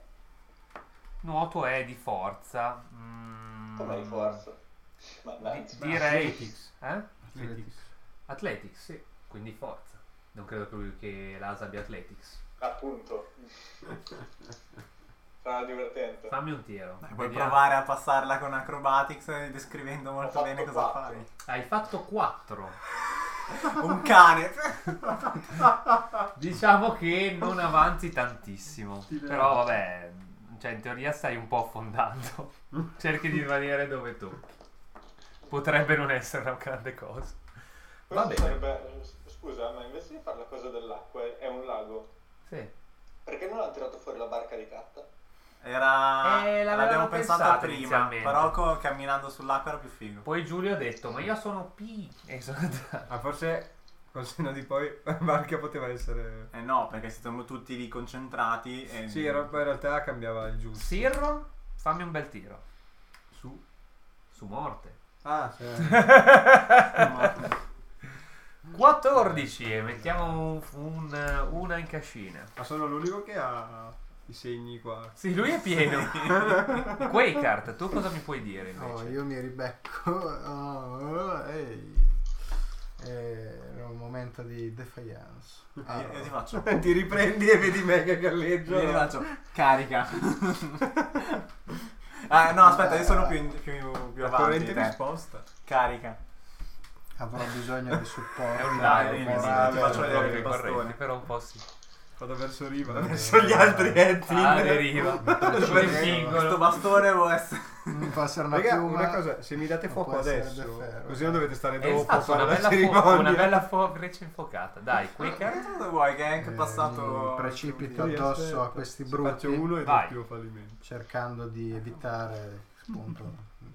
Speaker 2: Nuoto è di forza. Mm,
Speaker 5: Come di forza?
Speaker 2: di-
Speaker 5: Mannaggia.
Speaker 2: direi. Eh?
Speaker 1: Athletics.
Speaker 2: Athletics, sì. Quindi forza. Non credo che, lui, che l'Asa abbia Athletics.
Speaker 5: Appunto. Sarà divertente.
Speaker 2: Fammi un tiro.
Speaker 3: Dai, puoi
Speaker 2: Vediamo.
Speaker 3: provare a passarla con acrobatics eh, descrivendo molto
Speaker 5: fatto
Speaker 3: bene cosa
Speaker 5: quattro.
Speaker 3: fai.
Speaker 2: Hai fatto 4.
Speaker 3: Un cane.
Speaker 2: Diciamo che non avanzi tantissimo.
Speaker 4: Ti
Speaker 2: Però vabbè, cioè in teoria stai un po' affondando. [LAUGHS] Cerchi di rimanere dove tocchi. Potrebbe non essere una grande cosa. Va
Speaker 5: Questo
Speaker 2: bene.
Speaker 5: sarebbe- s- Scusa, ma invece di fare la cosa dell'acqua è- è un lago.
Speaker 2: Sì.
Speaker 5: Perché non hanno tirato fuori la barca di carta?
Speaker 3: Era...
Speaker 2: Eh, l'avevamo
Speaker 3: l'abbiamo pensata
Speaker 2: pensato
Speaker 3: prima,
Speaker 2: inizialmente.
Speaker 3: però co- camminando sull'acqua era più figo.
Speaker 2: Poi Giulio ha detto, ma io sono P. E sono andato.
Speaker 6: Ah, forse col senno di poi [LAUGHS] la barca poteva essere...
Speaker 3: Eh no, perché siamo tutti lì concentrati e...
Speaker 6: Sì, era-
Speaker 3: [LAUGHS]
Speaker 6: poi in realtà cambiava il giusto.
Speaker 2: Sirro, fammi un bel tiro.
Speaker 6: Su.
Speaker 2: Su morte.
Speaker 6: Ah, sì.
Speaker 2: 14 e mettiamo un- un- una in cascina.
Speaker 6: Ma sono l'unico che ha i segni qua.
Speaker 2: Sì, lui è pieno. Quakart, tu cosa mi puoi dire invece?
Speaker 1: Oh, io mi ribecco. [LAUGHS] Oh, ehi. Era un momento di defiance. Ah,
Speaker 3: E
Speaker 6: Ah.
Speaker 3: io, io ti
Speaker 6: [LAUGHS]
Speaker 3: faccio...
Speaker 6: Ti riprendi e vedi me che
Speaker 3: Io ti
Speaker 6: galleggio.
Speaker 3: faccio... Carica. [LAUGHS] ah no, aspetta, io sono più, in- più, più
Speaker 6: La
Speaker 3: avanti eh. di
Speaker 6: corrente mi
Speaker 3: te.
Speaker 6: sposta.
Speaker 3: Carica.
Speaker 1: Avrò bisogno di
Speaker 2: [LAUGHS]
Speaker 1: supporto.
Speaker 2: È un
Speaker 3: Dai,
Speaker 1: eh,
Speaker 2: live,
Speaker 3: dai,
Speaker 2: morale,
Speaker 3: ti faccio
Speaker 2: non proprio
Speaker 3: vedere il
Speaker 2: corretto,
Speaker 3: bastone.
Speaker 2: Però un po' sì.
Speaker 6: Vado verso riva.
Speaker 3: Verso gli altri eh,
Speaker 2: Ah,
Speaker 3: Tinder.
Speaker 2: deriva.
Speaker 1: Dove
Speaker 2: Come
Speaker 3: Questo
Speaker 2: singolo.
Speaker 3: bastone può essere...
Speaker 1: Può
Speaker 6: [LAUGHS]
Speaker 1: essere una
Speaker 6: Raga,
Speaker 1: piuma.
Speaker 6: una cosa, se mi date
Speaker 1: non
Speaker 6: fuoco
Speaker 1: può essere
Speaker 6: adesso,
Speaker 1: del ferro.
Speaker 6: così non dovete stare
Speaker 2: È
Speaker 6: dopo a
Speaker 2: stata
Speaker 6: fare
Speaker 2: una
Speaker 6: la
Speaker 2: bella, fo-
Speaker 6: cerimonia.
Speaker 2: una bella fo- freccia infuocata. Dai, Quakart.
Speaker 3: Cosa vuoi che è anche
Speaker 1: Eh,
Speaker 3: passato...
Speaker 1: mi precipito.
Speaker 6: Io
Speaker 1: addosso
Speaker 6: aspetto,
Speaker 1: a questi
Speaker 6: se
Speaker 1: brutti.
Speaker 6: Faccio uno e
Speaker 2: Vai.
Speaker 6: doppio fallimento.
Speaker 1: cercando di evitare appunto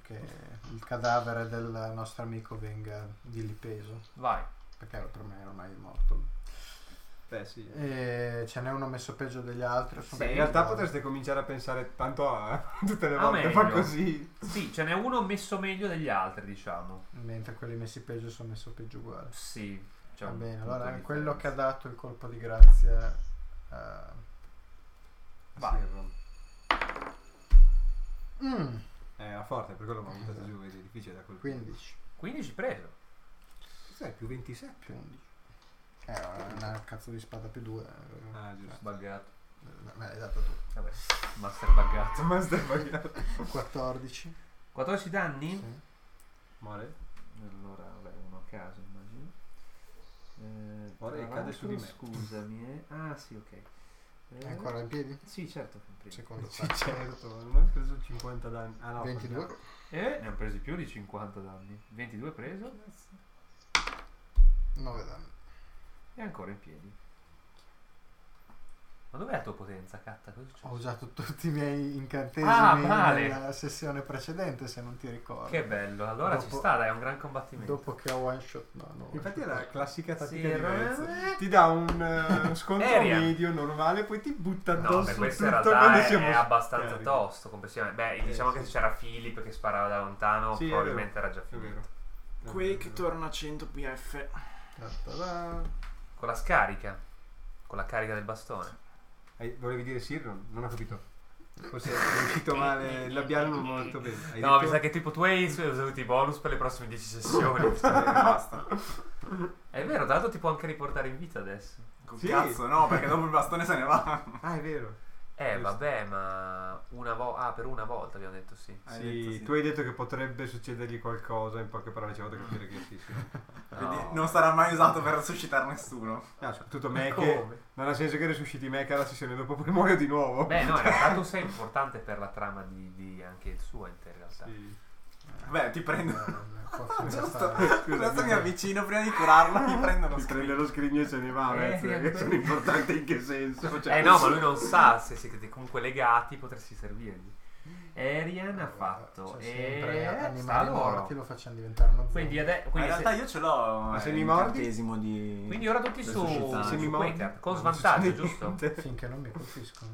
Speaker 1: che il cadavere del nostro amico venga vilipeso
Speaker 2: Vai.
Speaker 1: perché per me era ormai morto
Speaker 6: Beh, sì.
Speaker 1: e ce n'è uno messo peggio degli altri sono
Speaker 2: Sì,
Speaker 6: In realtà potreste cominciare a pensare tanto a [LAUGHS] tutte le
Speaker 2: Ah,
Speaker 6: volte fa
Speaker 2: meglio.
Speaker 6: così.
Speaker 2: Sì, ce n'è uno messo meglio degli altri, diciamo.
Speaker 1: mentre quelli messi peggio sono messi peggio uguali
Speaker 2: Sì. c'è
Speaker 1: va
Speaker 2: un
Speaker 1: bene
Speaker 2: punto
Speaker 1: allora
Speaker 2: di
Speaker 1: quello che ha
Speaker 2: differenza.
Speaker 1: dato il colpo di grazia eh,
Speaker 2: Vai.
Speaker 1: mm,
Speaker 6: Eh, era forte, per quello l'ho buttato giù, vedi, è difficile da colpire.
Speaker 1: 15
Speaker 2: 15 preso.
Speaker 6: Cos'è? Più 27?
Speaker 1: più 11 eh, una cazzo di spada più 2
Speaker 6: Ah, giusto.
Speaker 2: Buggato.
Speaker 1: me l'hai data tu
Speaker 2: Vabbè, master buggato.
Speaker 6: [LAUGHS] Ma stai sbagliando.
Speaker 1: 14
Speaker 2: 14 danni?
Speaker 1: sì.
Speaker 6: Muore?
Speaker 2: Allora, vabbè, uno a caso immagino. Eh,
Speaker 6: Ora
Speaker 2: tra
Speaker 6: cade su di
Speaker 2: l'altro,
Speaker 6: me.
Speaker 2: Scusami, eh. Ah, sì, ok. Eh,
Speaker 1: è ancora in piedi?
Speaker 2: Sì, certo. che è in prima.
Speaker 1: secondo
Speaker 6: Sì,
Speaker 1: attacco.
Speaker 6: certo, non ho preso 50 danni. Ah no,
Speaker 1: 22
Speaker 2: Eh, ne hanno presi più di 50 danni. 22 preso
Speaker 1: 9 danni.
Speaker 2: e ancora in piedi. Ma dov'è la tua potenza, Catta? Cosa
Speaker 1: Ho
Speaker 2: succede?
Speaker 6: Oh,
Speaker 1: usato tutti i miei incantesimi
Speaker 2: Ah, vale.
Speaker 1: nella sessione precedente, se non ti ricordi.
Speaker 2: Che bello, allora ci
Speaker 1: Dopo-
Speaker 2: sta, dai, è un gran combattimento.
Speaker 1: Dopo che ho one shot, no, no.
Speaker 6: Infatti è la classica tattica
Speaker 2: Sì,
Speaker 6: di Vez.
Speaker 2: eh.
Speaker 6: Ti dà un eh, scontro
Speaker 2: Aria.
Speaker 6: medio normale, poi ti butta
Speaker 2: No,
Speaker 6: addosso
Speaker 2: beh, questo in
Speaker 6: tutto
Speaker 2: realtà
Speaker 6: quando
Speaker 2: è,
Speaker 6: siamo
Speaker 2: è
Speaker 6: su-
Speaker 2: abbastanza
Speaker 6: Eh,
Speaker 2: tosto complessivamente. Beh, diciamo che se c'era Philip che sparava da lontano,
Speaker 6: Sì, è
Speaker 2: probabilmente era già
Speaker 6: È vero.
Speaker 2: finito.
Speaker 3: Quake torna a 100 PF.
Speaker 1: Ta-ta-da.
Speaker 2: Con la scarica, con la carica del bastone.
Speaker 6: Hai- volevi dire Sirron? Non ho capito. Forse è
Speaker 2: [LAUGHS]
Speaker 6: uscito male il labiale non molto bene. Hai
Speaker 2: no, mi
Speaker 6: detto-
Speaker 2: sa che tipo tu hai i suoi- usato i bonus per le prossime 10 sessioni.
Speaker 6: [LAUGHS]
Speaker 2: [LAUGHS] Basta. È vero, tra l'altro ti può anche riportare in vita adesso.
Speaker 3: Con
Speaker 6: Sì.
Speaker 3: Cazzo, no, perché dopo il bastone se ne va.
Speaker 6: Ah, è vero.
Speaker 2: Eh,
Speaker 6: Giusto.
Speaker 2: vabbè, ma una volta. Ah, per una volta abbiamo detto sì.
Speaker 3: Hai
Speaker 6: Sì,
Speaker 3: detto sì.
Speaker 6: tu hai detto che potrebbe succedergli qualcosa, in poche parole ci ho fatto capire che
Speaker 2: [LAUGHS]
Speaker 6: sì, sì.
Speaker 3: Quindi
Speaker 2: No.
Speaker 3: non sarà mai usato per suscitare nessuno.
Speaker 6: No, soprattutto me che...
Speaker 2: Come?
Speaker 6: Non ha senso che resusciti me che alla sessione dopo [LAUGHS] poi muoio di nuovo.
Speaker 2: Beh, no, in realtà tu sei importante per la trama di, di anche il suo in realtà.
Speaker 6: Sì.
Speaker 3: Beh, ti
Speaker 6: [LAUGHS]
Speaker 3: prendo. Ah,
Speaker 1: Eh, forse mi
Speaker 3: Giusto.
Speaker 1: bastava.
Speaker 3: Adesso mi avvicino prima di curarlo, mi prendo uno
Speaker 6: Ti prende
Speaker 3: scrigno.
Speaker 6: lo scrigno e se ne va,
Speaker 2: Eh,
Speaker 6: Vez,
Speaker 2: sì,
Speaker 6: che
Speaker 2: ancora.
Speaker 6: sono importante in che senso? Cioè,
Speaker 2: Eh no, ma lui non sa se siete comunque legati, potresti servirgli. Arian ha fatto
Speaker 1: Cioè, sempre
Speaker 2: e sta
Speaker 1: animali
Speaker 2: loro.
Speaker 1: morti lo facciamo diventare uno
Speaker 2: Quindi, ade-
Speaker 1: zombie.
Speaker 3: Ma in
Speaker 6: Ah,
Speaker 2: quindi, se-
Speaker 3: realtà io ce l'ho.
Speaker 6: Ma se
Speaker 3: eh,
Speaker 6: mi mordi?
Speaker 3: incantesimo di.
Speaker 2: quindi ora tutti
Speaker 3: per
Speaker 2: su,
Speaker 3: suscitare.
Speaker 2: su
Speaker 6: Se mi
Speaker 2: Quakert,
Speaker 6: mordi,
Speaker 2: con
Speaker 6: non
Speaker 2: svantaggio,
Speaker 6: succede [LAUGHS]
Speaker 2: giusto?
Speaker 6: niente.
Speaker 1: Finché non mi colpiscono.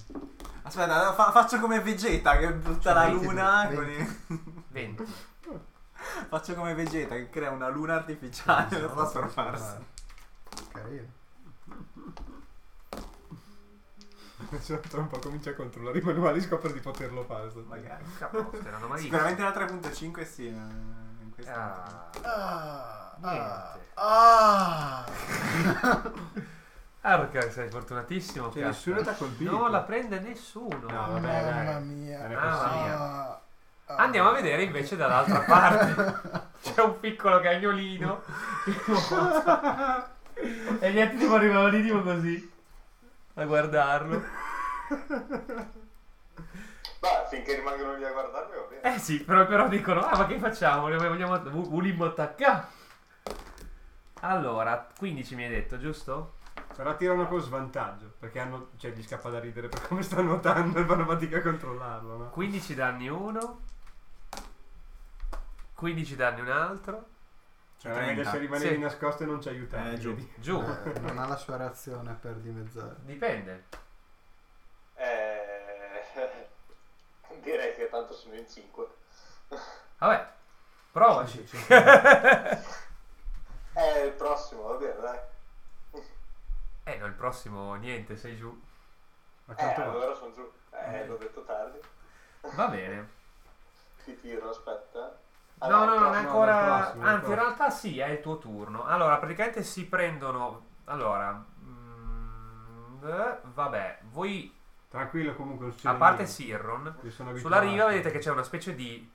Speaker 3: Aspetta, fa- faccio come Vegeta che butta
Speaker 1: Cioè,
Speaker 3: la
Speaker 1: venti-
Speaker 3: luna.
Speaker 1: venti-
Speaker 3: con i-
Speaker 2: 20.
Speaker 3: [LAUGHS] Faccio come Vegeta che crea una luna artificiale da
Speaker 1: No, no,
Speaker 3: trasformarsi.
Speaker 1: Carino.
Speaker 4: Tra un po' comincia a controllare i manuali scopre di poterlo fare. sto tipo.
Speaker 3: Magari.
Speaker 2: Capote, non ho mai visto.
Speaker 3: Sicuramente la 3.5 sì. eh, In questa
Speaker 2: Ah,
Speaker 1: Ah,
Speaker 2: Niente.
Speaker 1: ah,
Speaker 2: Arca, Ah, sei fortunatissimo.
Speaker 6: Cioè,
Speaker 2: cazzo.
Speaker 6: nessuno ti ha colpito.
Speaker 2: No, la prende nessuno.
Speaker 1: ah.
Speaker 6: No, vabbè, dai.
Speaker 1: Mamma mia.
Speaker 6: Era
Speaker 2: Mamma
Speaker 6: possibile.
Speaker 2: mia.
Speaker 1: Ah, ah.
Speaker 2: Andiamo a vedere invece
Speaker 6: [LAUGHS]
Speaker 2: dall'altra parte. C'è un piccolo cagnolino. che nuota. e gli altri tipo arrivano lì tipo così. A guardarlo.
Speaker 5: Beh, finché rimangono lì a guardarmi va bene.
Speaker 2: Eh sì, però, però dicono, ah ma che facciamo? Li vogliamo att- vu- volimmo attaccare? Allora, 15 mi hai detto, giusto?
Speaker 6: Però tirano con svantaggio, perché hanno, cioè, gli scappa da ridere per come stanno nuotando e fanno fatica a controllarlo, no?
Speaker 2: 15 danni uno. 15 danni un altro.
Speaker 6: Cioè, adesso rimanevi
Speaker 2: Sì.
Speaker 6: nascosto e non ci aiutavi.
Speaker 3: Eh, giù.
Speaker 6: vedi?
Speaker 2: Giù.
Speaker 1: Eh, Non ha la sua reazione per dimezzare.
Speaker 2: Dipende.
Speaker 5: Eh, [LAUGHS] direi che tanto sono in 5.
Speaker 2: Vabbè, provaci. [LAUGHS]
Speaker 1: Sì, sì, sì.
Speaker 5: Eh, il prossimo, va bene, dai.
Speaker 2: Eh no, il prossimo niente, sei giù.
Speaker 6: Ma
Speaker 5: Eh,
Speaker 6: quanto va?
Speaker 5: allora sono giù. Eh, l'ho detto tardi.
Speaker 2: Va bene.
Speaker 5: Ti tiro, aspetta.
Speaker 2: No, no, non è
Speaker 6: prossimo,
Speaker 2: ancora.
Speaker 6: dai, prossimo, dai,
Speaker 2: Anzi, in
Speaker 6: prossimo.
Speaker 2: realtà sì, è il tuo turno. Allora, praticamente si prendono. Allora. mm, eh, vabbè, voi,
Speaker 6: Tranquillo comunque non succede
Speaker 2: a parte
Speaker 6: niente.
Speaker 2: Sirron,
Speaker 6: Io sono
Speaker 2: sulla
Speaker 6: abituato.
Speaker 2: riva vedete che c'è una specie di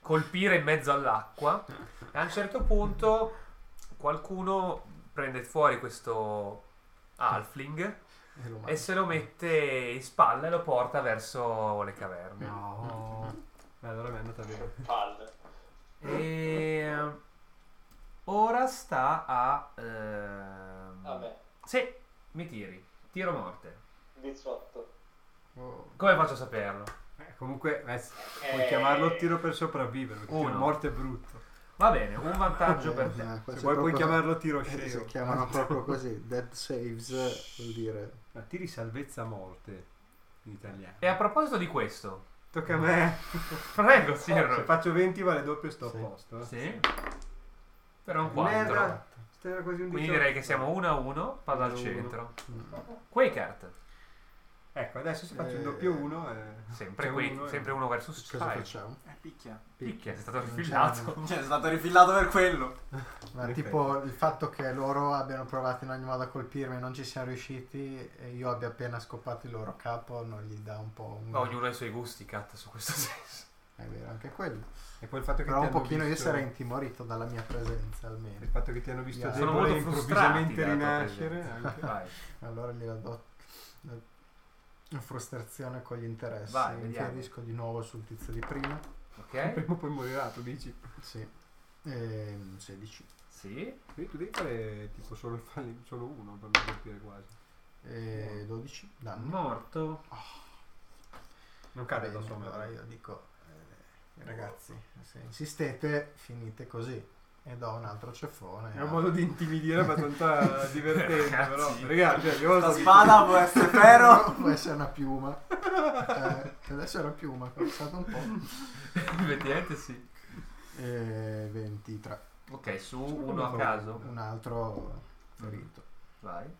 Speaker 2: colpire in mezzo all'acqua. E a un certo punto qualcuno prende fuori questo halfling
Speaker 1: E lo
Speaker 2: e se lo mette in spalla e lo porta verso le caverne.
Speaker 6: No. Beh, allora mi è andata bene.
Speaker 5: Palle.
Speaker 2: E eh, ora sta a. ehm,
Speaker 5: A me.
Speaker 2: Sì, mi tiri. Tiro morte.
Speaker 5: 18.
Speaker 1: Oh.
Speaker 2: Come faccio a saperlo?
Speaker 6: Eh, comunque, eh, s- puoi
Speaker 5: Eh.
Speaker 6: chiamarlo tiro per sopravvivere, perché
Speaker 2: Uno.
Speaker 6: tiro morte è brutto.
Speaker 2: Va bene, un vantaggio per te.
Speaker 1: Eh, qua
Speaker 6: Se vuoi
Speaker 1: c'è
Speaker 6: puoi
Speaker 1: proprio-
Speaker 6: chiamarlo tiro
Speaker 1: Eh,
Speaker 6: scemo.
Speaker 1: Si chiamano proprio così, dead saves eh, vuol dire
Speaker 6: Ma tiri salvezza morte in italiano.
Speaker 2: E a proposito di questo, [LAUGHS]
Speaker 6: Tocca a me.
Speaker 2: prego,
Speaker 6: Se
Speaker 2: Sirro.
Speaker 6: faccio 20 vale doppio sto
Speaker 1: Sì.
Speaker 6: a posto. eh.
Speaker 2: Sì. Però un
Speaker 6: Merda.
Speaker 2: 4.
Speaker 6: Era quasi un
Speaker 2: Quindi
Speaker 6: 18.
Speaker 2: direi che siamo 1 a 1, palla al
Speaker 6: Uno a
Speaker 2: centro.
Speaker 1: mm,
Speaker 2: Quakert,
Speaker 6: Ecco, adesso se faccio un
Speaker 1: Eh.
Speaker 6: doppio 1 eh,
Speaker 2: sempre
Speaker 6: C'è
Speaker 2: qui,
Speaker 6: uno, eh.
Speaker 2: sempre 1 verso
Speaker 1: cosa
Speaker 2: Sky.
Speaker 1: facciamo?
Speaker 3: Eh, picchia.
Speaker 2: Picchia, è stato
Speaker 1: Non c'è-
Speaker 2: rifilato.
Speaker 3: Cioè, è stato rifillato per quello.
Speaker 1: Ma
Speaker 6: In
Speaker 1: tipo il fatto che loro abbiano provato in ogni modo a colpirmi e non ci siano riusciti e io abbia appena scoppato il loro capo non gli dà un po' un...
Speaker 2: Ma ognuno ha i suoi gusti, cat, su questo [LAUGHS] senso.
Speaker 1: È vero, anche quello.
Speaker 6: e poi il fatto che
Speaker 1: Però
Speaker 6: ti
Speaker 1: un
Speaker 6: hanno
Speaker 1: pochino io
Speaker 6: visto-
Speaker 1: sarei intimorito dalla mia presenza almeno.
Speaker 6: il fatto che ti hanno visto
Speaker 1: Sono
Speaker 6: debole
Speaker 2: molto
Speaker 6: e
Speaker 2: frustrati
Speaker 6: improvvisamente
Speaker 2: dalla tua
Speaker 6: rinascere
Speaker 2: presenza.
Speaker 6: anche.
Speaker 2: Vai.
Speaker 1: Allora gliela do eh, una frustrazione con gli interessi.
Speaker 2: Vai,
Speaker 1: Mi
Speaker 2: vediamo.
Speaker 1: Infierisco di nuovo sul tizio di prima.
Speaker 2: Ok?
Speaker 6: prima o poi morirà tu dici
Speaker 1: Sì. Ehm, 16.
Speaker 2: Sì.
Speaker 6: Sì, tu devi fare tipo solo, il falli- solo uno per non colpire quasi
Speaker 1: E 12 danni.
Speaker 2: Morto. [LAUGHS]
Speaker 6: non cade da
Speaker 1: Bene,
Speaker 6: solo
Speaker 1: allora io dico eh, ragazzi se insistete finite così e do un altro ceffone
Speaker 6: è un modo di intimidire abbastanza
Speaker 1: [LAUGHS]
Speaker 6: divertente però
Speaker 2: Ragazzi.
Speaker 6: ragazzi cioè, io
Speaker 3: La spada può essere ferro.
Speaker 6: [LAUGHS]
Speaker 1: però può essere una piuma Eh, adesso è una piuma ho pensato un po'
Speaker 2: Effettivamente sì.
Speaker 1: e 23
Speaker 2: Ok, su
Speaker 6: Solo
Speaker 2: uno a
Speaker 6: uno.
Speaker 2: caso.
Speaker 1: Eh, un altro ferito
Speaker 2: Vai.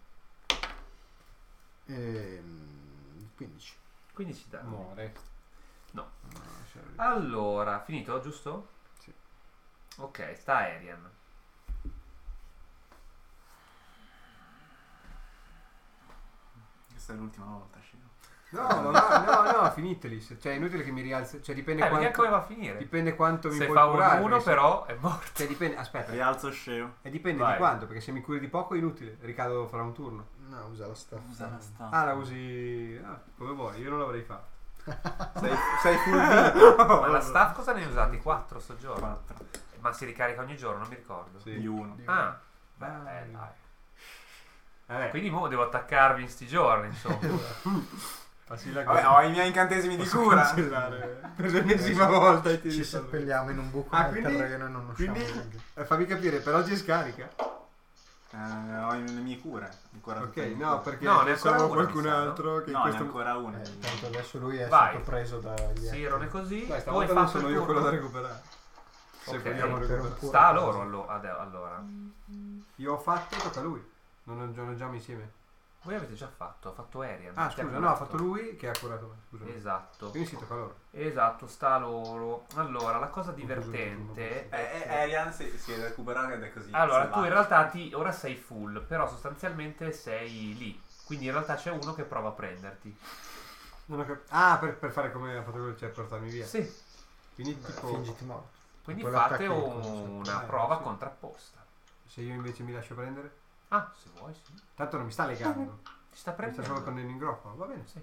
Speaker 1: Ehm, 15
Speaker 2: 15 danni.
Speaker 6: muore
Speaker 1: No, c'era lì.
Speaker 2: Allora, finito, giusto?
Speaker 1: Sì.
Speaker 2: Ok, sta Arian. Eh,
Speaker 3: Questa è l'ultima volta, Shiro.
Speaker 6: no no no no finiteli se- cioè è inutile che mi rialzi cioè
Speaker 2: Eh,
Speaker 6: dipende
Speaker 2: perché
Speaker 6: quanto
Speaker 2: come va a finire?
Speaker 6: dipende quanto mi
Speaker 2: Se
Speaker 6: puoi
Speaker 2: fa
Speaker 6: curare
Speaker 2: un 1
Speaker 6: perché se-
Speaker 2: però è morto.
Speaker 6: cioè dipende aspetta
Speaker 3: Rialzo Sceo.
Speaker 6: e dipende
Speaker 2: Vai.
Speaker 6: di quanto perché se mi curi di poco è inutile ricado fra un turno
Speaker 1: no usa la staffa
Speaker 3: Usa la stampa.
Speaker 6: Ah, la usi ah, come vuoi, io non l'avrei fatto.
Speaker 3: Sei, sei
Speaker 2: [LAUGHS]
Speaker 3: full
Speaker 2: Ma la staff cosa ne hai usati? 4 sto giorno.
Speaker 3: 4
Speaker 2: Ma si ricarica ogni giorno, non mi ricordo.
Speaker 6: Sì.
Speaker 3: di 1.
Speaker 2: Ah,
Speaker 6: Ah.
Speaker 2: beh, eh, dai.
Speaker 6: Vabbè,
Speaker 2: Quindi mo devo attaccarvi in sti giorni,
Speaker 6: [LAUGHS]
Speaker 2: insomma.
Speaker 6: passi la
Speaker 3: Vabbè, ho i miei incantesimi
Speaker 2: eh,
Speaker 3: di
Speaker 6: [LAUGHS]
Speaker 3: cura.
Speaker 6: cancellare per l'ennesima volta e ti
Speaker 1: ci
Speaker 6: risolvo.
Speaker 1: seppelliamo in un buco
Speaker 6: Ah,
Speaker 1: nel
Speaker 6: quindi-
Speaker 1: terreno e non usciamo
Speaker 6: quindi-
Speaker 1: neanche.
Speaker 6: Eh, fammi capire, per oggi è scarica.
Speaker 3: Eh, ho i- le mie cure. Ancora
Speaker 6: Ok,
Speaker 3: tutte le mie
Speaker 6: no,
Speaker 3: cure.
Speaker 6: perché
Speaker 2: No, ne
Speaker 6: pensavo
Speaker 2: ancora una,
Speaker 6: qualcun
Speaker 2: mi sa, no?
Speaker 6: altro che
Speaker 3: No, ne ho
Speaker 6: questo
Speaker 3: ancora una.
Speaker 1: Eh, tanto adesso lui è
Speaker 2: Vai.
Speaker 1: stato preso dagli
Speaker 2: Sì, non è così.
Speaker 6: Dai,
Speaker 2: Poi
Speaker 6: stavolta
Speaker 2: fatto
Speaker 6: non
Speaker 2: il
Speaker 6: sono io
Speaker 2: turno.
Speaker 6: quello da recuperare. Se
Speaker 2: Ok.
Speaker 6: vogliamo
Speaker 1: Per un
Speaker 6: recuperare.
Speaker 1: po'.
Speaker 2: Sta a loro allo- ade- allora.
Speaker 6: Io ho fatto, tocca a lui. Non lo giochiamo insieme.
Speaker 2: Voi avete già fatto, ha fatto Arian.
Speaker 6: Ah,
Speaker 2: ti ha
Speaker 6: scusa,
Speaker 2: curato.
Speaker 6: no, ha fatto lui che ha curato me. Scusami.
Speaker 2: Esatto.
Speaker 6: Quindi si tocca a loro.
Speaker 2: Esatto, sta a loro. Allora, la cosa
Speaker 6: Confuso
Speaker 2: divertente è
Speaker 6: il
Speaker 2: che-
Speaker 3: Eh, eh, Arian si, si è recuperato ed è così.
Speaker 2: Allora, tu
Speaker 3: selvaggio.
Speaker 2: in realtà ti, ora sei full, però sostanzialmente sei lì. Quindi in realtà c'è uno che prova a prenderti.
Speaker 6: Non ho cap- ah, per, per fare come ha fatto quello, cioè portarmi via.
Speaker 2: Sì.
Speaker 6: Quindi tipo,
Speaker 1: Fingiti morto.
Speaker 2: Quindi
Speaker 1: Con
Speaker 2: fate
Speaker 1: l'attacco di cosa?
Speaker 2: una
Speaker 6: Eh,
Speaker 2: prova
Speaker 6: sì.
Speaker 2: contrapposta.
Speaker 6: se io invece mi lascio prendere,
Speaker 2: Ah, se vuoi, sì.
Speaker 6: tanto non mi sta legando,
Speaker 2: Ti sta
Speaker 6: mi sta solo
Speaker 2: prendendo.
Speaker 6: prendendo in groppa, va bene.
Speaker 2: Sì.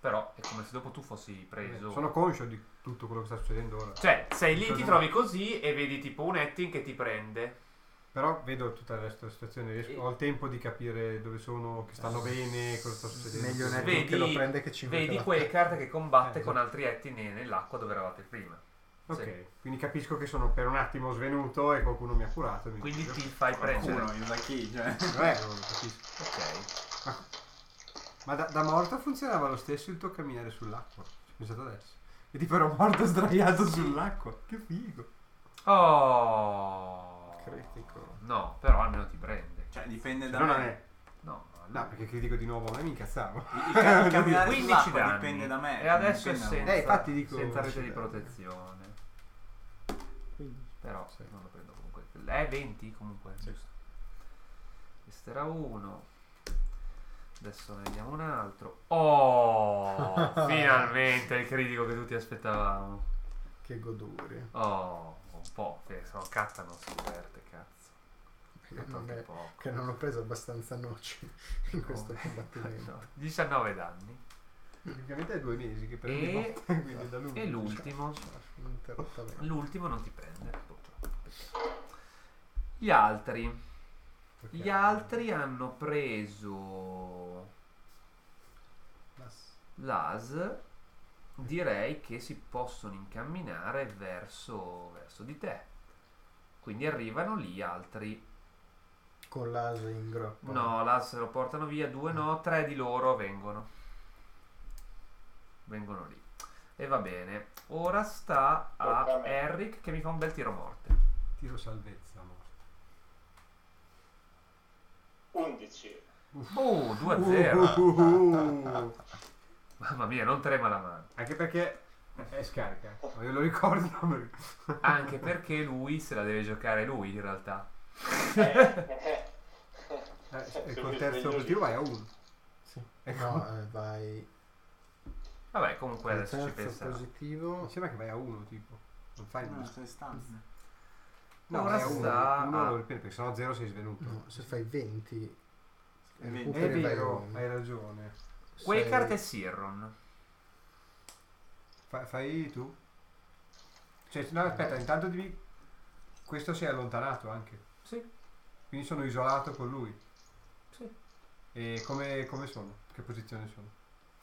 Speaker 2: Però è come se dopo tu fossi preso.
Speaker 6: Sono conscio di tutto quello che sta succedendo ora.
Speaker 2: Cioè, sei lì,
Speaker 6: Sono-
Speaker 2: ti trovi così e vedi tipo un Etting che ti prende.
Speaker 6: Però vedo tutta il resto della situazione, riesco- ho il tempo di capire dove sono, che stanno bene, cosa sta succedendo.
Speaker 1: Meglio Netto
Speaker 2: Vedi-
Speaker 1: che lo prende che ci
Speaker 2: Vedi
Speaker 1: invita la-
Speaker 2: Quakehard che combatte
Speaker 6: Eh,
Speaker 2: con
Speaker 6: esatto.
Speaker 2: altri Etting ne- nell'acqua dove eravate prima.
Speaker 6: Ok,
Speaker 2: Sì.
Speaker 6: quindi capisco che sono per un attimo svenuto e qualcuno mi ha curato. e Mi
Speaker 2: Quindi ti fai prendere.
Speaker 3: Qualcuno, io da chi? Cioè. [LAUGHS]
Speaker 6: Eh, non lo capisco.
Speaker 2: Ok.
Speaker 6: Ma da, da morto funzionava lo stesso il tuo camminare sull'acqua. Ci ho pensato adesso. E tipo ero morto sdraiato sull'acqua. Che figo.
Speaker 2: Oh.
Speaker 1: Critico.
Speaker 2: No, però almeno ti prende.
Speaker 3: Cioè, dipende da
Speaker 6: No, non
Speaker 3: me.
Speaker 6: è.
Speaker 2: No,
Speaker 6: No, perché critico di nuovo, a me mi incazzavo.
Speaker 3: Il
Speaker 2: Ah,
Speaker 6: [LAUGHS]
Speaker 3: ca- il camminare
Speaker 2: 15
Speaker 3: sull'acqua
Speaker 2: danni.
Speaker 3: dipende da me.
Speaker 2: E adesso è
Speaker 3: dipende da voi.
Speaker 2: senza,
Speaker 6: Eh, infatti dico-
Speaker 2: senza rete di
Speaker 6: sì.
Speaker 2: protezione.
Speaker 4: Quindi.
Speaker 2: Però
Speaker 6: Sì.
Speaker 2: non lo prendo comunque. È 20 comunque, giusto? Questo era uno. Adesso ne vediamo un altro. Oh!
Speaker 1: [LAUGHS]
Speaker 2: finalmente il critico che tutti aspettavamo.
Speaker 1: Che goduria.
Speaker 2: Oh, un po'. Che sono catta non si diverte, cazzo. Catta anche
Speaker 1: Vabbè,
Speaker 2: poco.
Speaker 1: Che non ho preso abbastanza noci [LAUGHS] in questo combattimento.
Speaker 2: Oh, [LAUGHS] No, 19 danni.
Speaker 6: Praticamente è due mesi che
Speaker 2: [LAUGHS]
Speaker 6: prendevo.
Speaker 2: E,
Speaker 6: [LAUGHS] Quindi da lui.
Speaker 2: e l'ultimo.
Speaker 1: Interrottamente.
Speaker 2: L'ultimo non ti prende, purtroppo. Peccato. Gli altri. Gli altri hanno preso l'AS. Direi che si possono incamminare verso, verso di te. Quindi arrivano lì altri.
Speaker 1: Con l'aso in groppa.
Speaker 2: No, l'AS lo portano via, due no, tre di loro vengono. Vengono lì. E va bene. Ora sta a Eric che mi fa un bel tiro a morte.
Speaker 6: Tiro salvezza, morto.
Speaker 5: 11.
Speaker 2: Oh,
Speaker 6: [LAUGHS]
Speaker 2: 2-0.
Speaker 6: Uh,
Speaker 2: [LAUGHS] Mamma mia, non trema la mano.
Speaker 6: anche perché è scarica. Ma Io lo ricordo. perché-
Speaker 2: Anche perché lui se la deve giocare lui in realtà.
Speaker 5: Eh,
Speaker 6: Eh, e col terzo obiettivo vai a uno.
Speaker 1: Sì.
Speaker 6: Ecco.
Speaker 1: No, eh, vai.
Speaker 2: Vabbè, comunque
Speaker 1: Il
Speaker 2: adesso ci
Speaker 1: terzo
Speaker 2: penserà.
Speaker 6: Mi
Speaker 1: positivo.
Speaker 6: sembra che vai a uno, tipo. Non fai
Speaker 3: No,
Speaker 6: uno.
Speaker 3: sei stanza.
Speaker 6: No,
Speaker 2: Ora
Speaker 6: vai a uno.
Speaker 2: sta
Speaker 6: uno
Speaker 2: Ah, a- Mm.
Speaker 6: lo ripeto, perché sennò a zero sei svenuto.
Speaker 1: No, se fai 20.
Speaker 3: È vero,
Speaker 6: È
Speaker 1: recuperi, vai a
Speaker 6: vero,
Speaker 1: uno.
Speaker 6: hai ragione.
Speaker 1: Sei-
Speaker 2: Quakehart e Sirron.
Speaker 6: Fa- fai tu? Cioè, no,
Speaker 1: Ah.
Speaker 6: aspetta, intanto devi. Questo si è allontanato anche.
Speaker 2: Sì,
Speaker 6: Quindi sono isolato con lui.
Speaker 2: sì.
Speaker 6: E come, come sono? Che posizione sono?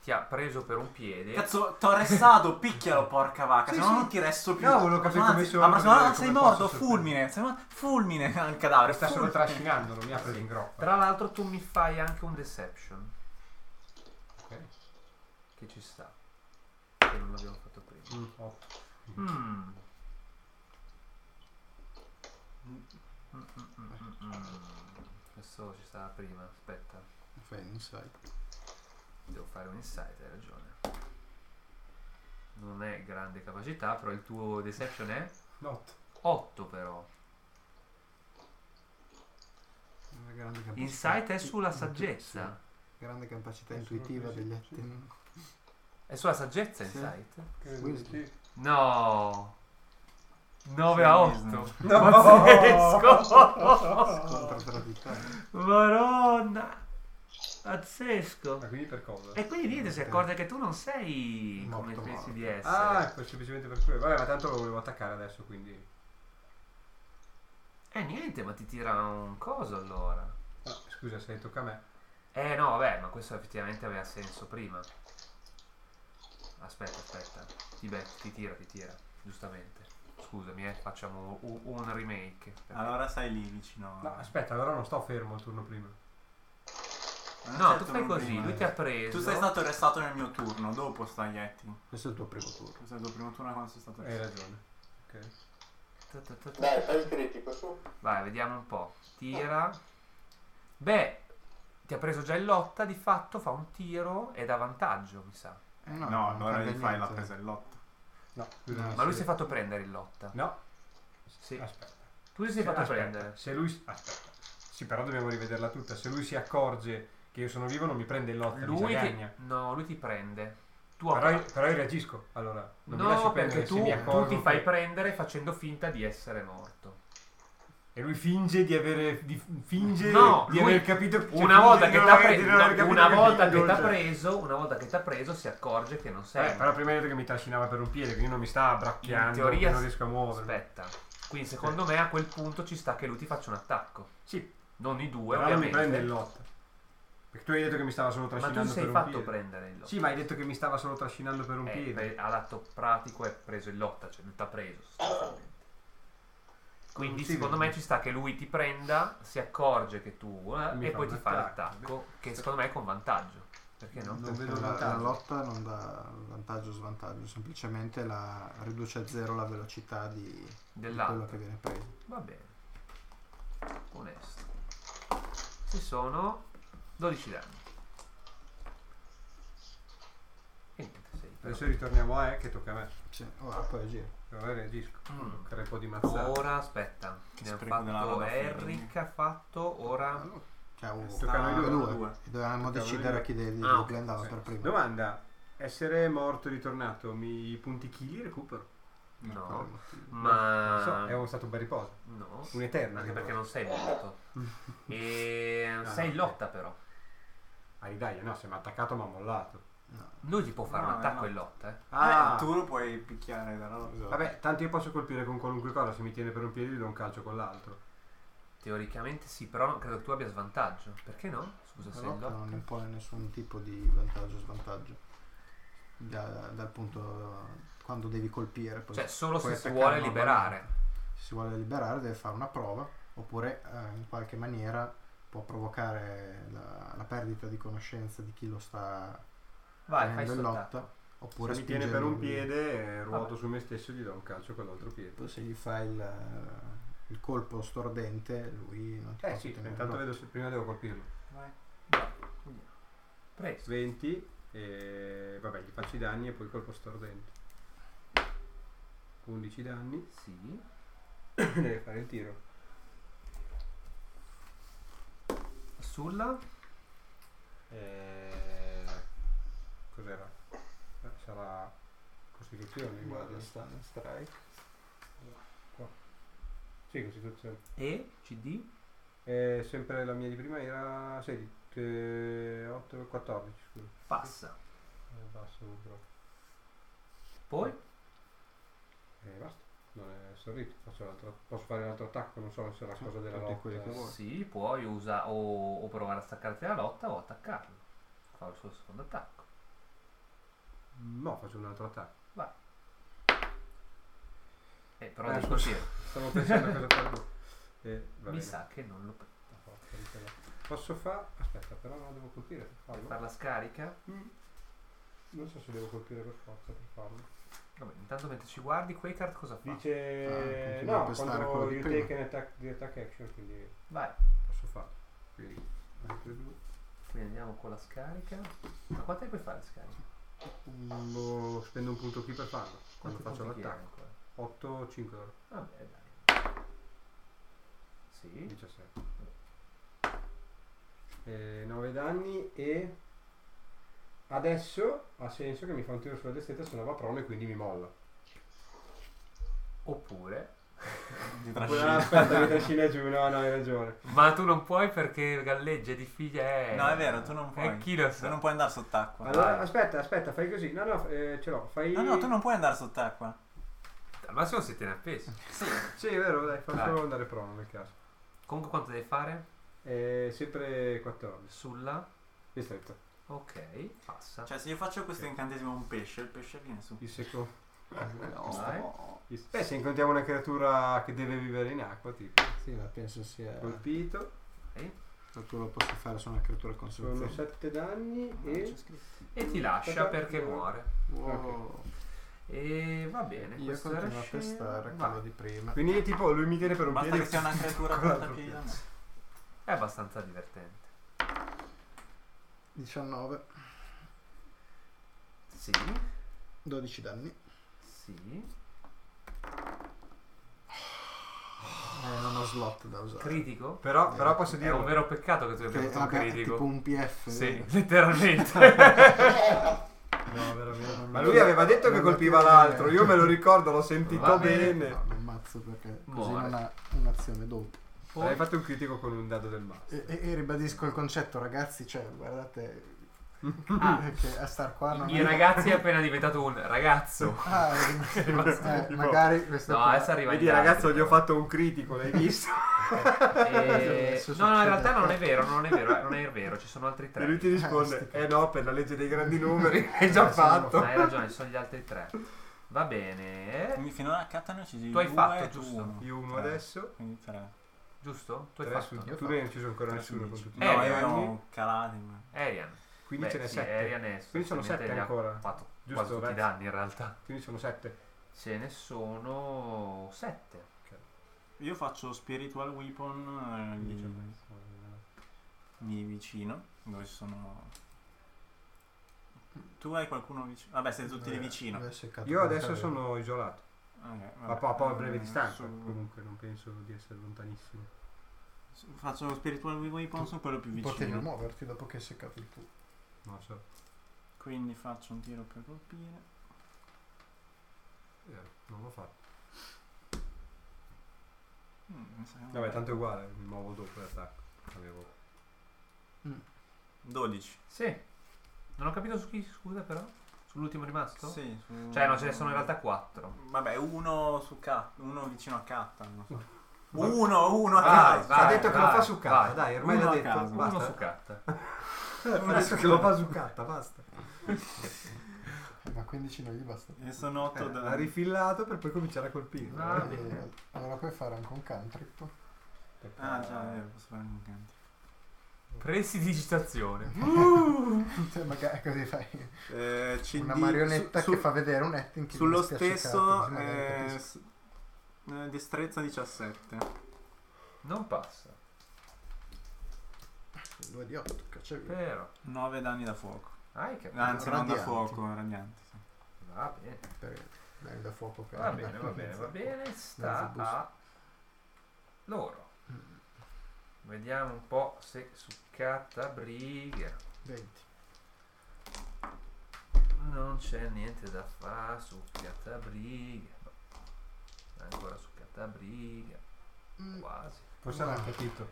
Speaker 2: Ti ha preso per un piede.
Speaker 3: Cazzo, t'ho arrestato, [LAUGHS] picchialo, porca vacca,
Speaker 6: Sì,
Speaker 3: se no
Speaker 6: sì.
Speaker 3: non ti resto più.
Speaker 6: No, volevo capire
Speaker 3: Anzi,
Speaker 6: come sono,
Speaker 3: La prossima volta
Speaker 6: come-
Speaker 3: sei
Speaker 6: come
Speaker 3: morto,
Speaker 6: posso
Speaker 3: fulmine, sei morto- fulmine [LAUGHS] al cadavere.
Speaker 6: sta solo
Speaker 3: fulmine.
Speaker 6: trascinando,
Speaker 2: [LAUGHS]
Speaker 6: non mi ha preso in groppa.
Speaker 2: Tra l'altro tu mi fai anche un deception.
Speaker 6: Ok.
Speaker 2: Che ci sta. Che non l'abbiamo fatto prima.
Speaker 6: Mm, oh.
Speaker 2: Mm. Mm, mm, mm, mm, mm. Questo ci stava prima, aspetta.
Speaker 1: Fai insight.
Speaker 2: Devo fare un insight, hai ragione. Non è grande capacità, però il tuo deception è
Speaker 6: Not.
Speaker 2: 8 però.
Speaker 6: Una grande capacità.
Speaker 2: Insight è sulla saggezza.
Speaker 1: Grande capacità
Speaker 6: Eh,
Speaker 1: intuitiva
Speaker 6: sono
Speaker 1: degli
Speaker 6: così, sì.
Speaker 1: attimi.
Speaker 2: È sulla saggezza
Speaker 1: Sì.
Speaker 2: insight?
Speaker 6: Credo
Speaker 1: Wisdom.
Speaker 6: di sì.
Speaker 2: No. 9 a
Speaker 3: Sì,
Speaker 2: 8.
Speaker 3: business.
Speaker 2: No. [LAUGHS] Pazzesco.
Speaker 1: Scontro tra di te.
Speaker 2: Madonna. Pazzesco.
Speaker 6: Ma quindi per cosa?
Speaker 2: E quindi niente, si accorge che tu non sei come
Speaker 1: Morto,
Speaker 2: pensi
Speaker 1: morto.
Speaker 2: di essere.
Speaker 6: Ah, ecco, semplicemente per quello. Vabbè, ma tanto lo volevo attaccare adesso, quindi.
Speaker 2: Eh niente, ma ti tira un coso allora.
Speaker 6: Ah, scusa se tocca a me.
Speaker 2: Eh no, vabbè, ma questo effettivamente aveva senso prima. Aspetta, aspetta. Ti, be- ti tira, ti tira. Giustamente. Scusami, eh, facciamo u- un remake.
Speaker 3: Allora stai lì vicino.
Speaker 6: No, aspetta, allora non sto fermo il turno prima.
Speaker 3: Non
Speaker 2: No,
Speaker 3: c'è
Speaker 2: tu
Speaker 3: il
Speaker 2: fai
Speaker 3: turno
Speaker 2: così,
Speaker 3: prima.
Speaker 2: lui ti ha preso.
Speaker 3: certo, Tu sei stato arrestato nel mio turno, dopo stai Yeti.
Speaker 1: Questo è il tuo primo turno.
Speaker 3: Questo è il tuo primo turno quando sei stato
Speaker 6: Hai
Speaker 3: arrestato.
Speaker 6: ragione. Ok.
Speaker 2: Ta- ta- ta- ta-
Speaker 5: Dai, fai il critico, su.
Speaker 2: Vai, vediamo un po'. Tira. Beh, Ti ha preso già in lotta, di fatto fa un tiro ed ha vantaggio, mi sa.
Speaker 1: Eh,
Speaker 3: No,
Speaker 1: non
Speaker 3: allora
Speaker 1: cambia
Speaker 3: gli fai la
Speaker 1: niente.
Speaker 3: presa in lotta.
Speaker 4: No,
Speaker 1: No,
Speaker 2: Ma lui
Speaker 1: sì.
Speaker 2: si è fatto prendere in lotta.
Speaker 6: No,
Speaker 2: Sì.
Speaker 6: aspetta.
Speaker 2: Tu ti sei fatto
Speaker 6: Aspetta,
Speaker 2: prendere.
Speaker 6: Se lui. Aspetta. Sì, però dobbiamo rivederla tutta. Se lui si accorge che io sono vivo, non mi prende in lotta. mi
Speaker 2: Lui ti...
Speaker 6: zagagna.
Speaker 2: No, lui ti prende. Tu
Speaker 6: Però,
Speaker 2: appena-
Speaker 6: io- però io reagisco. Allora, non mi lascio
Speaker 2: No,
Speaker 6: prendere
Speaker 2: perché
Speaker 6: se
Speaker 2: tu,
Speaker 6: mi
Speaker 2: tu
Speaker 6: accorgo.
Speaker 2: ti fai
Speaker 6: che-
Speaker 2: prendere facendo finta di essere morto.
Speaker 6: E lui finge di avere. Di, finge
Speaker 2: No,
Speaker 6: di
Speaker 2: lui-
Speaker 6: aver capito. cioè,
Speaker 2: Una volta che
Speaker 6: finge
Speaker 2: ti
Speaker 6: di non
Speaker 2: ha
Speaker 6: aver- di non aver
Speaker 2: preso,
Speaker 6: capito
Speaker 2: una volta che
Speaker 6: fingo,
Speaker 2: t'ha
Speaker 6: cioè.
Speaker 2: preso, una volta che t'ha preso, si accorge che non sei.
Speaker 6: Eh, però prima hai detto che mi trascinava per un piede, quindi non mi sta bracchiando.
Speaker 2: In teoria-
Speaker 6: non riesco a muovermi.
Speaker 2: Aspetta. Quindi secondo me a quel punto ci sta che lui ti faccia un attacco.
Speaker 6: Sì.
Speaker 2: Non i due,
Speaker 6: Però non mi
Speaker 2: ovviamente.
Speaker 6: prende in lotta. Perché tu hai detto che mi stava solo
Speaker 2: ma
Speaker 6: trascinando
Speaker 2: tu sei
Speaker 6: per un
Speaker 2: fatto
Speaker 6: piede.
Speaker 2: prendere in lotta.
Speaker 6: Sì, ma hai detto che mi stava solo trascinando per un
Speaker 2: Eh,
Speaker 6: piede.
Speaker 2: pre- all'atto pratico è preso in lotta, cioè non t'ha preso. sostanzialmente. Quindi
Speaker 6: Sì,
Speaker 2: secondo
Speaker 6: vedi.
Speaker 2: me ci sta che lui ti prenda, si accorge che tu eh,
Speaker 6: E mi
Speaker 2: e
Speaker 6: fa
Speaker 2: poi
Speaker 6: un
Speaker 2: ti fa
Speaker 6: attacco.
Speaker 2: l'attacco, che secondo me è con vantaggio. Perché no?
Speaker 6: Non vedo
Speaker 1: Perché la, la
Speaker 6: vantaggio.
Speaker 1: lotta non dà vantaggio o svantaggio, semplicemente la riduce a zero la velocità di, di quello
Speaker 2: Dell'altro.
Speaker 1: che viene preso.
Speaker 2: Va bene. Onesto. Si sono 12 danni. E niente, sei. però.
Speaker 6: Adesso ritorniamo a E che tocca a me.
Speaker 1: Sì, ora poi agire.
Speaker 6: Ora reagisco.
Speaker 2: Mm.
Speaker 6: Crepo po' di mazzata.
Speaker 2: Ora aspetta. Ne ha
Speaker 3: spreco della
Speaker 2: fatto
Speaker 3: roba fine.
Speaker 2: Eric ha fatto ora.
Speaker 6: Ah,
Speaker 1: Cioè, oh,
Speaker 6: Tocca a noi due,
Speaker 1: due.
Speaker 3: due.
Speaker 1: E
Speaker 6: Tocca
Speaker 1: Dovevamo
Speaker 6: a noi
Speaker 1: decidere
Speaker 6: due.
Speaker 1: chi dei
Speaker 2: Ah,
Speaker 1: due
Speaker 2: ok,
Speaker 1: che andava
Speaker 6: sì.
Speaker 1: per primo.
Speaker 6: Domanda. Essere morto e ritornato, mi i punti chi li recupero?
Speaker 3: Ecco.
Speaker 2: No.
Speaker 6: Non
Speaker 2: Ma
Speaker 6: so, è stato un bel riposo.
Speaker 2: no,
Speaker 6: Un'eterna.
Speaker 2: anche perché non sei
Speaker 1: [LAUGHS]
Speaker 2: morto. e
Speaker 6: Ah,
Speaker 2: sei in
Speaker 6: no, ok.
Speaker 2: lotta però.
Speaker 6: Ah, ridaglia, no, se mi ha attaccato mi ha mollato.
Speaker 2: Lui ti può fare
Speaker 3: No,
Speaker 2: un attacco
Speaker 3: no.
Speaker 2: in lotta, eh.
Speaker 3: Ah, tu lo puoi picchiare dalla lotta.
Speaker 2: Esatto.
Speaker 6: Vabbè, tanto io posso colpire con qualunque cosa, se mi tiene per un piede gli do un calcio con l'altro.
Speaker 2: Teoricamente sì, però non credo tu abbia svantaggio. Perché no? Scusa,
Speaker 1: La
Speaker 2: sei in
Speaker 1: lotta
Speaker 2: lotta.
Speaker 1: non impone nessun tipo di vantaggio o svantaggio. Da- dal punto quando devi colpire. poi-
Speaker 2: Cioè, solo se
Speaker 1: puoi
Speaker 2: si
Speaker 1: attaccare
Speaker 2: vuole
Speaker 1: normalmente.
Speaker 2: liberare.
Speaker 1: Se si vuole liberare deve fare una prova oppure eh, in qualche maniera può provocare la, la perdita di conoscenza di chi lo sta
Speaker 2: Vai, fai
Speaker 1: tenendo
Speaker 2: sto
Speaker 1: in Eh, lotta.
Speaker 2: attacco.
Speaker 1: Oppure
Speaker 6: se mi tiene per un
Speaker 1: spingendogli-
Speaker 6: piede, eh, ruoto
Speaker 2: Vabbè.
Speaker 6: su me stesso e gli do un calcio con l'altro piede.
Speaker 1: Poi se gli fai il, eh, il colpo stordente, lui non ti
Speaker 6: Eh
Speaker 1: può
Speaker 6: sì,
Speaker 1: tenere
Speaker 6: intanto
Speaker 1: no.
Speaker 6: vedo se prima devo colpirlo.
Speaker 3: Vai.
Speaker 2: Preso.
Speaker 6: 20 e vabbè gli faccio i danni e poi colpo stordente 11
Speaker 1: [COUGHS]
Speaker 6: danni
Speaker 2: Sì.
Speaker 6: deve fare il tiro
Speaker 2: Sulla
Speaker 6: Eh, cos'era? Eh, sarà costituzione guarda
Speaker 1: sta in strike.
Speaker 6: sì costituzione
Speaker 2: E CD.
Speaker 6: Eh, sempre la mia di prima era 16 8 14 scusa
Speaker 2: Passa.
Speaker 6: Eh, basso purtroppo
Speaker 2: Poi
Speaker 6: e Eh, basta non è sorrito Faccio l'altro- posso fare un altro attacco non so se è la cosa della
Speaker 1: tutti quelli che
Speaker 6: lotta
Speaker 1: vuoi.
Speaker 2: sì, puoi usa o, o provare a staccarti la lotta o attaccarlo. Fa il suo secondo attacco.
Speaker 6: no faccio un altro attacco
Speaker 2: Eh, però
Speaker 6: Eh,
Speaker 2: devi
Speaker 6: scusa.
Speaker 2: colpire.
Speaker 6: Stavo pensando a cosa fare dopo. Eh, va
Speaker 2: Mi
Speaker 6: bene.
Speaker 2: sa che non lo
Speaker 6: Porca miseria. Posso fare. Aspetta, però non la devo colpire per
Speaker 2: puoi
Speaker 6: farlo.
Speaker 2: fare la scarica.
Speaker 6: Mm. Non so se devo colpire per forza per farlo.
Speaker 2: Vabbè, intanto mentre ci guardi, Quakecard cosa fa?
Speaker 6: Dice.
Speaker 1: Ah, continua a
Speaker 6: no,
Speaker 1: pestare
Speaker 6: quando
Speaker 1: quello di
Speaker 6: you
Speaker 1: prima.
Speaker 6: take an attack, di attack action, quindi
Speaker 2: Vai.
Speaker 6: posso farlo. Quindi. altri due.
Speaker 2: Quindi andiamo con la scarica. Ma quante puoi fare la scarica?
Speaker 6: Mm, lo- spendo un punto qui per farlo. Quando
Speaker 2: Quanti
Speaker 6: faccio
Speaker 2: punti chiedi
Speaker 6: l'attacco.
Speaker 2: ancora?
Speaker 6: 8, 5 euro.
Speaker 2: Vabbè, dai. Sì.
Speaker 6: 17. 9 Eh, danni e adesso ha senso che mi fa un tiro sulla destrezza se no va prone e quindi mi molla.
Speaker 2: Oppure.
Speaker 3: Ti
Speaker 6: Quella,
Speaker 3: trascina.
Speaker 6: aspetta,
Speaker 3: [LAUGHS]
Speaker 6: mi trascina giù, no, no, hai ragione.
Speaker 2: Ma tu non puoi perché galleggia di figlia è.
Speaker 3: No, è vero, tu non
Speaker 2: E
Speaker 3: puoi.
Speaker 2: chi lo
Speaker 3: Tu
Speaker 2: sa?
Speaker 3: non puoi andare sott'acqua.
Speaker 6: Allora, aspetta, aspetta, fai così. No, no, eh, ce l'ho, fai.
Speaker 3: No, no, tu non puoi andare sott'acqua.
Speaker 2: Al massimo si tiene appeso.
Speaker 6: Sì, è vero, dai,
Speaker 3: Ah.
Speaker 6: faccio
Speaker 2: Dai.
Speaker 6: andare prono nel caso.
Speaker 2: Comunque quanto devi fare?
Speaker 6: Eh, sempre 14.
Speaker 2: Sulla.
Speaker 6: Destrezza.
Speaker 2: Ok, passa.
Speaker 3: Cioè, se io faccio questo incantesimo a un pesce, il pesce viene su.
Speaker 6: Il secondo. Oh,
Speaker 2: Vai.
Speaker 6: il- Beh, se incontriamo una creatura che deve vivere in acqua, tipo.
Speaker 1: Sì, ma penso sia.
Speaker 3: Eh.
Speaker 6: Colpito,
Speaker 1: Tu lo posso fare su una creatura con
Speaker 6: sono
Speaker 1: soluzione.
Speaker 6: 7 danni
Speaker 3: Non c'è
Speaker 6: e.
Speaker 3: scritto.
Speaker 2: E ti lascia
Speaker 6: Aspetta,
Speaker 2: perché
Speaker 6: devo-
Speaker 2: muore.
Speaker 1: Wow.
Speaker 2: E va bene.
Speaker 1: Io
Speaker 2: questo era
Speaker 1: continuo a
Speaker 2: scena.
Speaker 1: pestare
Speaker 2: Va.
Speaker 1: quello di prima.
Speaker 6: Quindi, tipo, lui mi tiene per un
Speaker 3: Basta
Speaker 6: piede.
Speaker 3: che sia una creatura
Speaker 6: Con
Speaker 3: porta
Speaker 6: l'altro
Speaker 3: piede.
Speaker 2: È abbastanza divertente.
Speaker 1: 19,
Speaker 2: Sì,
Speaker 1: 12 danni.
Speaker 2: sì.
Speaker 1: Eh, non ho slot da usare.
Speaker 2: Critico?
Speaker 6: Però,
Speaker 1: Eh,
Speaker 6: però posso
Speaker 2: È
Speaker 6: dire
Speaker 2: un vero peccato che tu abbia
Speaker 1: Che
Speaker 2: fatto un
Speaker 1: abbia- è tipo
Speaker 2: critico.
Speaker 1: un PF.
Speaker 2: Sì,
Speaker 1: vero? [LAUGHS]
Speaker 2: letteralmente.
Speaker 1: No, vero, vero, non
Speaker 6: Ma
Speaker 1: mi-
Speaker 6: lui aveva detto che
Speaker 1: non
Speaker 6: colpiva
Speaker 1: mi-
Speaker 6: l'altro, io me lo ricordo, l'ho sentito
Speaker 2: Va
Speaker 6: bene.
Speaker 2: bene.
Speaker 1: No, lo ammazzo perché così
Speaker 2: Muore.
Speaker 1: non ha un'azione dopo.
Speaker 6: Hai
Speaker 2: Poi,
Speaker 6: fatto un critico con un dado del basso.
Speaker 1: E, e- e ribadisco il concetto, ragazzi, cioè, guardate eh,
Speaker 2: ah,
Speaker 1: che a star qua non
Speaker 2: i ragazzi è appena diventato un ragazzo.
Speaker 1: [LAUGHS] Ah, eh,
Speaker 2: È rimasto
Speaker 1: eh,
Speaker 2: tipo-
Speaker 1: magari questo
Speaker 2: No, eh,
Speaker 1: qua-
Speaker 2: adesso arriva
Speaker 6: Vedi
Speaker 2: gli altri,
Speaker 6: ragazzo, gli ho
Speaker 2: però.
Speaker 6: fatto un critico, l'hai visto?
Speaker 2: Eh,
Speaker 1: [LAUGHS] Adesso
Speaker 2: no, no, in
Speaker 1: succede.
Speaker 2: realtà non è vero, non è vero, eh, non è vero, ci sono altri
Speaker 6: E
Speaker 2: tre.
Speaker 6: lui ti risponde, eh no, per la legge dei grandi numeri, l'hai già
Speaker 1: Eh, sono-
Speaker 6: fatto.
Speaker 2: Hai ragione, ci sono gli altri tre. Va bene.
Speaker 3: Quindi finora a Catania ne ho uccisi
Speaker 2: Tu hai
Speaker 3: due
Speaker 2: fatto,
Speaker 3: e tu
Speaker 2: giusto?
Speaker 3: uno.
Speaker 6: Io uno
Speaker 3: Tre.
Speaker 6: adesso,
Speaker 3: Quindi cioè, tre.
Speaker 6: Eh,
Speaker 2: Giusto? Tu hai
Speaker 6: tre su,
Speaker 2: fatto.
Speaker 1: Io
Speaker 6: tu
Speaker 1: ho
Speaker 6: non hai ucciso ancora
Speaker 3: Tre su
Speaker 6: nessuno con
Speaker 3: dieci.
Speaker 6: tutti
Speaker 3: No,
Speaker 6: i tuoi
Speaker 2: Eh,
Speaker 3: io
Speaker 6: anni,
Speaker 3: ero calati. ma-
Speaker 2: Arian.
Speaker 6: quindi
Speaker 2: Beh,
Speaker 6: ce ne
Speaker 2: sì,
Speaker 6: sette.
Speaker 2: Arian è
Speaker 6: Quindi sono
Speaker 2: sostanzialmente
Speaker 6: sette
Speaker 2: gli ha
Speaker 6: ancora.
Speaker 2: fatto
Speaker 6: Giusto,
Speaker 2: quasi tutti i
Speaker 6: Rex?
Speaker 2: danni in realtà.
Speaker 6: Quindi sono sette.
Speaker 2: Ce ne sono sette.
Speaker 3: Io faccio Spiritual Weapon eh,
Speaker 6: Mm.
Speaker 3: lì lì vicino, dove ci sono... Tu hai qualcuno vicino? Vabbè, siete tutti lì
Speaker 1: Eh,
Speaker 3: vicino.
Speaker 1: dove è seccato
Speaker 6: Io
Speaker 1: per
Speaker 6: adesso
Speaker 1: terra.
Speaker 6: sono isolato,
Speaker 3: Ok,
Speaker 6: ma
Speaker 3: vabbè.
Speaker 6: poi poi a
Speaker 3: Eh,
Speaker 6: breve distanza,
Speaker 3: su-
Speaker 6: comunque non penso di essere lontanissimo.
Speaker 3: su- Faccio lo Spiritual Weapon su quello più
Speaker 1: Potevi
Speaker 3: vicino.
Speaker 1: muoverti dopo che hai seccato il tuo.
Speaker 6: Non lo so,
Speaker 3: Quindi faccio un tiro per colpire.
Speaker 6: eh, non l'ho fatto.
Speaker 3: Mm, mi sa che non-
Speaker 6: Vabbè, tanto è uguale, mi muovo dopo l'attacco. Avevo
Speaker 3: 12.
Speaker 2: Sì. Non ho capito su chi, scusa però. Sull'ultimo
Speaker 1: Ecco.
Speaker 2: rimasto?
Speaker 3: Sì, su-
Speaker 2: Cioè, no, ce ne sono in realtà quattro.
Speaker 3: Vabbè, uno su Cat, uno vicino a Cat, non
Speaker 1: [LAUGHS]
Speaker 3: so.
Speaker 6: Vabbè.
Speaker 3: Uno, uno a
Speaker 2: Vai,
Speaker 3: Cat.
Speaker 6: ha
Speaker 2: vai,
Speaker 6: detto che lo
Speaker 2: vai,
Speaker 6: fa su carta,
Speaker 2: vai.
Speaker 6: dai, ormai
Speaker 3: Uno
Speaker 6: l'ha
Speaker 3: a
Speaker 6: detto.
Speaker 3: caso,
Speaker 6: basta.
Speaker 2: Uno su
Speaker 6: [LAUGHS]
Speaker 2: carta.
Speaker 6: Ha detto che [LAUGHS] lo fa su carta, basta.
Speaker 1: Eh, Ma 15 non gli basta.
Speaker 3: E sono 8
Speaker 6: Eh,
Speaker 3: da...
Speaker 6: l'ha rifillato per poi cominciare a colpire.
Speaker 2: Va
Speaker 1: Eh,
Speaker 2: bene.
Speaker 1: allora puoi fare anche un cantrip.
Speaker 3: Ah, già, eh, posso fare un incanto.
Speaker 2: Prestidigitazione.
Speaker 1: Cioè, magari così fai
Speaker 3: Eh, CD
Speaker 1: una marionetta
Speaker 3: su-
Speaker 1: che
Speaker 3: su-
Speaker 1: fa vedere un acting che
Speaker 3: Sullo
Speaker 1: gli dispiace
Speaker 3: stesso...
Speaker 1: Carter, magari
Speaker 3: eh,
Speaker 1: capisco.
Speaker 3: s- eh, destrezza 17.
Speaker 2: Non passa.
Speaker 1: Due di 8, cacciavi.
Speaker 2: Però.
Speaker 3: 9 danni da fuoco.
Speaker 2: Hai capito.
Speaker 1: Ah.
Speaker 3: Anzi, non da
Speaker 1: Radianti.
Speaker 3: fuoco, radianti. sì.
Speaker 2: Va bene.
Speaker 1: Per dare da fuoco per
Speaker 2: Va bene, va bene, va
Speaker 1: [LAUGHS]
Speaker 2: bene. Sta
Speaker 1: Ah. Mezzo
Speaker 2: a loro. Vediamo un po' se su Catabriga
Speaker 1: 20.
Speaker 2: non c'è niente da fare su Catabriga. No. Ancora su Catabriga,
Speaker 1: Mm,
Speaker 2: quasi.
Speaker 6: Forse l'hanno capito.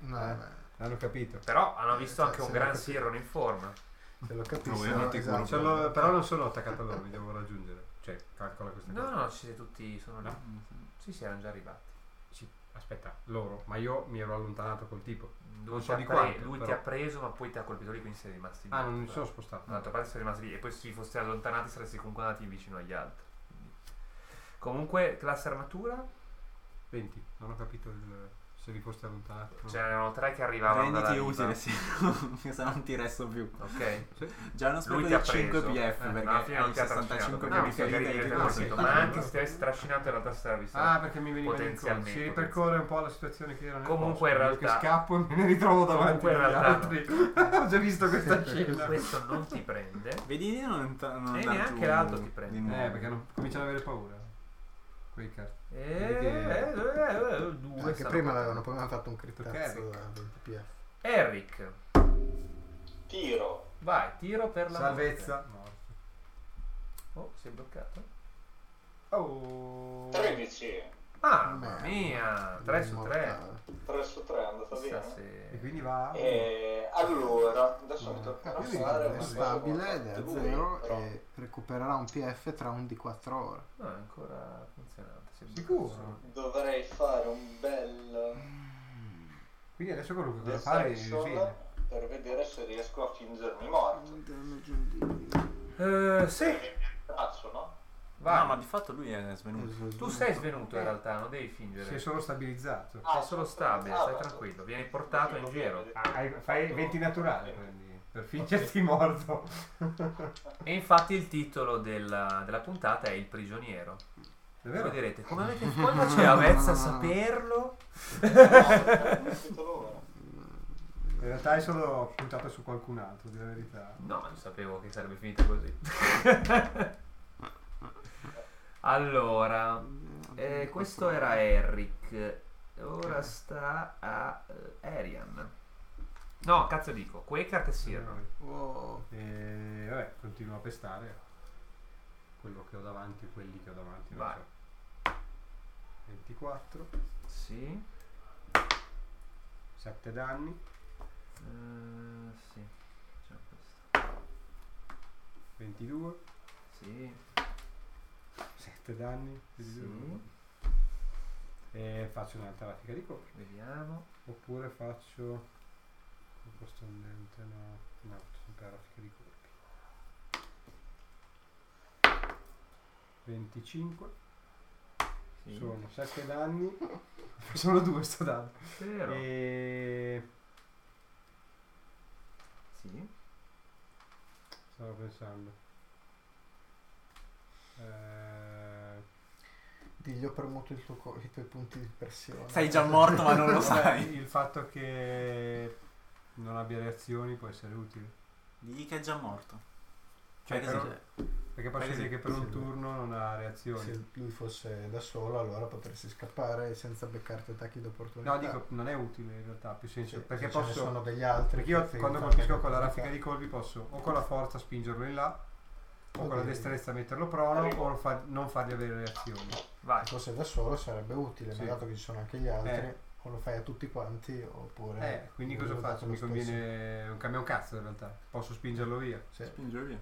Speaker 1: No,
Speaker 6: Eh.
Speaker 1: vabbè,
Speaker 6: L'hanno capito.
Speaker 2: Però hanno visto
Speaker 1: Eh,
Speaker 2: anche
Speaker 1: se
Speaker 2: un
Speaker 1: lo
Speaker 2: gran
Speaker 1: capisco.
Speaker 2: Siron in forma.
Speaker 1: se lo
Speaker 3: No,
Speaker 1: capisco.
Speaker 3: io non ti
Speaker 1: esatto.
Speaker 3: curo
Speaker 6: Ce l'ho- Cioè, però non sono attaccato a loro, mi devo raggiungere. Cioè, calcola questa
Speaker 2: No,
Speaker 6: cosa.
Speaker 2: no, ci siete tutti, sono lì.
Speaker 3: Mm, sì.
Speaker 2: Sì, sì, erano già arrivati.
Speaker 6: Sì, aspetta, loro. Ma io mi ero allontanato col tipo.
Speaker 2: Lui,
Speaker 6: Non
Speaker 2: ti
Speaker 6: so
Speaker 2: ha
Speaker 6: di
Speaker 2: pre-
Speaker 6: quanto,
Speaker 2: lui ti
Speaker 6: però.
Speaker 2: ha preso, ma poi ti ha colpito lì, quindi sei rimasti lì.
Speaker 6: Ah, non mi sono spostato.
Speaker 2: D'altra parte siete rimasti lì e poi se vi foste allontanati sareste comunque andati vicino agli altri. Quindi- Comunque, classe armatura,
Speaker 6: 20. Non ho capito il- se vi foste allontanato.
Speaker 2: ce n'erano cioè, tre che arrivavano dalla
Speaker 3: Renditi
Speaker 2: riva.
Speaker 3: utile, sì. [LAUGHS] Che se no non ti resto più.
Speaker 2: Ok?
Speaker 3: Già non
Speaker 2: Lui
Speaker 3: spreco
Speaker 2: ti ha
Speaker 3: di
Speaker 2: preso.
Speaker 3: 5 PF
Speaker 2: Eh,
Speaker 3: perché
Speaker 2: ma alla fine non
Speaker 3: hai
Speaker 2: ti ha
Speaker 3: 65
Speaker 2: trascinato.
Speaker 3: PF
Speaker 2: No,
Speaker 3: di
Speaker 2: mi sa che
Speaker 3: ferita
Speaker 2: eri
Speaker 3: e ti
Speaker 2: diretto al sito,
Speaker 3: colpisco.
Speaker 2: Ma anche se ti avessi trascinato in realtà sarà visto.
Speaker 6: Ah, perché mi veniva incontro.
Speaker 2: Cioè, Potenzialmente,
Speaker 6: Si ripercorre un po' la situazione che era nel
Speaker 2: Comunque, in
Speaker 6: posto, vedo
Speaker 2: realtà-
Speaker 6: che scappo e me ne ritrovo davanti
Speaker 2: Comunque, in
Speaker 6: agli
Speaker 2: realtà,
Speaker 6: altri. [LAUGHS] Ho già visto questa scena. Eh,
Speaker 2: Questo non ti prende.
Speaker 3: Vedi di non, ta- non
Speaker 2: E
Speaker 3: dar
Speaker 2: neanche
Speaker 3: giù
Speaker 2: l'altro
Speaker 3: di
Speaker 2: ti prende.
Speaker 3: nuovo.
Speaker 6: Eh, perché non... cominciano ad avere paura. Quei cart-
Speaker 2: E...
Speaker 6: Perché-
Speaker 2: Eh, due
Speaker 1: Anche
Speaker 2: stanno-
Speaker 1: prima l'avevano poi avevano fatto un
Speaker 6: Perché?
Speaker 1: critazzo a 20 PF.
Speaker 2: Eric,
Speaker 5: Tiro.
Speaker 2: vai, tiro per la
Speaker 6: Salvezza. Morto.
Speaker 2: morte. Oh, sei bloccato.
Speaker 6: Oh.
Speaker 5: 13.
Speaker 2: Ah,
Speaker 1: Merda.
Speaker 2: mamma mia, 3 su 3.
Speaker 1: Immortale.
Speaker 5: 3 su 3 è andata
Speaker 2: Chissà
Speaker 5: bene.
Speaker 6: E
Speaker 2: se...
Speaker 6: quindi va.
Speaker 2: Eh,
Speaker 5: E allora, adesso mi tocca
Speaker 1: Eh,
Speaker 5: a
Speaker 1: quindi
Speaker 5: fare
Speaker 1: è
Speaker 5: una
Speaker 1: stabile
Speaker 5: cosa
Speaker 1: ed è a
Speaker 5: lui,
Speaker 1: 0
Speaker 5: però.
Speaker 1: e recupererà un PF tra un di 4 ore.
Speaker 2: No, è ancora funzionante. sei
Speaker 6: Sicuro?
Speaker 2: bloccato.
Speaker 5: Dovrei fare un bel
Speaker 6: Quindi adesso quello che vuole fare è
Speaker 5: deception per vedere se riesco a fingermi morto.
Speaker 2: Eh, sì,
Speaker 5: Cazzo, no?
Speaker 2: vai.
Speaker 3: No, ma di fatto lui è svenuto.
Speaker 1: Esatto.
Speaker 2: Tu sei svenuto in realtà, non devi fingere.
Speaker 6: Si è solo stabilizzato.
Speaker 2: Sei
Speaker 5: Ah,
Speaker 2: solo stabile, stai tranquillo, vieni portato in giro.
Speaker 6: Ah, hai- fai 20
Speaker 2: Eh.
Speaker 6: naturali quindi, per fingerti morto.
Speaker 2: E infatti il titolo della, della puntata è Il prigioniero. Voi
Speaker 6: Davvero?
Speaker 2: direte, come avete come faceva Vezza a saperlo?
Speaker 5: No, non ho capito l'ora.
Speaker 1: Mm,
Speaker 6: In realtà hai solo puntato su qualcun altro, di la verità.
Speaker 2: No, non sapevo che sarebbe finita così. [LAUGHS] allora, eh, questo era Eric. Ora sta a eh, Arian. No, cazzo dico, Quakart e
Speaker 1: Mm.
Speaker 2: Sir.
Speaker 1: Wow.
Speaker 6: E vabbè, continuo a pestare quello che ho davanti, quelli che ho davanti. non
Speaker 2: Vai.
Speaker 6: so. 24,
Speaker 2: Sì.
Speaker 6: 7 danni,
Speaker 2: Eh, sì. C'è questo.
Speaker 6: 22,
Speaker 2: Sì.
Speaker 6: 7 danni, 22.
Speaker 2: Sì.
Speaker 6: E faccio un'altra raffica di colpi.
Speaker 2: Vediamo.
Speaker 6: Oppure faccio un costondente, no, no, sempre raffica di colpi. 25,
Speaker 2: Sì.
Speaker 6: sono 7 danni, [LAUGHS] sono 2 sto dando.
Speaker 2: Vero.
Speaker 6: E
Speaker 2: Sì.
Speaker 6: stavo pensando. Eh,
Speaker 1: Digli ho premuto il tuo co- i tuoi punti di pressione.
Speaker 3: Sei già morto ma non lo
Speaker 6: [LAUGHS] vabbè,
Speaker 3: sai.
Speaker 6: Il fatto che non abbia reazioni può essere utile.
Speaker 3: Digli che è già morto.
Speaker 6: Cioè,
Speaker 3: Fai
Speaker 6: però-
Speaker 3: così.
Speaker 6: Perché posso
Speaker 3: Magari
Speaker 6: dire che per
Speaker 1: Eh, sì.
Speaker 6: un turno non ha reazioni.
Speaker 1: Se lui fosse da solo allora potresti scappare senza beccarti attacchi d'opportunità.
Speaker 6: No, dico, non è utile in realtà, ha più senso.
Speaker 1: Sì,
Speaker 6: perché
Speaker 1: se ce ne
Speaker 6: posso...
Speaker 1: sono degli altri.
Speaker 6: Perché io
Speaker 1: che ti
Speaker 6: quando
Speaker 1: fanno
Speaker 6: colpisco
Speaker 1: anche
Speaker 6: con la
Speaker 1: qualcosa.
Speaker 6: raffica di colpi posso o con la forza spingerlo in là, o con la
Speaker 1: Ok.
Speaker 6: destrezza metterlo prono, o fa- non fargli avere reazioni.
Speaker 2: Vai.
Speaker 1: Se fosse da solo sarebbe utile,
Speaker 6: Ah, Sì.
Speaker 1: ma dato che ci sono anche gli altri,
Speaker 6: Eh.
Speaker 1: o lo fai a tutti quanti oppure...
Speaker 6: Eh, quindi
Speaker 1: oppure
Speaker 6: cosa
Speaker 1: lo
Speaker 6: faccio?
Speaker 1: fai
Speaker 6: Mi
Speaker 1: lo stesso.
Speaker 6: conviene... Non cambia un cazzo in realtà, posso spingerlo via.
Speaker 1: Sì.
Speaker 3: Spingere via.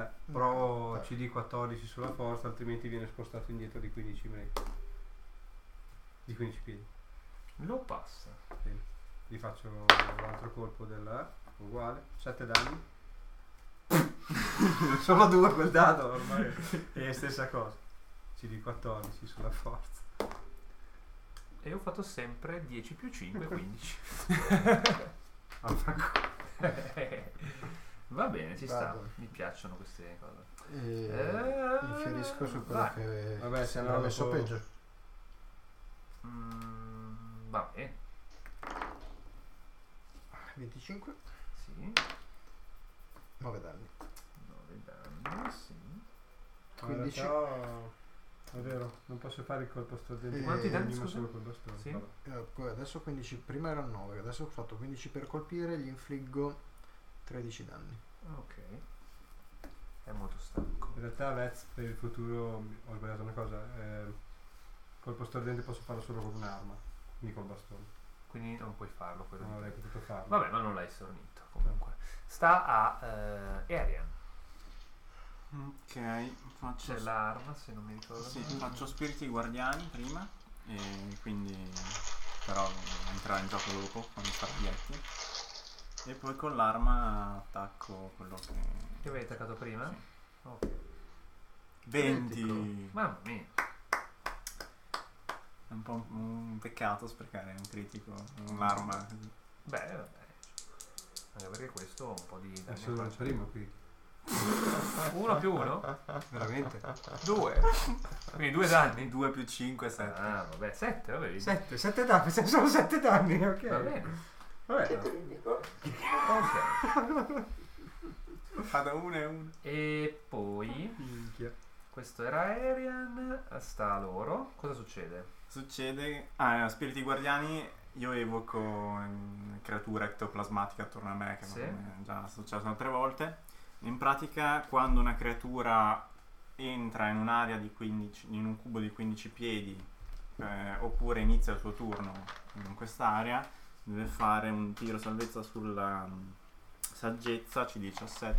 Speaker 6: Eh, provo
Speaker 1: Eh.
Speaker 6: CD 14 sulla forza, altrimenti viene spostato indietro di 15 metri. Di 15 piedi.
Speaker 2: Lo passa.
Speaker 6: Gli faccio un altro colpo del... eh, uguale, 7 danni. [LAUGHS] Sono due quel dado ormai. E stessa cosa. CD 14 sulla forza.
Speaker 2: E ho fatto sempre 10 più
Speaker 1: [LAUGHS]
Speaker 2: 5, 15.
Speaker 1: Ah,
Speaker 6: Affanculo.
Speaker 2: [LAUGHS] Va bene, ci sta.
Speaker 1: Vado.
Speaker 2: Mi piacciono queste cose.
Speaker 1: E
Speaker 2: Eh,
Speaker 1: infierisco su quello
Speaker 2: vai.
Speaker 1: che
Speaker 6: Vabbè,
Speaker 1: che
Speaker 6: se
Speaker 1: sembra
Speaker 6: no
Speaker 1: messo
Speaker 6: dopo-
Speaker 1: peggio.
Speaker 2: Mm, va bene.
Speaker 1: 25,
Speaker 2: Sì.
Speaker 1: 9 danni.
Speaker 2: 9 danni, sì.
Speaker 1: 15.
Speaker 6: Però, è vero, non posso fare il colpo stordente.
Speaker 1: Eh, Quanti
Speaker 6: prima
Speaker 2: danni, scusa?
Speaker 6: solo col bastone.
Speaker 2: Sì.
Speaker 6: vabbè.
Speaker 1: Eh, poi adesso 15, prima erano 9, adesso ho fatto 15 per colpire, gli infliggo 13 danni.
Speaker 2: Ok. È molto stanco.
Speaker 6: In realtà Vez per il futuro mi- ho sbagliato una cosa. eh, colpo stordente posso farlo solo con un'arma, quindi col bastone.
Speaker 2: Quindi non puoi farlo quello
Speaker 6: Non
Speaker 2: di
Speaker 6: avrei
Speaker 2: te.
Speaker 6: potuto farlo.
Speaker 2: Vabbè, ma non l'hai sornito comunque. Sta a eh, Arian.
Speaker 3: Ok, faccio,
Speaker 2: C'è l'arma, se non mi ricordo.
Speaker 3: sì,
Speaker 2: male.
Speaker 3: faccio spiriti guardiani prima. E quindi però entrerà in gioco dopo quando sarà dietro. E poi con l'arma attacco quello
Speaker 2: Che
Speaker 3: che.
Speaker 2: avevi attaccato prima?
Speaker 3: Sì.
Speaker 2: Ok.
Speaker 3: 20!
Speaker 2: Mamma mia.
Speaker 3: È un po' un, un peccato sprecare un critico, un'arma.
Speaker 2: Beh, vabbè. Anche perché questo un po' di danni
Speaker 6: Adesso lo
Speaker 2: faccio.
Speaker 6: lancio prima qui.
Speaker 2: Uno più uno?
Speaker 6: Veramente? [LAUGHS]
Speaker 2: Due. Quindi due danni.
Speaker 3: 2 più 5, 7.
Speaker 2: Ah, vabbè, sette, vabbè.
Speaker 6: 7, 7 danni, [LAUGHS] se sono 7 danni, ok.
Speaker 2: Va bene.
Speaker 5: Che
Speaker 6: Vabbè.
Speaker 5: critico?
Speaker 2: Ok.
Speaker 3: Fa da 1 e 1.
Speaker 2: E poi,
Speaker 6: Minchia.
Speaker 2: questo era Arian, sta a loro. Cosa succede?
Speaker 3: Succede. Ah, eh, spiriti guardiani. Io evoco mm, creatura ectoplasmatica attorno a me, che
Speaker 2: Sì.
Speaker 3: non è già successo altre volte. In pratica, quando una creatura entra in un'area di 15, in un cubo di 15 piedi, eh, oppure inizia il suo turno in quest'area, deve fare un tiro salvezza sulla mm, saggezza C17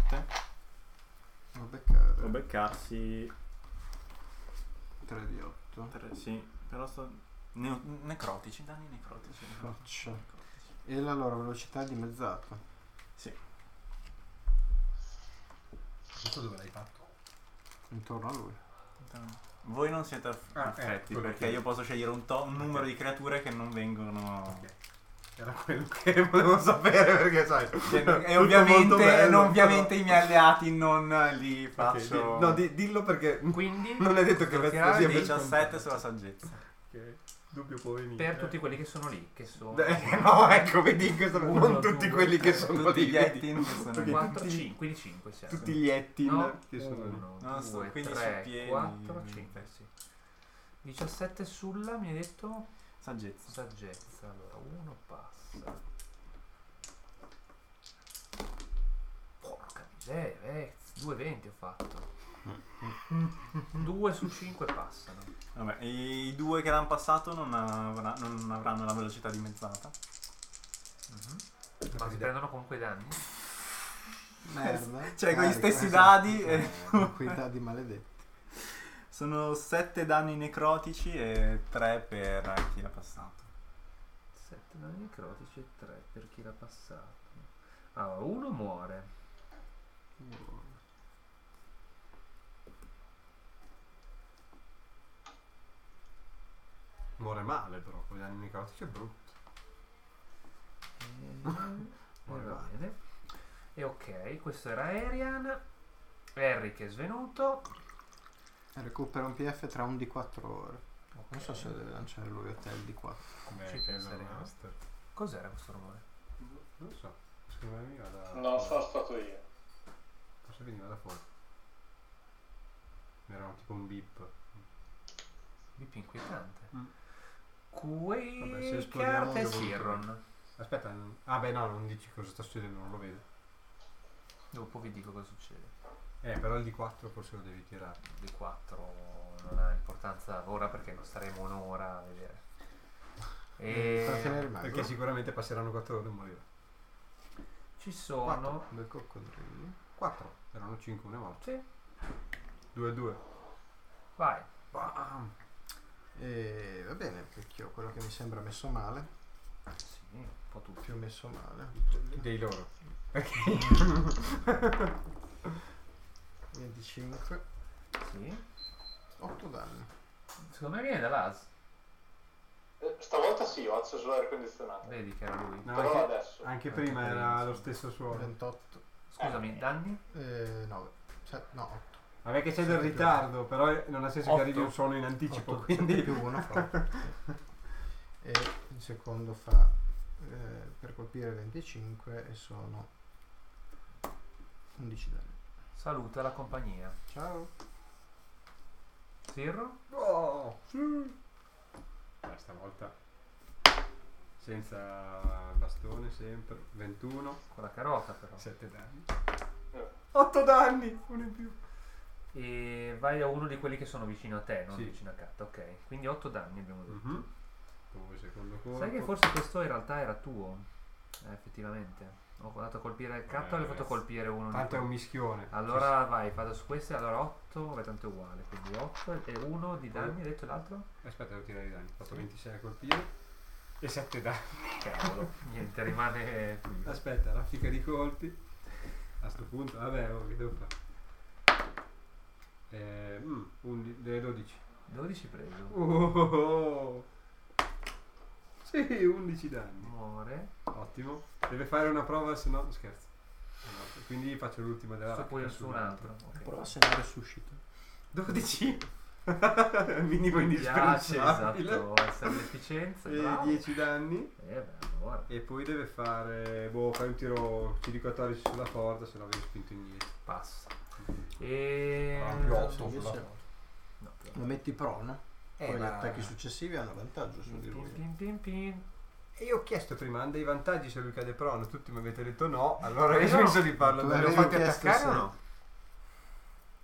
Speaker 1: Lo
Speaker 3: o
Speaker 1: beccare.
Speaker 3: beccarsi
Speaker 1: 3 di 8.
Speaker 3: tre- sì, però sto- neo- necrotici, danni necrotici.
Speaker 1: Faccio.
Speaker 3: necrotici.
Speaker 1: E la loro velocità è dimezzata.
Speaker 6: Questo dove l'hai fatto?
Speaker 1: Intorno a lui.
Speaker 3: Voi non siete aff-
Speaker 6: Ah,
Speaker 3: affetti
Speaker 6: ecco, quello
Speaker 3: perché
Speaker 6: che-
Speaker 3: io posso scegliere un, to- un
Speaker 6: Ok.
Speaker 3: numero di creature che non vengono.
Speaker 6: Ok. Era quello che [LAUGHS] volevo sapere perché sai.
Speaker 3: Cioè,
Speaker 6: tutto
Speaker 3: e ovviamente,
Speaker 6: molto bello,
Speaker 3: ovviamente
Speaker 6: però-
Speaker 3: i miei alleati non li
Speaker 6: Ok,
Speaker 3: faccio.
Speaker 6: di- no, di- dillo perché [LAUGHS]
Speaker 2: Quindi,
Speaker 6: non è detto che
Speaker 2: Toccherà
Speaker 6: questo
Speaker 2: il
Speaker 6: sia ben
Speaker 3: 17
Speaker 6: scontato.
Speaker 3: sulla saggezza.
Speaker 6: Ok. dubbio può venire.
Speaker 2: per tutti quelli che sono lì, che sono
Speaker 6: Eh, no, ecco, vedi, questo
Speaker 2: Uno,
Speaker 6: non tutti
Speaker 2: due,
Speaker 6: quelli [LAUGHS] che sono
Speaker 3: Tutti
Speaker 6: lì.
Speaker 3: gli
Speaker 6: vedi.
Speaker 3: Ettin che sono
Speaker 6: Tutti-
Speaker 3: lì.
Speaker 2: 4, 5, quindi 5 siamo.
Speaker 6: Tutti gli ettin
Speaker 2: No,
Speaker 6: che sono lì.
Speaker 2: 1,
Speaker 3: No, sto
Speaker 2: 2,
Speaker 3: quindi su
Speaker 2: 3,
Speaker 3: piedi. eh,
Speaker 2: 4, 5, sì. 17 sulla, mi hai detto,
Speaker 3: Saggezza.
Speaker 2: saggezza. Allora, 1 passa. Porca miseria, eh, 2,20 ho fatto.
Speaker 6: [LAUGHS]
Speaker 2: 2 su 5 passano.
Speaker 3: Vabbè, i i due che l'hanno passato non, avrà- non avranno la velocità dimezzata.
Speaker 2: Mhm. Ma si prendono comunque i danni?
Speaker 1: [LAUGHS] Merda. esatto.
Speaker 3: Cioè, con gli
Speaker 1: Carica.
Speaker 3: stessi dadi, eh.
Speaker 1: Quei dadi maledetti. [LAUGHS]
Speaker 3: Sono 7 danni necrotici e 3 per chi l'ha passato.
Speaker 2: 7 danni necrotici e 3 per chi l'ha passato. Allora, uno
Speaker 1: [LAUGHS]
Speaker 2: muore.
Speaker 6: Muore male però, con i danni necrotici è brutto.
Speaker 2: E... Eh, Va bene. E ok, questo era Arian. Harry che è svenuto.
Speaker 1: Recupera un PF tra un D4 ore.
Speaker 2: Ok.
Speaker 1: Non so se deve lanciare lui o te il D4.
Speaker 2: Ci penseremo. Cos'era questo rumore?
Speaker 6: Non lo so, secondo me veniva da...
Speaker 7: No, sono stato io.
Speaker 6: Forse veniva da fuori. Era un- tipo un beep.
Speaker 2: Bip inquietante.
Speaker 6: Mm.
Speaker 2: Qui
Speaker 6: Vabbè, se esplodiamo
Speaker 2: Kart e
Speaker 6: io voglio-
Speaker 2: Sirron.
Speaker 6: Aspetta, non- ah beh no, non dici cosa sta succedendo, non lo vedo.
Speaker 2: Dopo vi dico cosa succede.
Speaker 6: Eh, però il D4 forse lo devi tirare.
Speaker 2: D4 non ha importanza ora perché staremo un'ora a vedere. E
Speaker 1: Trattenere
Speaker 6: Perché
Speaker 1: magico.
Speaker 6: sicuramente passeranno 4 ore e morirà.
Speaker 2: ci sono.
Speaker 1: Due coccodrilli.
Speaker 6: 4, erano 5, una morte.
Speaker 2: Sì,
Speaker 6: 2 e 2.
Speaker 2: vai.
Speaker 6: Bam!
Speaker 1: E va bene, perché ho quello che mi sembra messo male.
Speaker 2: Sì, un po' tutti.
Speaker 1: Più messo male.
Speaker 6: Dei loro.
Speaker 1: 25.
Speaker 2: Sì.
Speaker 1: 8 danni.
Speaker 2: Secondo me viene da Laz.
Speaker 7: Eh, Stavolta sì, ho acceso l'aria condizionata.
Speaker 2: Vedi che Ah, era lui.
Speaker 6: No,
Speaker 7: Però
Speaker 6: anche,
Speaker 7: adesso.
Speaker 6: anche prima era lo stesso
Speaker 1: eh,
Speaker 6: suono.
Speaker 1: 28.
Speaker 6: Eh.
Speaker 2: Scusami, danni?
Speaker 1: E 9. Cioè, no, 8.
Speaker 6: Vabbè che c'è del ritardo, però non ha senso
Speaker 2: Otto.
Speaker 6: che arrivi un suono in anticipo, quindi...
Speaker 1: più 1 fa.
Speaker 6: [LAUGHS]
Speaker 1: otto. E il secondo fa eh, per colpire 25 e sono 11 danni.
Speaker 2: Saluta la compagnia.
Speaker 1: Ciao.
Speaker 2: Sirro?
Speaker 6: Oh, sì. Dai, stavolta senza bastone sempre, 21,
Speaker 2: Con la carota però.
Speaker 6: 7 danni.
Speaker 7: Eh.
Speaker 6: 8 danni, uno in più.
Speaker 2: E vai a uno di quelli che sono vicino a te, non
Speaker 6: Sì.
Speaker 2: vicino a Kat. Ok. Quindi 8 danni abbiamo detto.
Speaker 6: Mhm. Poi secondo colpo.
Speaker 2: Sai che forse questo in realtà era tuo? Eh, effettivamente. Ho andato a colpire Kat o
Speaker 6: Eh,
Speaker 2: l'ho fatto
Speaker 6: sì.
Speaker 2: colpire uno di
Speaker 6: Tanto è
Speaker 2: quelli?
Speaker 6: un mischione.
Speaker 2: Allora vai, vado su queste, allora 8, vabbè tanto è uguale, quindi 8 e 1 di danni, hai detto l'altro?
Speaker 6: Aspetta, devo tirare i danni. Ho fatto 26 a colpire e 7 danni.
Speaker 2: Cavolo, [LAUGHS] niente, rimane qui.
Speaker 6: Aspetta, raffica di colpi. A sto punto, vabbè, oh, che devo fare? Eh, mm, undi- delle 12.
Speaker 2: 12 preso,
Speaker 6: Oh. Sì, 11 danni.
Speaker 2: muore,
Speaker 6: Ottimo. Deve fare una prova, se no scherzo. No, Quindi faccio l'ultima della
Speaker 2: sto poi
Speaker 6: raffica
Speaker 2: su un altro.
Speaker 1: Prova a
Speaker 2: ok.
Speaker 1: segnare suscito.
Speaker 6: 12. [LAUGHS] Minimo
Speaker 2: Mi piace,
Speaker 6: indispensabile.
Speaker 2: esatto, essere l'efficienza,
Speaker 6: E
Speaker 2: bravo.
Speaker 6: 10 danni.
Speaker 2: Eh beh, allora,
Speaker 6: E poi deve fare. Boh, fai un tiro CD14 sulla porta, se no viene spinto indietro.
Speaker 2: passa. E...
Speaker 6: Ah, più otto
Speaker 1: se Esatto, invece-
Speaker 2: No, più otto.
Speaker 1: Lo metti prona,
Speaker 6: Eh,
Speaker 1: poi gli
Speaker 6: ma-
Speaker 1: attacchi successivi hanno vantaggio su di
Speaker 2: Pin,
Speaker 1: lui.
Speaker 2: pin, pin, pin.
Speaker 6: E io ho chiesto prima, hanno dei vantaggi se lui cade prono? Tutti mi avete detto no, allora
Speaker 2: Eh,
Speaker 6: io
Speaker 2: no.
Speaker 6: penso di farlo.
Speaker 1: Tu
Speaker 6: Li ho
Speaker 1: avevi
Speaker 6: fatti
Speaker 1: chiesto
Speaker 6: attaccare
Speaker 1: se-
Speaker 6: o no?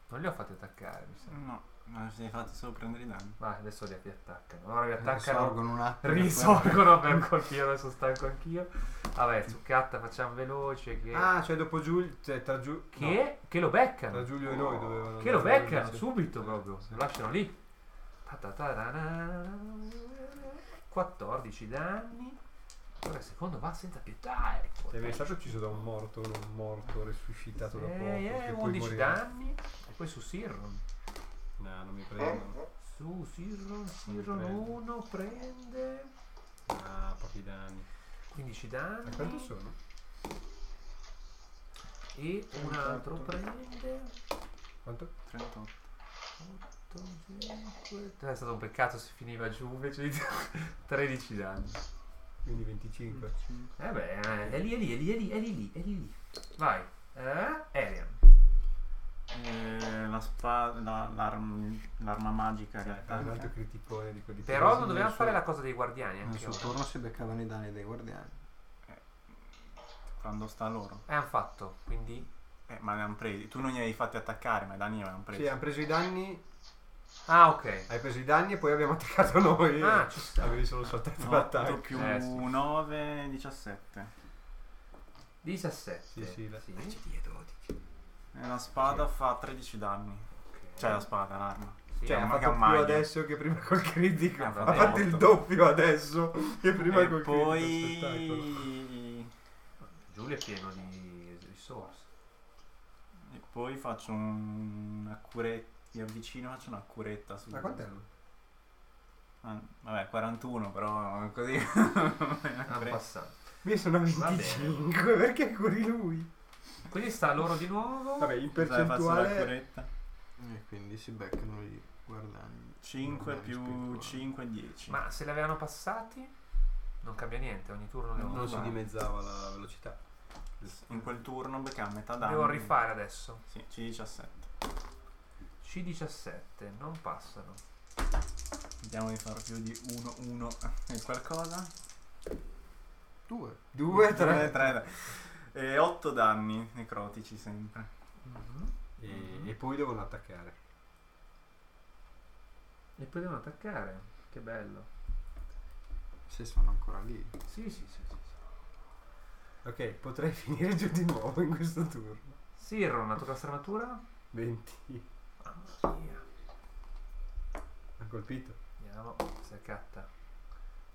Speaker 2: Non li ho fatti attaccare, mi sa.
Speaker 3: No, ma se li fate solo prendere i danni.
Speaker 2: Vai, adesso li li attaccano. Allora li attaccano
Speaker 1: Risorgono un attimo.
Speaker 2: [LAUGHS] risorgono per colpire adesso stanco anch'io vabbè zuccatta facciamo veloce che,
Speaker 6: Ah, cioè dopo Giulio. Cioè tra, Giu- no,
Speaker 2: che, che lo beccano
Speaker 6: tra Giulio e noi dovevano.
Speaker 2: che lo
Speaker 6: andare,
Speaker 2: beccano
Speaker 6: sì. Eh,
Speaker 2: subito proprio
Speaker 6: Sì.
Speaker 2: lo lasciano lì Ta ta ta ta na. 14 danni ora il secondo va senza pietà ecco.
Speaker 6: Sei mai stato ucciso da un morto, non morto, resuscitato da poco?
Speaker 2: Eh, eh,
Speaker 6: che poi
Speaker 2: 11
Speaker 6: morirà?
Speaker 2: danni e poi su Sirron
Speaker 6: No, non mi
Speaker 7: Eh?
Speaker 6: prendono.
Speaker 2: su Sirron Sirron
Speaker 6: prende.
Speaker 2: 1 prende
Speaker 6: Ah, pochi danni.
Speaker 2: 15
Speaker 6: Ma quanto
Speaker 2: danni
Speaker 6: sono?
Speaker 2: e un altro prende
Speaker 6: Quanto?
Speaker 3: 38.
Speaker 1: 8, 5.
Speaker 2: È stato un peccato se finiva giù invece di [LAUGHS] 13 danni.
Speaker 6: Quindi 25.
Speaker 2: Eh beh, è lì, è lì, è lì, è lì, è lì, lì, è lì, lì. Vai. Eh, Arian.
Speaker 3: Eh, la spada, la- l'arm- l'arma magica in realtà.
Speaker 6: Ah, un altro criticone di quelli
Speaker 2: Però
Speaker 6: che-
Speaker 2: non dovevamo
Speaker 1: nel
Speaker 2: fare
Speaker 1: suo-
Speaker 2: la cosa dei
Speaker 6: Eh,
Speaker 2: guardiani
Speaker 1: Nel
Speaker 2: anche
Speaker 1: suo
Speaker 2: ora.
Speaker 1: turno si beccavano i danni dei guardiani.
Speaker 3: Quando sta loro.
Speaker 2: Eh, hanno fatto, quindi...
Speaker 3: Eh, ma li hanno presi. Tu non li hai fatti attaccare, ma i danni li hanno presi.
Speaker 6: Sì, hanno preso i danni,
Speaker 2: Ah, ok.
Speaker 6: hai preso i danni e poi abbiamo attaccato noi.
Speaker 2: Ah, ci sta.
Speaker 6: Avevi solo saltato
Speaker 3: No,
Speaker 6: l'attacco.
Speaker 3: otto più
Speaker 2: Eh, sì.
Speaker 3: 9, 17.
Speaker 2: 17.
Speaker 6: Sì, sì, la-
Speaker 3: E la spada fa 13 danni. Cioè la spada, l'arma.
Speaker 2: Sì,
Speaker 6: Cioè,
Speaker 3: eh,
Speaker 6: ha
Speaker 3: ma
Speaker 6: fatto
Speaker 3: che
Speaker 6: più
Speaker 3: maglia.
Speaker 6: adesso che prima col critico.
Speaker 2: Eh,
Speaker 6: Ha
Speaker 2: vabbè,
Speaker 6: fatto il
Speaker 3: otto.
Speaker 6: doppio adesso che prima
Speaker 3: e
Speaker 6: col critico. Spettacolo.
Speaker 3: poi... [LAUGHS]
Speaker 2: Giulio è pieno di risorse.
Speaker 3: E poi faccio un- una curetta. Mi avvicino faccio una curetta su.
Speaker 6: Ma quant'è?
Speaker 3: Ah, vabbè, 41, però così. [LAUGHS] Una
Speaker 2: Ah,
Speaker 3: curetta.
Speaker 2: passante.
Speaker 6: Mi sono a
Speaker 2: Va bene.
Speaker 6: 25, perché curi lui?
Speaker 2: Quindi sta a loro di nuovo.
Speaker 6: Vabbè, in
Speaker 3: Dai, cioè, faccio la
Speaker 6: percentuale
Speaker 3: curetta.
Speaker 1: E quindi si beccano i guardiani.
Speaker 3: 5
Speaker 1: guardiani
Speaker 3: più
Speaker 1: spirituali.
Speaker 3: 5, 10.
Speaker 2: Ma se li avevano passati non cambia niente, ogni turno devo,
Speaker 6: non si
Speaker 2: rifare.
Speaker 6: dimezzava la velocità.
Speaker 3: In quel turno becca a metà danno.
Speaker 2: devo rifare adesso.
Speaker 3: Sì, C17.
Speaker 2: C17, non passano.
Speaker 3: Vediamo di fare più di 1, 1 e qualcosa.
Speaker 1: 2.
Speaker 6: 2,
Speaker 3: 3,
Speaker 6: 3.
Speaker 3: 3. E 8 danni necrotici sempre.
Speaker 2: Mhm.
Speaker 6: E, e poi devono attaccare.
Speaker 2: E poi devono attaccare. Che bello.
Speaker 1: Se sono ancora Eh, lì.
Speaker 2: Sì, sì, sì, sì. sì.
Speaker 6: Ok, potrei [LAUGHS] finire giù di nuovo in questo turno.
Speaker 2: Sirron, la tua classe armatura?
Speaker 6: 20.
Speaker 2: Mamma mia.
Speaker 6: Ha colpito.
Speaker 2: Vediamo se accatta.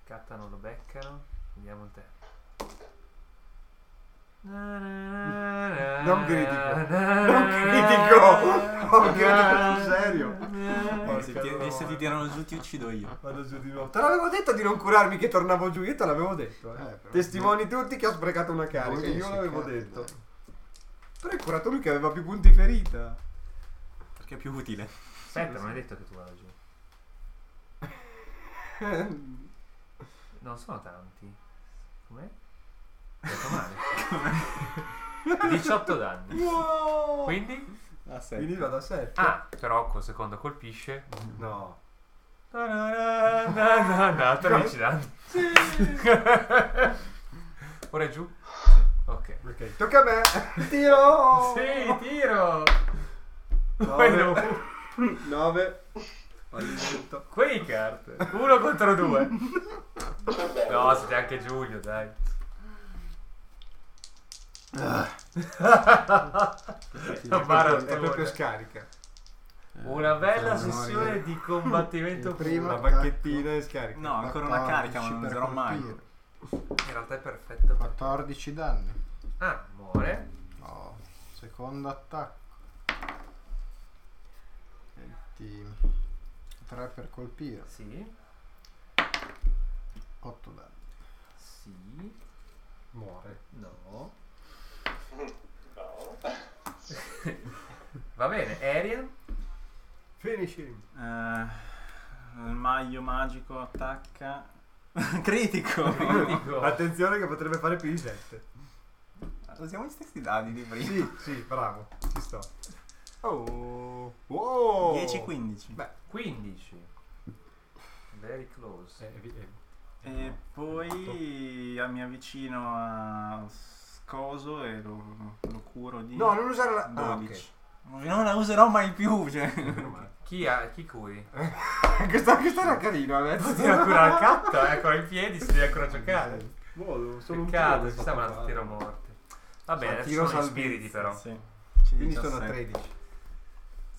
Speaker 2: Catta non lo beccano. Vediamo il te. Non
Speaker 6: critico.
Speaker 2: Non
Speaker 6: critico. Non critico, sul serio.
Speaker 3: Eh, se, ti,
Speaker 6: cavolo.
Speaker 3: e se ti tirano giù ti uccido io.
Speaker 6: Vado giù di nuovo. Te l'avevo detto di non curarmi che tornavo giù, io te l'avevo detto. eh.
Speaker 1: Eh, però-
Speaker 6: Testimoni tutti che ho sprecato una carica,
Speaker 1: Voi
Speaker 6: io
Speaker 1: si
Speaker 6: l'avevo
Speaker 1: cade,
Speaker 6: detto.
Speaker 1: dai.
Speaker 6: Però hai curato lui che aveva più punti ferita.
Speaker 3: Perché è più utile.
Speaker 2: Aspetta, non hai detto che tu vada giù. [LAUGHS]
Speaker 6: Vabbè,
Speaker 2: Non sono tanti. Com'è? Ho detto male. 18 danni. Quindi?
Speaker 3: Ah, sì.
Speaker 6: Quindi vado a 7.
Speaker 2: Ah, però col secondo colpisce.
Speaker 6: No.
Speaker 2: Na, na, na, 13 danni. [LAUGHS] Ora è giù? Ok.
Speaker 6: Ok, tocca a me. [LAUGHS] Tiro!
Speaker 1: Oh.
Speaker 2: Sì, tiro! Poi devo
Speaker 6: 9. 9.
Speaker 2: Quei carte. Uno contro due.
Speaker 7: Cioè, beh,
Speaker 2: No, siete anche Giulio,
Speaker 1: [LAUGHS]
Speaker 2: dai.
Speaker 6: È proprio, è proprio scarica.
Speaker 1: Eh,
Speaker 2: Una bella
Speaker 1: Sono
Speaker 2: sessione
Speaker 1: io.
Speaker 2: di combattimento
Speaker 1: Il primo-
Speaker 6: La
Speaker 2: puro.
Speaker 6: bacchettina e scarica.
Speaker 3: No, ancora una carica, ma non
Speaker 1: per
Speaker 3: userò mai.
Speaker 1: colpire.
Speaker 2: In realtà è perfetto.
Speaker 1: 14 danni.
Speaker 2: Ah, muore.
Speaker 1: No. Secondo attacco. 3 per colpire.
Speaker 2: Sì.
Speaker 1: 8 danni.
Speaker 2: Sì.
Speaker 6: Muore.
Speaker 2: No.
Speaker 7: no.
Speaker 2: Va bene, Arian.
Speaker 6: Finish him.
Speaker 3: Eh, il maglio magico attacca. [LAUGHS] Critico!
Speaker 2: Critico.
Speaker 6: [LAUGHS] Attenzione che potrebbe fare più di 7.
Speaker 3: Usiamo gli stessi dadi di prima.
Speaker 6: Sì, sì, bravo. Ci sto. Oh. Wow.
Speaker 3: 10-15.
Speaker 6: Beh.
Speaker 2: 15. Very close.
Speaker 6: Eh, vi- eh,
Speaker 3: E poi eh, mi avvicino a Scoso e lo, lo curo di
Speaker 6: No, non usare la... Ah,
Speaker 3: 12. Non la userò mai più. Cioè.
Speaker 6: Eh, ok.
Speaker 2: Chi ha? Chi cui?
Speaker 6: [LAUGHS] questa, questa era carina, adesso.
Speaker 2: Ti ancora la catta, è ancora in piedi, si deve ancora giocare.
Speaker 6: Wow, sono un
Speaker 2: Peccato,
Speaker 6: tiro,
Speaker 2: ci stava un altro
Speaker 6: fatto
Speaker 2: tiro a
Speaker 6: male.
Speaker 2: morte. Va
Speaker 6: Sono
Speaker 2: bene, adesso sono
Speaker 6: tiro
Speaker 2: gli
Speaker 6: salvezza,
Speaker 2: spiriti però.
Speaker 3: Sì.
Speaker 6: Quindi sono a
Speaker 3: 3.
Speaker 6: 13.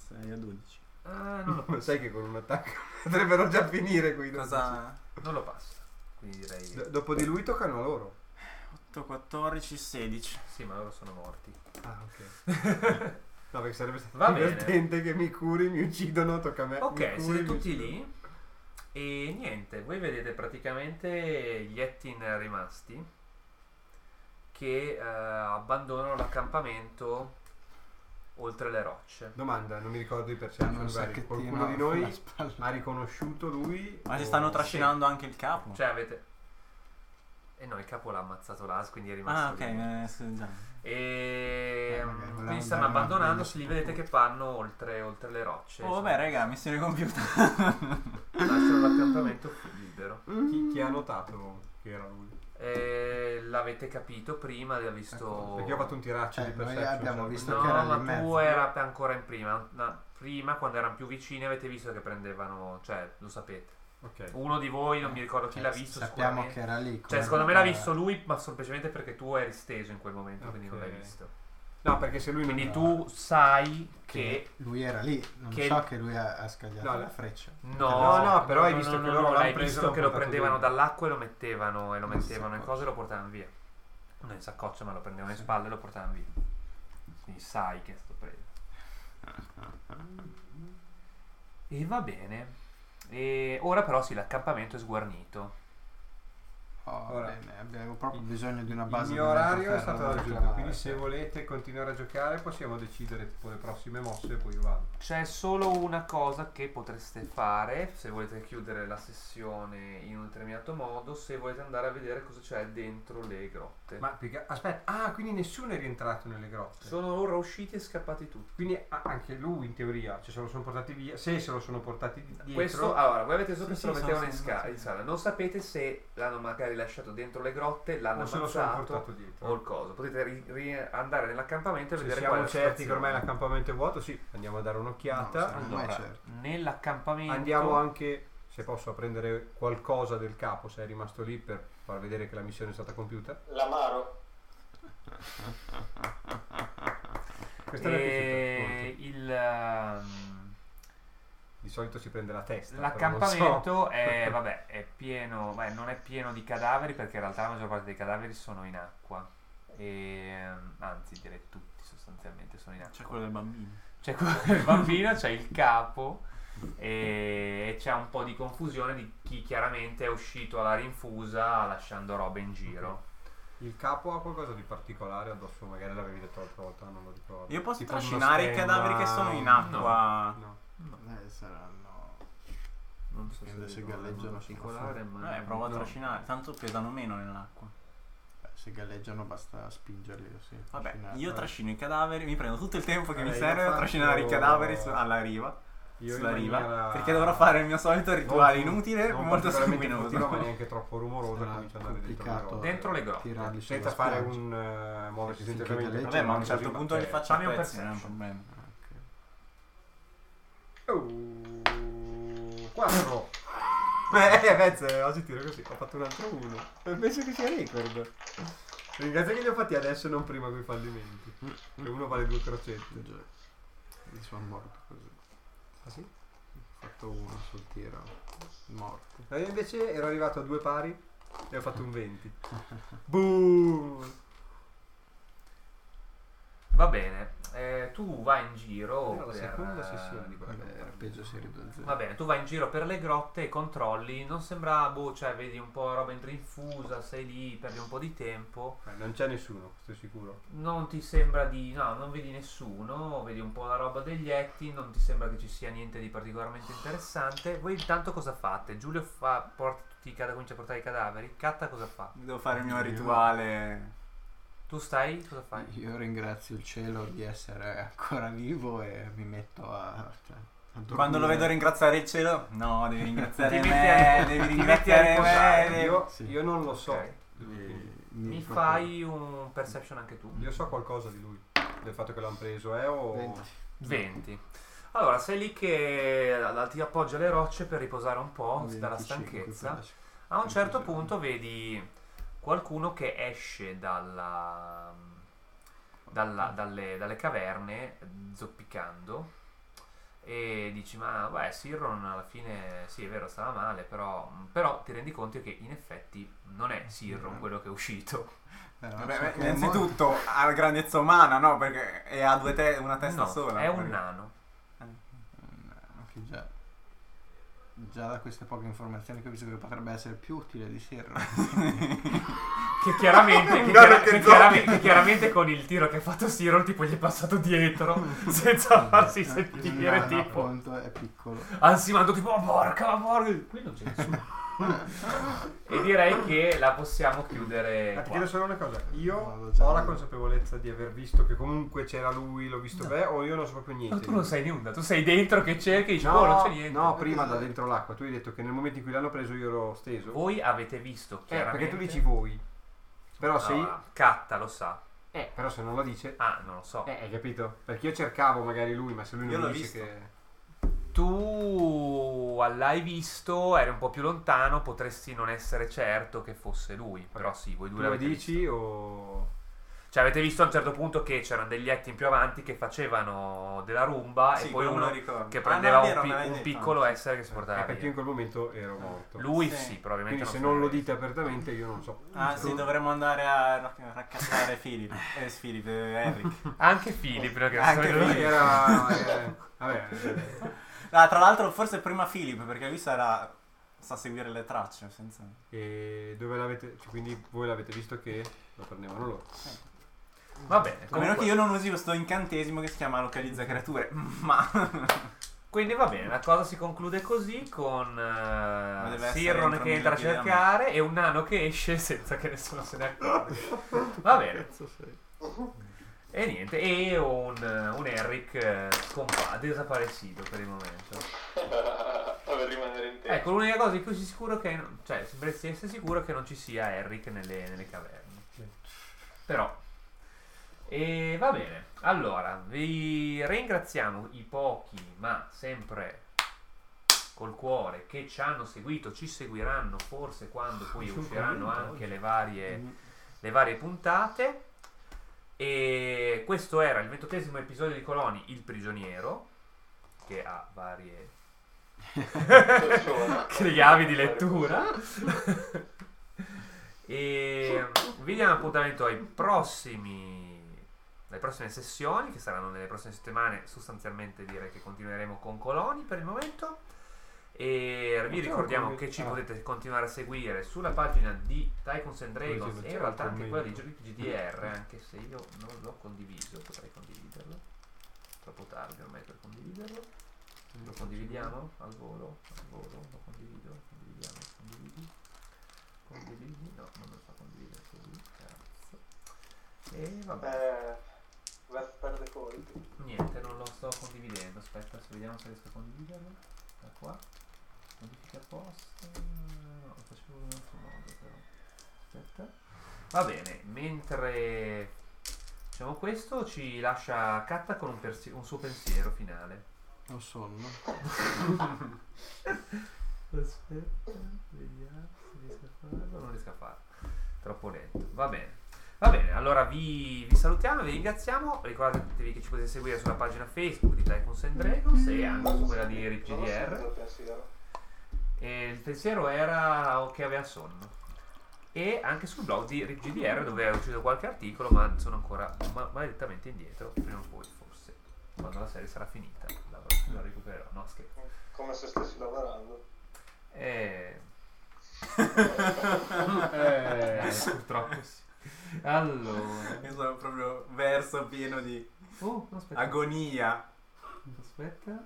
Speaker 3: 6 a 12.
Speaker 2: Ah, non lo
Speaker 6: Lo sai che con un attacco [LAUGHS] potrebbero già finire qui. non so.
Speaker 3: Cosa?
Speaker 2: Non lo passa. Quindi direi.
Speaker 6: D- dopo di lui toccano a loro.
Speaker 3: 8, 14, 16.
Speaker 2: Sì, ma loro sono morti.
Speaker 6: Ah, ok. [LAUGHS] No, perché sarebbe stato
Speaker 2: Va bene.
Speaker 6: divertente che mi curi, mi uccidono, tocca a me.
Speaker 2: Ok,
Speaker 6: mi curi,
Speaker 2: siete
Speaker 6: mi
Speaker 2: tutti
Speaker 6: uccidono.
Speaker 2: lì. E niente, voi vedete praticamente gli Ettin rimasti che eh, abbandonano l'accampamento oltre le rocce.
Speaker 6: Domanda, Cioè, non mi ricordo i
Speaker 1: Hanno Cioè, un
Speaker 6: perception value.
Speaker 1: sacchettino
Speaker 6: Qualcuno di
Speaker 1: [LAUGHS] alla
Speaker 6: noi
Speaker 1: spalla.
Speaker 6: ha riconosciuto lui?
Speaker 3: Ma si
Speaker 6: o-
Speaker 3: stanno trascinando anche il capo.
Speaker 2: Cioè avete... E no, il capo l'ha ammazzato l'as, quindi è rimasto
Speaker 3: ah, ok,
Speaker 2: lì.
Speaker 3: eh, sì, già.
Speaker 2: E mm,
Speaker 1: Eh, magari
Speaker 2: quindi
Speaker 1: volevamo
Speaker 2: stanno
Speaker 1: andare
Speaker 2: abbandonando,
Speaker 1: avanti,
Speaker 2: se li vedete che vanno oltre, oltre le rocce.
Speaker 3: Oh, vabbè, raga, missione compiuta.
Speaker 2: Lasciano l'accampamento libero.
Speaker 6: Chi, chi ha notato che era lui?
Speaker 2: E l'avete capito prima, l'ha visto...
Speaker 6: Ecco, Perché io ho fatto un tiraccio
Speaker 1: Cioè,
Speaker 6: di
Speaker 1: noi
Speaker 6: perception.
Speaker 1: abbiamo
Speaker 6: cioè,
Speaker 1: visto
Speaker 2: No,
Speaker 1: che era lì
Speaker 2: ma
Speaker 1: in mezzo.
Speaker 2: tu era ancora in prima. No, prima, quando erano più vicini, avete visto che prendevano... Cioè, lo sapete.
Speaker 6: Ok.
Speaker 2: Uno di voi, non mi ricordo chi
Speaker 1: Cioè,
Speaker 2: l'ha visto,
Speaker 1: Sappiamo
Speaker 2: sicuramente.
Speaker 1: che era lì.
Speaker 2: Cioè,
Speaker 1: come
Speaker 2: secondo me l'ha
Speaker 1: era-
Speaker 2: visto lui, ma semplicemente perché tu eri steso in quel momento, quindi non
Speaker 6: Ok.
Speaker 2: l'hai visto.
Speaker 6: No, perché se lui non...
Speaker 2: Quindi tu sai che...
Speaker 1: lui era lì. Non
Speaker 2: che-
Speaker 1: so che lui ha, ha scagliato
Speaker 6: No,
Speaker 1: la
Speaker 6: no.
Speaker 1: freccia.
Speaker 2: No,
Speaker 6: No, no, però hai visto che loro l'hanno
Speaker 2: l'hai
Speaker 6: preso e
Speaker 2: visto
Speaker 6: l'hanno
Speaker 2: che lo
Speaker 6: portato
Speaker 2: prendevano
Speaker 6: dentro.
Speaker 2: dall'acqua e lo mettevano, e lo
Speaker 1: Nel
Speaker 2: mettevano in
Speaker 1: saccoccio.
Speaker 2: cose e lo portavano via. Non in saccoccia, ma lo prendevano in spalle e lo portavano via. Quindi sai che è stato preso. E va bene. E ora però sì, l'accampamento è sguarnito.
Speaker 1: Oh,
Speaker 6: Ora.
Speaker 1: bene, abbiamo proprio bisogno di una base.
Speaker 6: Il
Speaker 1: di
Speaker 6: mio orario è
Speaker 1: terra
Speaker 6: stato
Speaker 1: da
Speaker 6: raggiunto,
Speaker 1: reclamare.
Speaker 6: quindi se volete continuare a giocare possiamo decidere tipo le prossime mosse e poi io vado.
Speaker 2: C'è solo una cosa che potreste fare se volete chiudere la sessione in un determinato modo, se volete andare a vedere cosa c'è dentro le grotte.
Speaker 6: Ma perché- aspetta, ah, quindi nessuno è rientrato nelle grotte.
Speaker 2: sono ora usciti e scappati tutti.
Speaker 6: Quindi a- anche lui in teoria, cioè se lo sono portati via, se se lo sono portati di- dietro.
Speaker 2: Questo, allora, voi avete so
Speaker 3: Sì,
Speaker 2: che se
Speaker 3: sì,
Speaker 2: lo
Speaker 3: sono
Speaker 2: mettevano in,
Speaker 3: senza-
Speaker 2: sca- in sala. Non sapete se l'hanno magari lasciato dentro le grotte, l'hanno
Speaker 6: o se lo sono portato
Speaker 2: ammazzato
Speaker 6: dietro.
Speaker 2: o il coso. Potete ri- ri- andare nell'accampamento e
Speaker 6: se
Speaker 2: vedere qual è
Speaker 6: siamo
Speaker 2: la
Speaker 6: certi che ormai
Speaker 2: situazione.
Speaker 6: l'accampamento è vuoto, sì, andiamo a dare un'occhiata.
Speaker 1: No,
Speaker 2: Allora,
Speaker 1: Ormai certo.
Speaker 2: nell'accampamento
Speaker 6: Andiamo anche, se posso, a prendere qualcosa del capo, se è rimasto lì per far vedere che la missione è stata compiuta.
Speaker 7: L'amaro.
Speaker 6: Questa
Speaker 2: Eh,
Speaker 6: mi è piaciuta, molto.
Speaker 2: e il, ehm,
Speaker 6: Di solito si prende la testa. però non so.
Speaker 2: l'accampamento
Speaker 6: [LAUGHS]
Speaker 2: è, vabbè, è pieno, beh, non è pieno di cadaveri perché in realtà la maggior parte dei cadaveri sono in acqua. E, ehm, anzi, direi tutti sostanzialmente sono in acqua.
Speaker 3: [LAUGHS] C'è quello del bambino.
Speaker 2: c'è quello del bambino, c'è Cioè, [LAUGHS] il capo e c'è un po' di confusione di chi chiaramente è uscito alla rinfusa lasciando robe in giro.
Speaker 6: Il capo ha qualcosa di particolare addosso, magari l'avevi detto l'altra volta, non lo ricordo.
Speaker 3: Io posso
Speaker 6: Tipo una
Speaker 3: trascinare i
Speaker 6: stemma,
Speaker 3: cadaveri che sono in
Speaker 6: un-
Speaker 3: acqua.
Speaker 6: No.
Speaker 1: Eh, saranno.
Speaker 2: Non so
Speaker 1: Dipende se
Speaker 2: ricordo
Speaker 1: galleggiano
Speaker 2: in
Speaker 1: sulla
Speaker 2: particolare, ma
Speaker 3: Eh, provo a
Speaker 2: no.
Speaker 3: trascinare, tanto pesano meno nell'acqua.
Speaker 1: Beh, se galleggiano basta spingerli. Sì,
Speaker 3: Vabbè,
Speaker 1: trascinarli.
Speaker 3: io trascino i cadaveri, mi prendo tutto il tempo che
Speaker 6: Eh,
Speaker 3: mi
Speaker 6: io
Speaker 3: serve a
Speaker 6: faccio-
Speaker 3: trascinare i cadaveri su- alla riva,
Speaker 6: Io in
Speaker 3: sulla riva,
Speaker 6: maniera-
Speaker 3: perché dovrò fare il mio solito rituale
Speaker 6: non-
Speaker 3: inutile,
Speaker 6: non
Speaker 3: molto
Speaker 6: particolarmente continuo, ma
Speaker 3: sanguinoso.
Speaker 6: neanche troppo rumoroso,
Speaker 1: Sarà
Speaker 6: comincia ad andare dentro le
Speaker 1: complicato.
Speaker 6: grotte.
Speaker 2: Dentro le grotte.
Speaker 1: Tirarli
Speaker 6: senza
Speaker 1: sulla
Speaker 6: fare
Speaker 1: spiaggia.
Speaker 6: un eh, muoversi
Speaker 1: Sì, sì,
Speaker 6: senza
Speaker 1: finché
Speaker 6: veramente.
Speaker 1: galleggia.
Speaker 3: Vabbè, ma a un
Speaker 6: Così,
Speaker 3: certo punto li
Speaker 6: eh,
Speaker 3: facciamo
Speaker 2: Fammi
Speaker 3: a
Speaker 2: un
Speaker 3: pezzi, non è un
Speaker 2: perception.
Speaker 3: problema.
Speaker 6: Oh, 4 Beh, pezzo, oggi tiro così, ho fatto un altro 1 Penso che sia record Ringrazio che li ho fatti adesso e non prima con i fallimenti Che uno vale due crocette
Speaker 1: Già. Io sono morto così.
Speaker 6: Ah sì?
Speaker 1: Ho fatto uno sul tiro. Morto.
Speaker 6: No, io invece ero arrivato a due pari e ho fatto un 20 Boom
Speaker 2: Va bene, eh, tu vai in giro.
Speaker 6: Era la
Speaker 2: per- eh,
Speaker 6: seconda sessione di quella
Speaker 1: Vabbè, il peggio si ridotto.
Speaker 2: Va bene, tu vai in giro per le grotte e controlli, non sembra, boh, cioè vedi un po' roba in rinfusa, sei lì, perdi un po' di tempo.
Speaker 6: Eh, Non c'è nessuno, questo è sicuro
Speaker 2: Non ti sembra di. no, non vedi nessuno, vedi un po' la roba degli etti, non ti sembra che ci sia niente di particolarmente interessante. Voi intanto cosa fate? Giulio fa, porta tutti i cadaveri, comincia a portare i cadaveri. Catta cosa fa?
Speaker 3: Devo fare il mio
Speaker 1: Io-
Speaker 3: rituale.
Speaker 2: Tu stai? Cosa fai?
Speaker 1: Io ringrazio il cielo di essere ancora vivo e mi metto a. Cioè, a
Speaker 3: Quando lo
Speaker 1: dormire.
Speaker 3: vedo ringraziare il cielo, no, devi ringraziare
Speaker 2: Ti metti a-
Speaker 3: me, devi
Speaker 2: ti metti a
Speaker 3: ringraziare
Speaker 2: riposare.
Speaker 3: me. devi-
Speaker 6: Io,
Speaker 1: Sì.
Speaker 6: io non lo so
Speaker 2: Ok.
Speaker 1: E
Speaker 2: Mi
Speaker 1: proprio-
Speaker 2: fai un perception anche tu.
Speaker 6: Io so qualcosa di lui Del fatto che l'hanno preso, eh o...
Speaker 1: 20.
Speaker 2: 20. Allora, sei lì che la- ti appoggia alle rocce per riposare un po' dalla
Speaker 1: 25 per
Speaker 2: stanchezza.
Speaker 1: la sc-
Speaker 2: A un certo
Speaker 1: Sì, sì.
Speaker 2: punto vedi qualcuno che esce dalla, dalla- dalle, dalle caverne zoppicando e dici ma beh Sirron alla fine sì è vero stava male però, però ti rendi conto che in effetti non è Sirron quello che è uscito
Speaker 1: Eh, non
Speaker 3: Vabbè,
Speaker 1: so
Speaker 3: beh,
Speaker 1: che è morto.
Speaker 3: innanzitutto ha la grandezza umana, no? Perché e ha due te- una testa
Speaker 2: no,
Speaker 3: sola.
Speaker 2: è un
Speaker 3: perché-
Speaker 2: nano
Speaker 1: Che già. Eh, Già da queste poche informazioni capisco che potrebbe essere più utile di Sierra.
Speaker 2: Che chiaramente, che
Speaker 6: No,
Speaker 2: chiara-
Speaker 6: perché
Speaker 2: che
Speaker 6: Zoe-
Speaker 2: chiaramente, che chiaramente con il tiro che ha fatto Cyril tipo gli è passato dietro senza [LAUGHS]
Speaker 1: Eh,
Speaker 2: farsi sentire
Speaker 1: no,
Speaker 2: tipo
Speaker 1: appunto, è piccolo.
Speaker 2: ansimando tipo "Oh, porca ma porca qui non c'è nessuno [LAUGHS] e direi che la possiamo chiudere
Speaker 6: Ah, ti
Speaker 2: qua.
Speaker 6: chiedo solo una cosa, io
Speaker 1: Vado già
Speaker 6: ho la
Speaker 1: io.
Speaker 6: consapevolezza di aver visto che comunque c'era lui, l'ho visto me, o io non so proprio niente.
Speaker 2: No, tu non sai nulla tu sei dentro che cerchi e dici
Speaker 6: No,
Speaker 2: "Oh, non c'è niente
Speaker 6: no, prima da dentro l'acqua, tu hai detto che nel momento in cui l'hanno preso io ero steso.
Speaker 2: voi avete visto
Speaker 6: Eh,
Speaker 2: chiaramente
Speaker 6: perché tu dici voi. Però,
Speaker 2: no,
Speaker 6: se,
Speaker 2: no, Catta lo sa
Speaker 6: eh, però se non lo dice...
Speaker 2: ah non lo so
Speaker 6: Eh, hai capito? Perché io cercavo magari lui, ma se lui
Speaker 3: Io
Speaker 6: non mi
Speaker 3: l'ho
Speaker 6: dice
Speaker 3: visto.
Speaker 6: che...
Speaker 2: tu l'hai visto eri un po' più lontano potresti non essere certo che fosse lui però sì voi
Speaker 6: Tu
Speaker 2: due
Speaker 6: lo
Speaker 2: l'avete visto.
Speaker 6: dici o...
Speaker 2: Cioè, avete visto a un certo punto che c'erano degli etti in più avanti che facevano della rumba
Speaker 3: Sì,
Speaker 2: e poi
Speaker 3: quello me
Speaker 2: uno
Speaker 3: lo ricordo.
Speaker 2: che
Speaker 3: Ah,
Speaker 2: prendeva
Speaker 3: no, è vero,
Speaker 2: un, pi-
Speaker 3: me l'hai
Speaker 2: un
Speaker 3: detto.
Speaker 2: piccolo essere che si portava
Speaker 6: Eh, perché io
Speaker 2: via.
Speaker 6: in quel momento ero morto.
Speaker 2: Lui
Speaker 3: Sì.
Speaker 2: sì, probabilmente.
Speaker 6: Quindi se
Speaker 2: so.
Speaker 6: non lo dite apertamente io non so.
Speaker 3: Ah sì, dovremmo andare a rac- raccattare Philip. Eh, Philip, eh, Eric.
Speaker 2: Anche Philip, no, che
Speaker 3: Anche
Speaker 2: so-
Speaker 3: lui.
Speaker 6: Era... eh, vabbè, eh,
Speaker 3: Ah, tra l'altro forse prima Philip, perché lui sarà... sa seguire le tracce. Senza...
Speaker 6: E dove l'avete. cioè, quindi voi l'avete visto che lo prendevano loro.
Speaker 2: Va bene.
Speaker 3: A meno
Speaker 2: comunque-
Speaker 3: che io non usi questo incantesimo che si chiama localizza creature. [LAUGHS] Ma...
Speaker 2: Quindi va bene, la cosa si conclude così con
Speaker 3: deve
Speaker 2: eh,
Speaker 3: essere
Speaker 2: Sirron
Speaker 3: entro
Speaker 2: che entra a
Speaker 3: mille chilometri.
Speaker 2: cercare e un nano che esce [LAUGHS] senza che nessuno se ne accorga.
Speaker 3: [LAUGHS]
Speaker 2: Va bene. E niente, e un, un Eric eh, scompa- desaparecido per
Speaker 7: [LAUGHS]
Speaker 2: il momento.
Speaker 7: per rimanere in tempo.
Speaker 2: Ecco, l'unica cosa di cui sei sicuro che. Cioè, sembreresti essere sicuro che non ci sia Eric nelle, nelle caverne. Però. E va bene. Allora, vi ringraziamo i pochi, ma sempre col cuore, che ci hanno seguito, ci seguiranno forse quando poi usciranno anche le varie, le varie puntate. E questo era il ventottesimo episodio di Coloni, Il prigioniero, che ha varie [LAUGHS] chiavi di lettura. e vi diamo appuntamento ai prossimi alle prossime sessioni che saranno nelle prossime settimane sostanzialmente direi che continueremo con Coloni per il momento e vi ricordiamo che ci
Speaker 6: Ah.
Speaker 2: potete continuare a seguire sulla pagina di Tycoons and Dragons
Speaker 6: Così,
Speaker 2: e in
Speaker 6: c'era
Speaker 2: realtà
Speaker 6: il
Speaker 2: anche quella di
Speaker 6: commento.
Speaker 2: GDR anche se io non l'ho condiviso potrei condividerlo troppo tardi ormai per condividerlo lo condividiamo al volo, al volo, lo condivido, condividiamo, condividi, condividi, no, non lo fa condividere così, cazzo. E vabbè,
Speaker 5: Eh, Vef perde colpi.
Speaker 2: niente, non lo sto condividendo, aspetta, se vediamo se riesco a condividerlo, da qua, modifica post, no, lo facevo in un altro modo però, aspetta. Va bene, mentre diciamo questo ci lascia Katta con un, persi- un suo pensiero finale.
Speaker 1: Ho sonno.
Speaker 2: Aspetta, vediamo se riesco a farlo. Non riesco a farlo. Troppo lento. Va bene. Va bene, allora vi, vi salutiamo, vi ringraziamo. Ricordatevi che ci potete seguire sulla pagina Facebook di Tycoons and Dragons e anche su quella di RipGDR. E il pensiero era che aveva sonno. E anche sul blog di RipGDR dove è uscito qualche articolo, ma sono ancora ma- maledettamente indietro. Prima o poi, forse, quando la serie sarà finita, la, la recupererò. No, scherzo.
Speaker 5: Come se stessi lavorando.
Speaker 3: [LAUGHS]
Speaker 2: E...
Speaker 6: Eh,
Speaker 2: Eh, purtroppo sì. Allora.
Speaker 3: Io sono proprio verso pieno di
Speaker 2: Oh, aspetta.
Speaker 3: agonia.
Speaker 2: aspetta.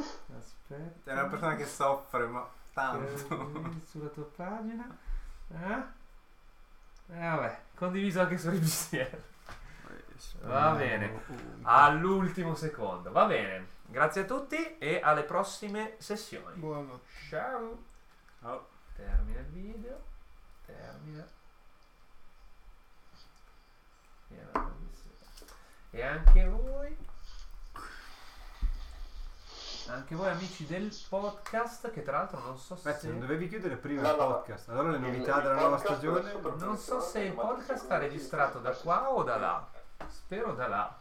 Speaker 2: Aspetta.
Speaker 3: Cioè, È una persona che soffre, ma tanto.
Speaker 2: Eh, Sulla tua pagina. Eh? Eh, vabbè, condiviso anche su
Speaker 3: [LAUGHS]
Speaker 2: RPCR. Va bene. Ah. All'ultimo secondo. Va bene. Grazie a tutti e alle prossime sessioni.
Speaker 1: Buono.
Speaker 2: Ciao.
Speaker 3: Oh.
Speaker 2: Termina il video. Termina. E la trasmissione. E anche voi. Anche voi amici del podcast che tra l'altro non so
Speaker 6: Aspetta, non
Speaker 2: se
Speaker 6: dovevi chiudere prima
Speaker 7: No,
Speaker 6: il
Speaker 7: no, no.
Speaker 6: podcast. Allora le novità della nuova stagione.
Speaker 2: non so se il podcast sta registrato da qua o da là. Spero da là.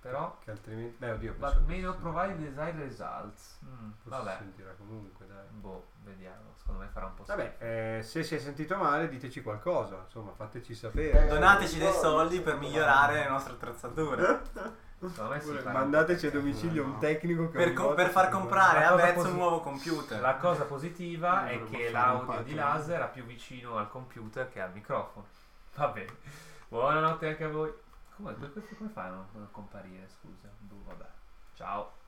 Speaker 2: Però
Speaker 6: Che altrimenti. Beh, oddio,
Speaker 2: ma
Speaker 6: penso che
Speaker 2: meno
Speaker 6: si-
Speaker 2: provare design results. Mm,
Speaker 6: forse si
Speaker 2: vabbè.
Speaker 6: sentirà comunque, dai.
Speaker 2: Boh, vediamo. Secondo me farà un po'
Speaker 6: Vabbè,
Speaker 2: schifo.
Speaker 6: eh, se si è sentito male, diteci qualcosa. Insomma, fateci sapere.
Speaker 5: Eh,
Speaker 2: Eh?
Speaker 3: Donateci dei soldi per migliorare le nostre attrezzature.
Speaker 2: Secondo me si fa-
Speaker 6: Mandateci a domicilio un tecnico che
Speaker 3: Per,
Speaker 6: ogni
Speaker 3: co-
Speaker 6: volta
Speaker 3: per far
Speaker 6: si
Speaker 3: comprare
Speaker 2: La
Speaker 3: a
Speaker 2: cosa
Speaker 3: Bezzo
Speaker 2: posi-
Speaker 3: un nuovo computer.
Speaker 2: La cosa positiva è
Speaker 1: Dovremmo
Speaker 2: che
Speaker 1: fare un
Speaker 2: l'audio di
Speaker 1: Patreon.
Speaker 2: laser è più vicino al computer che al microfono. [LAUGHS] Va bene. Buonanotte anche a voi. Come, come come fai a non comparire? Scusa. Boh, vabbè. Ciao.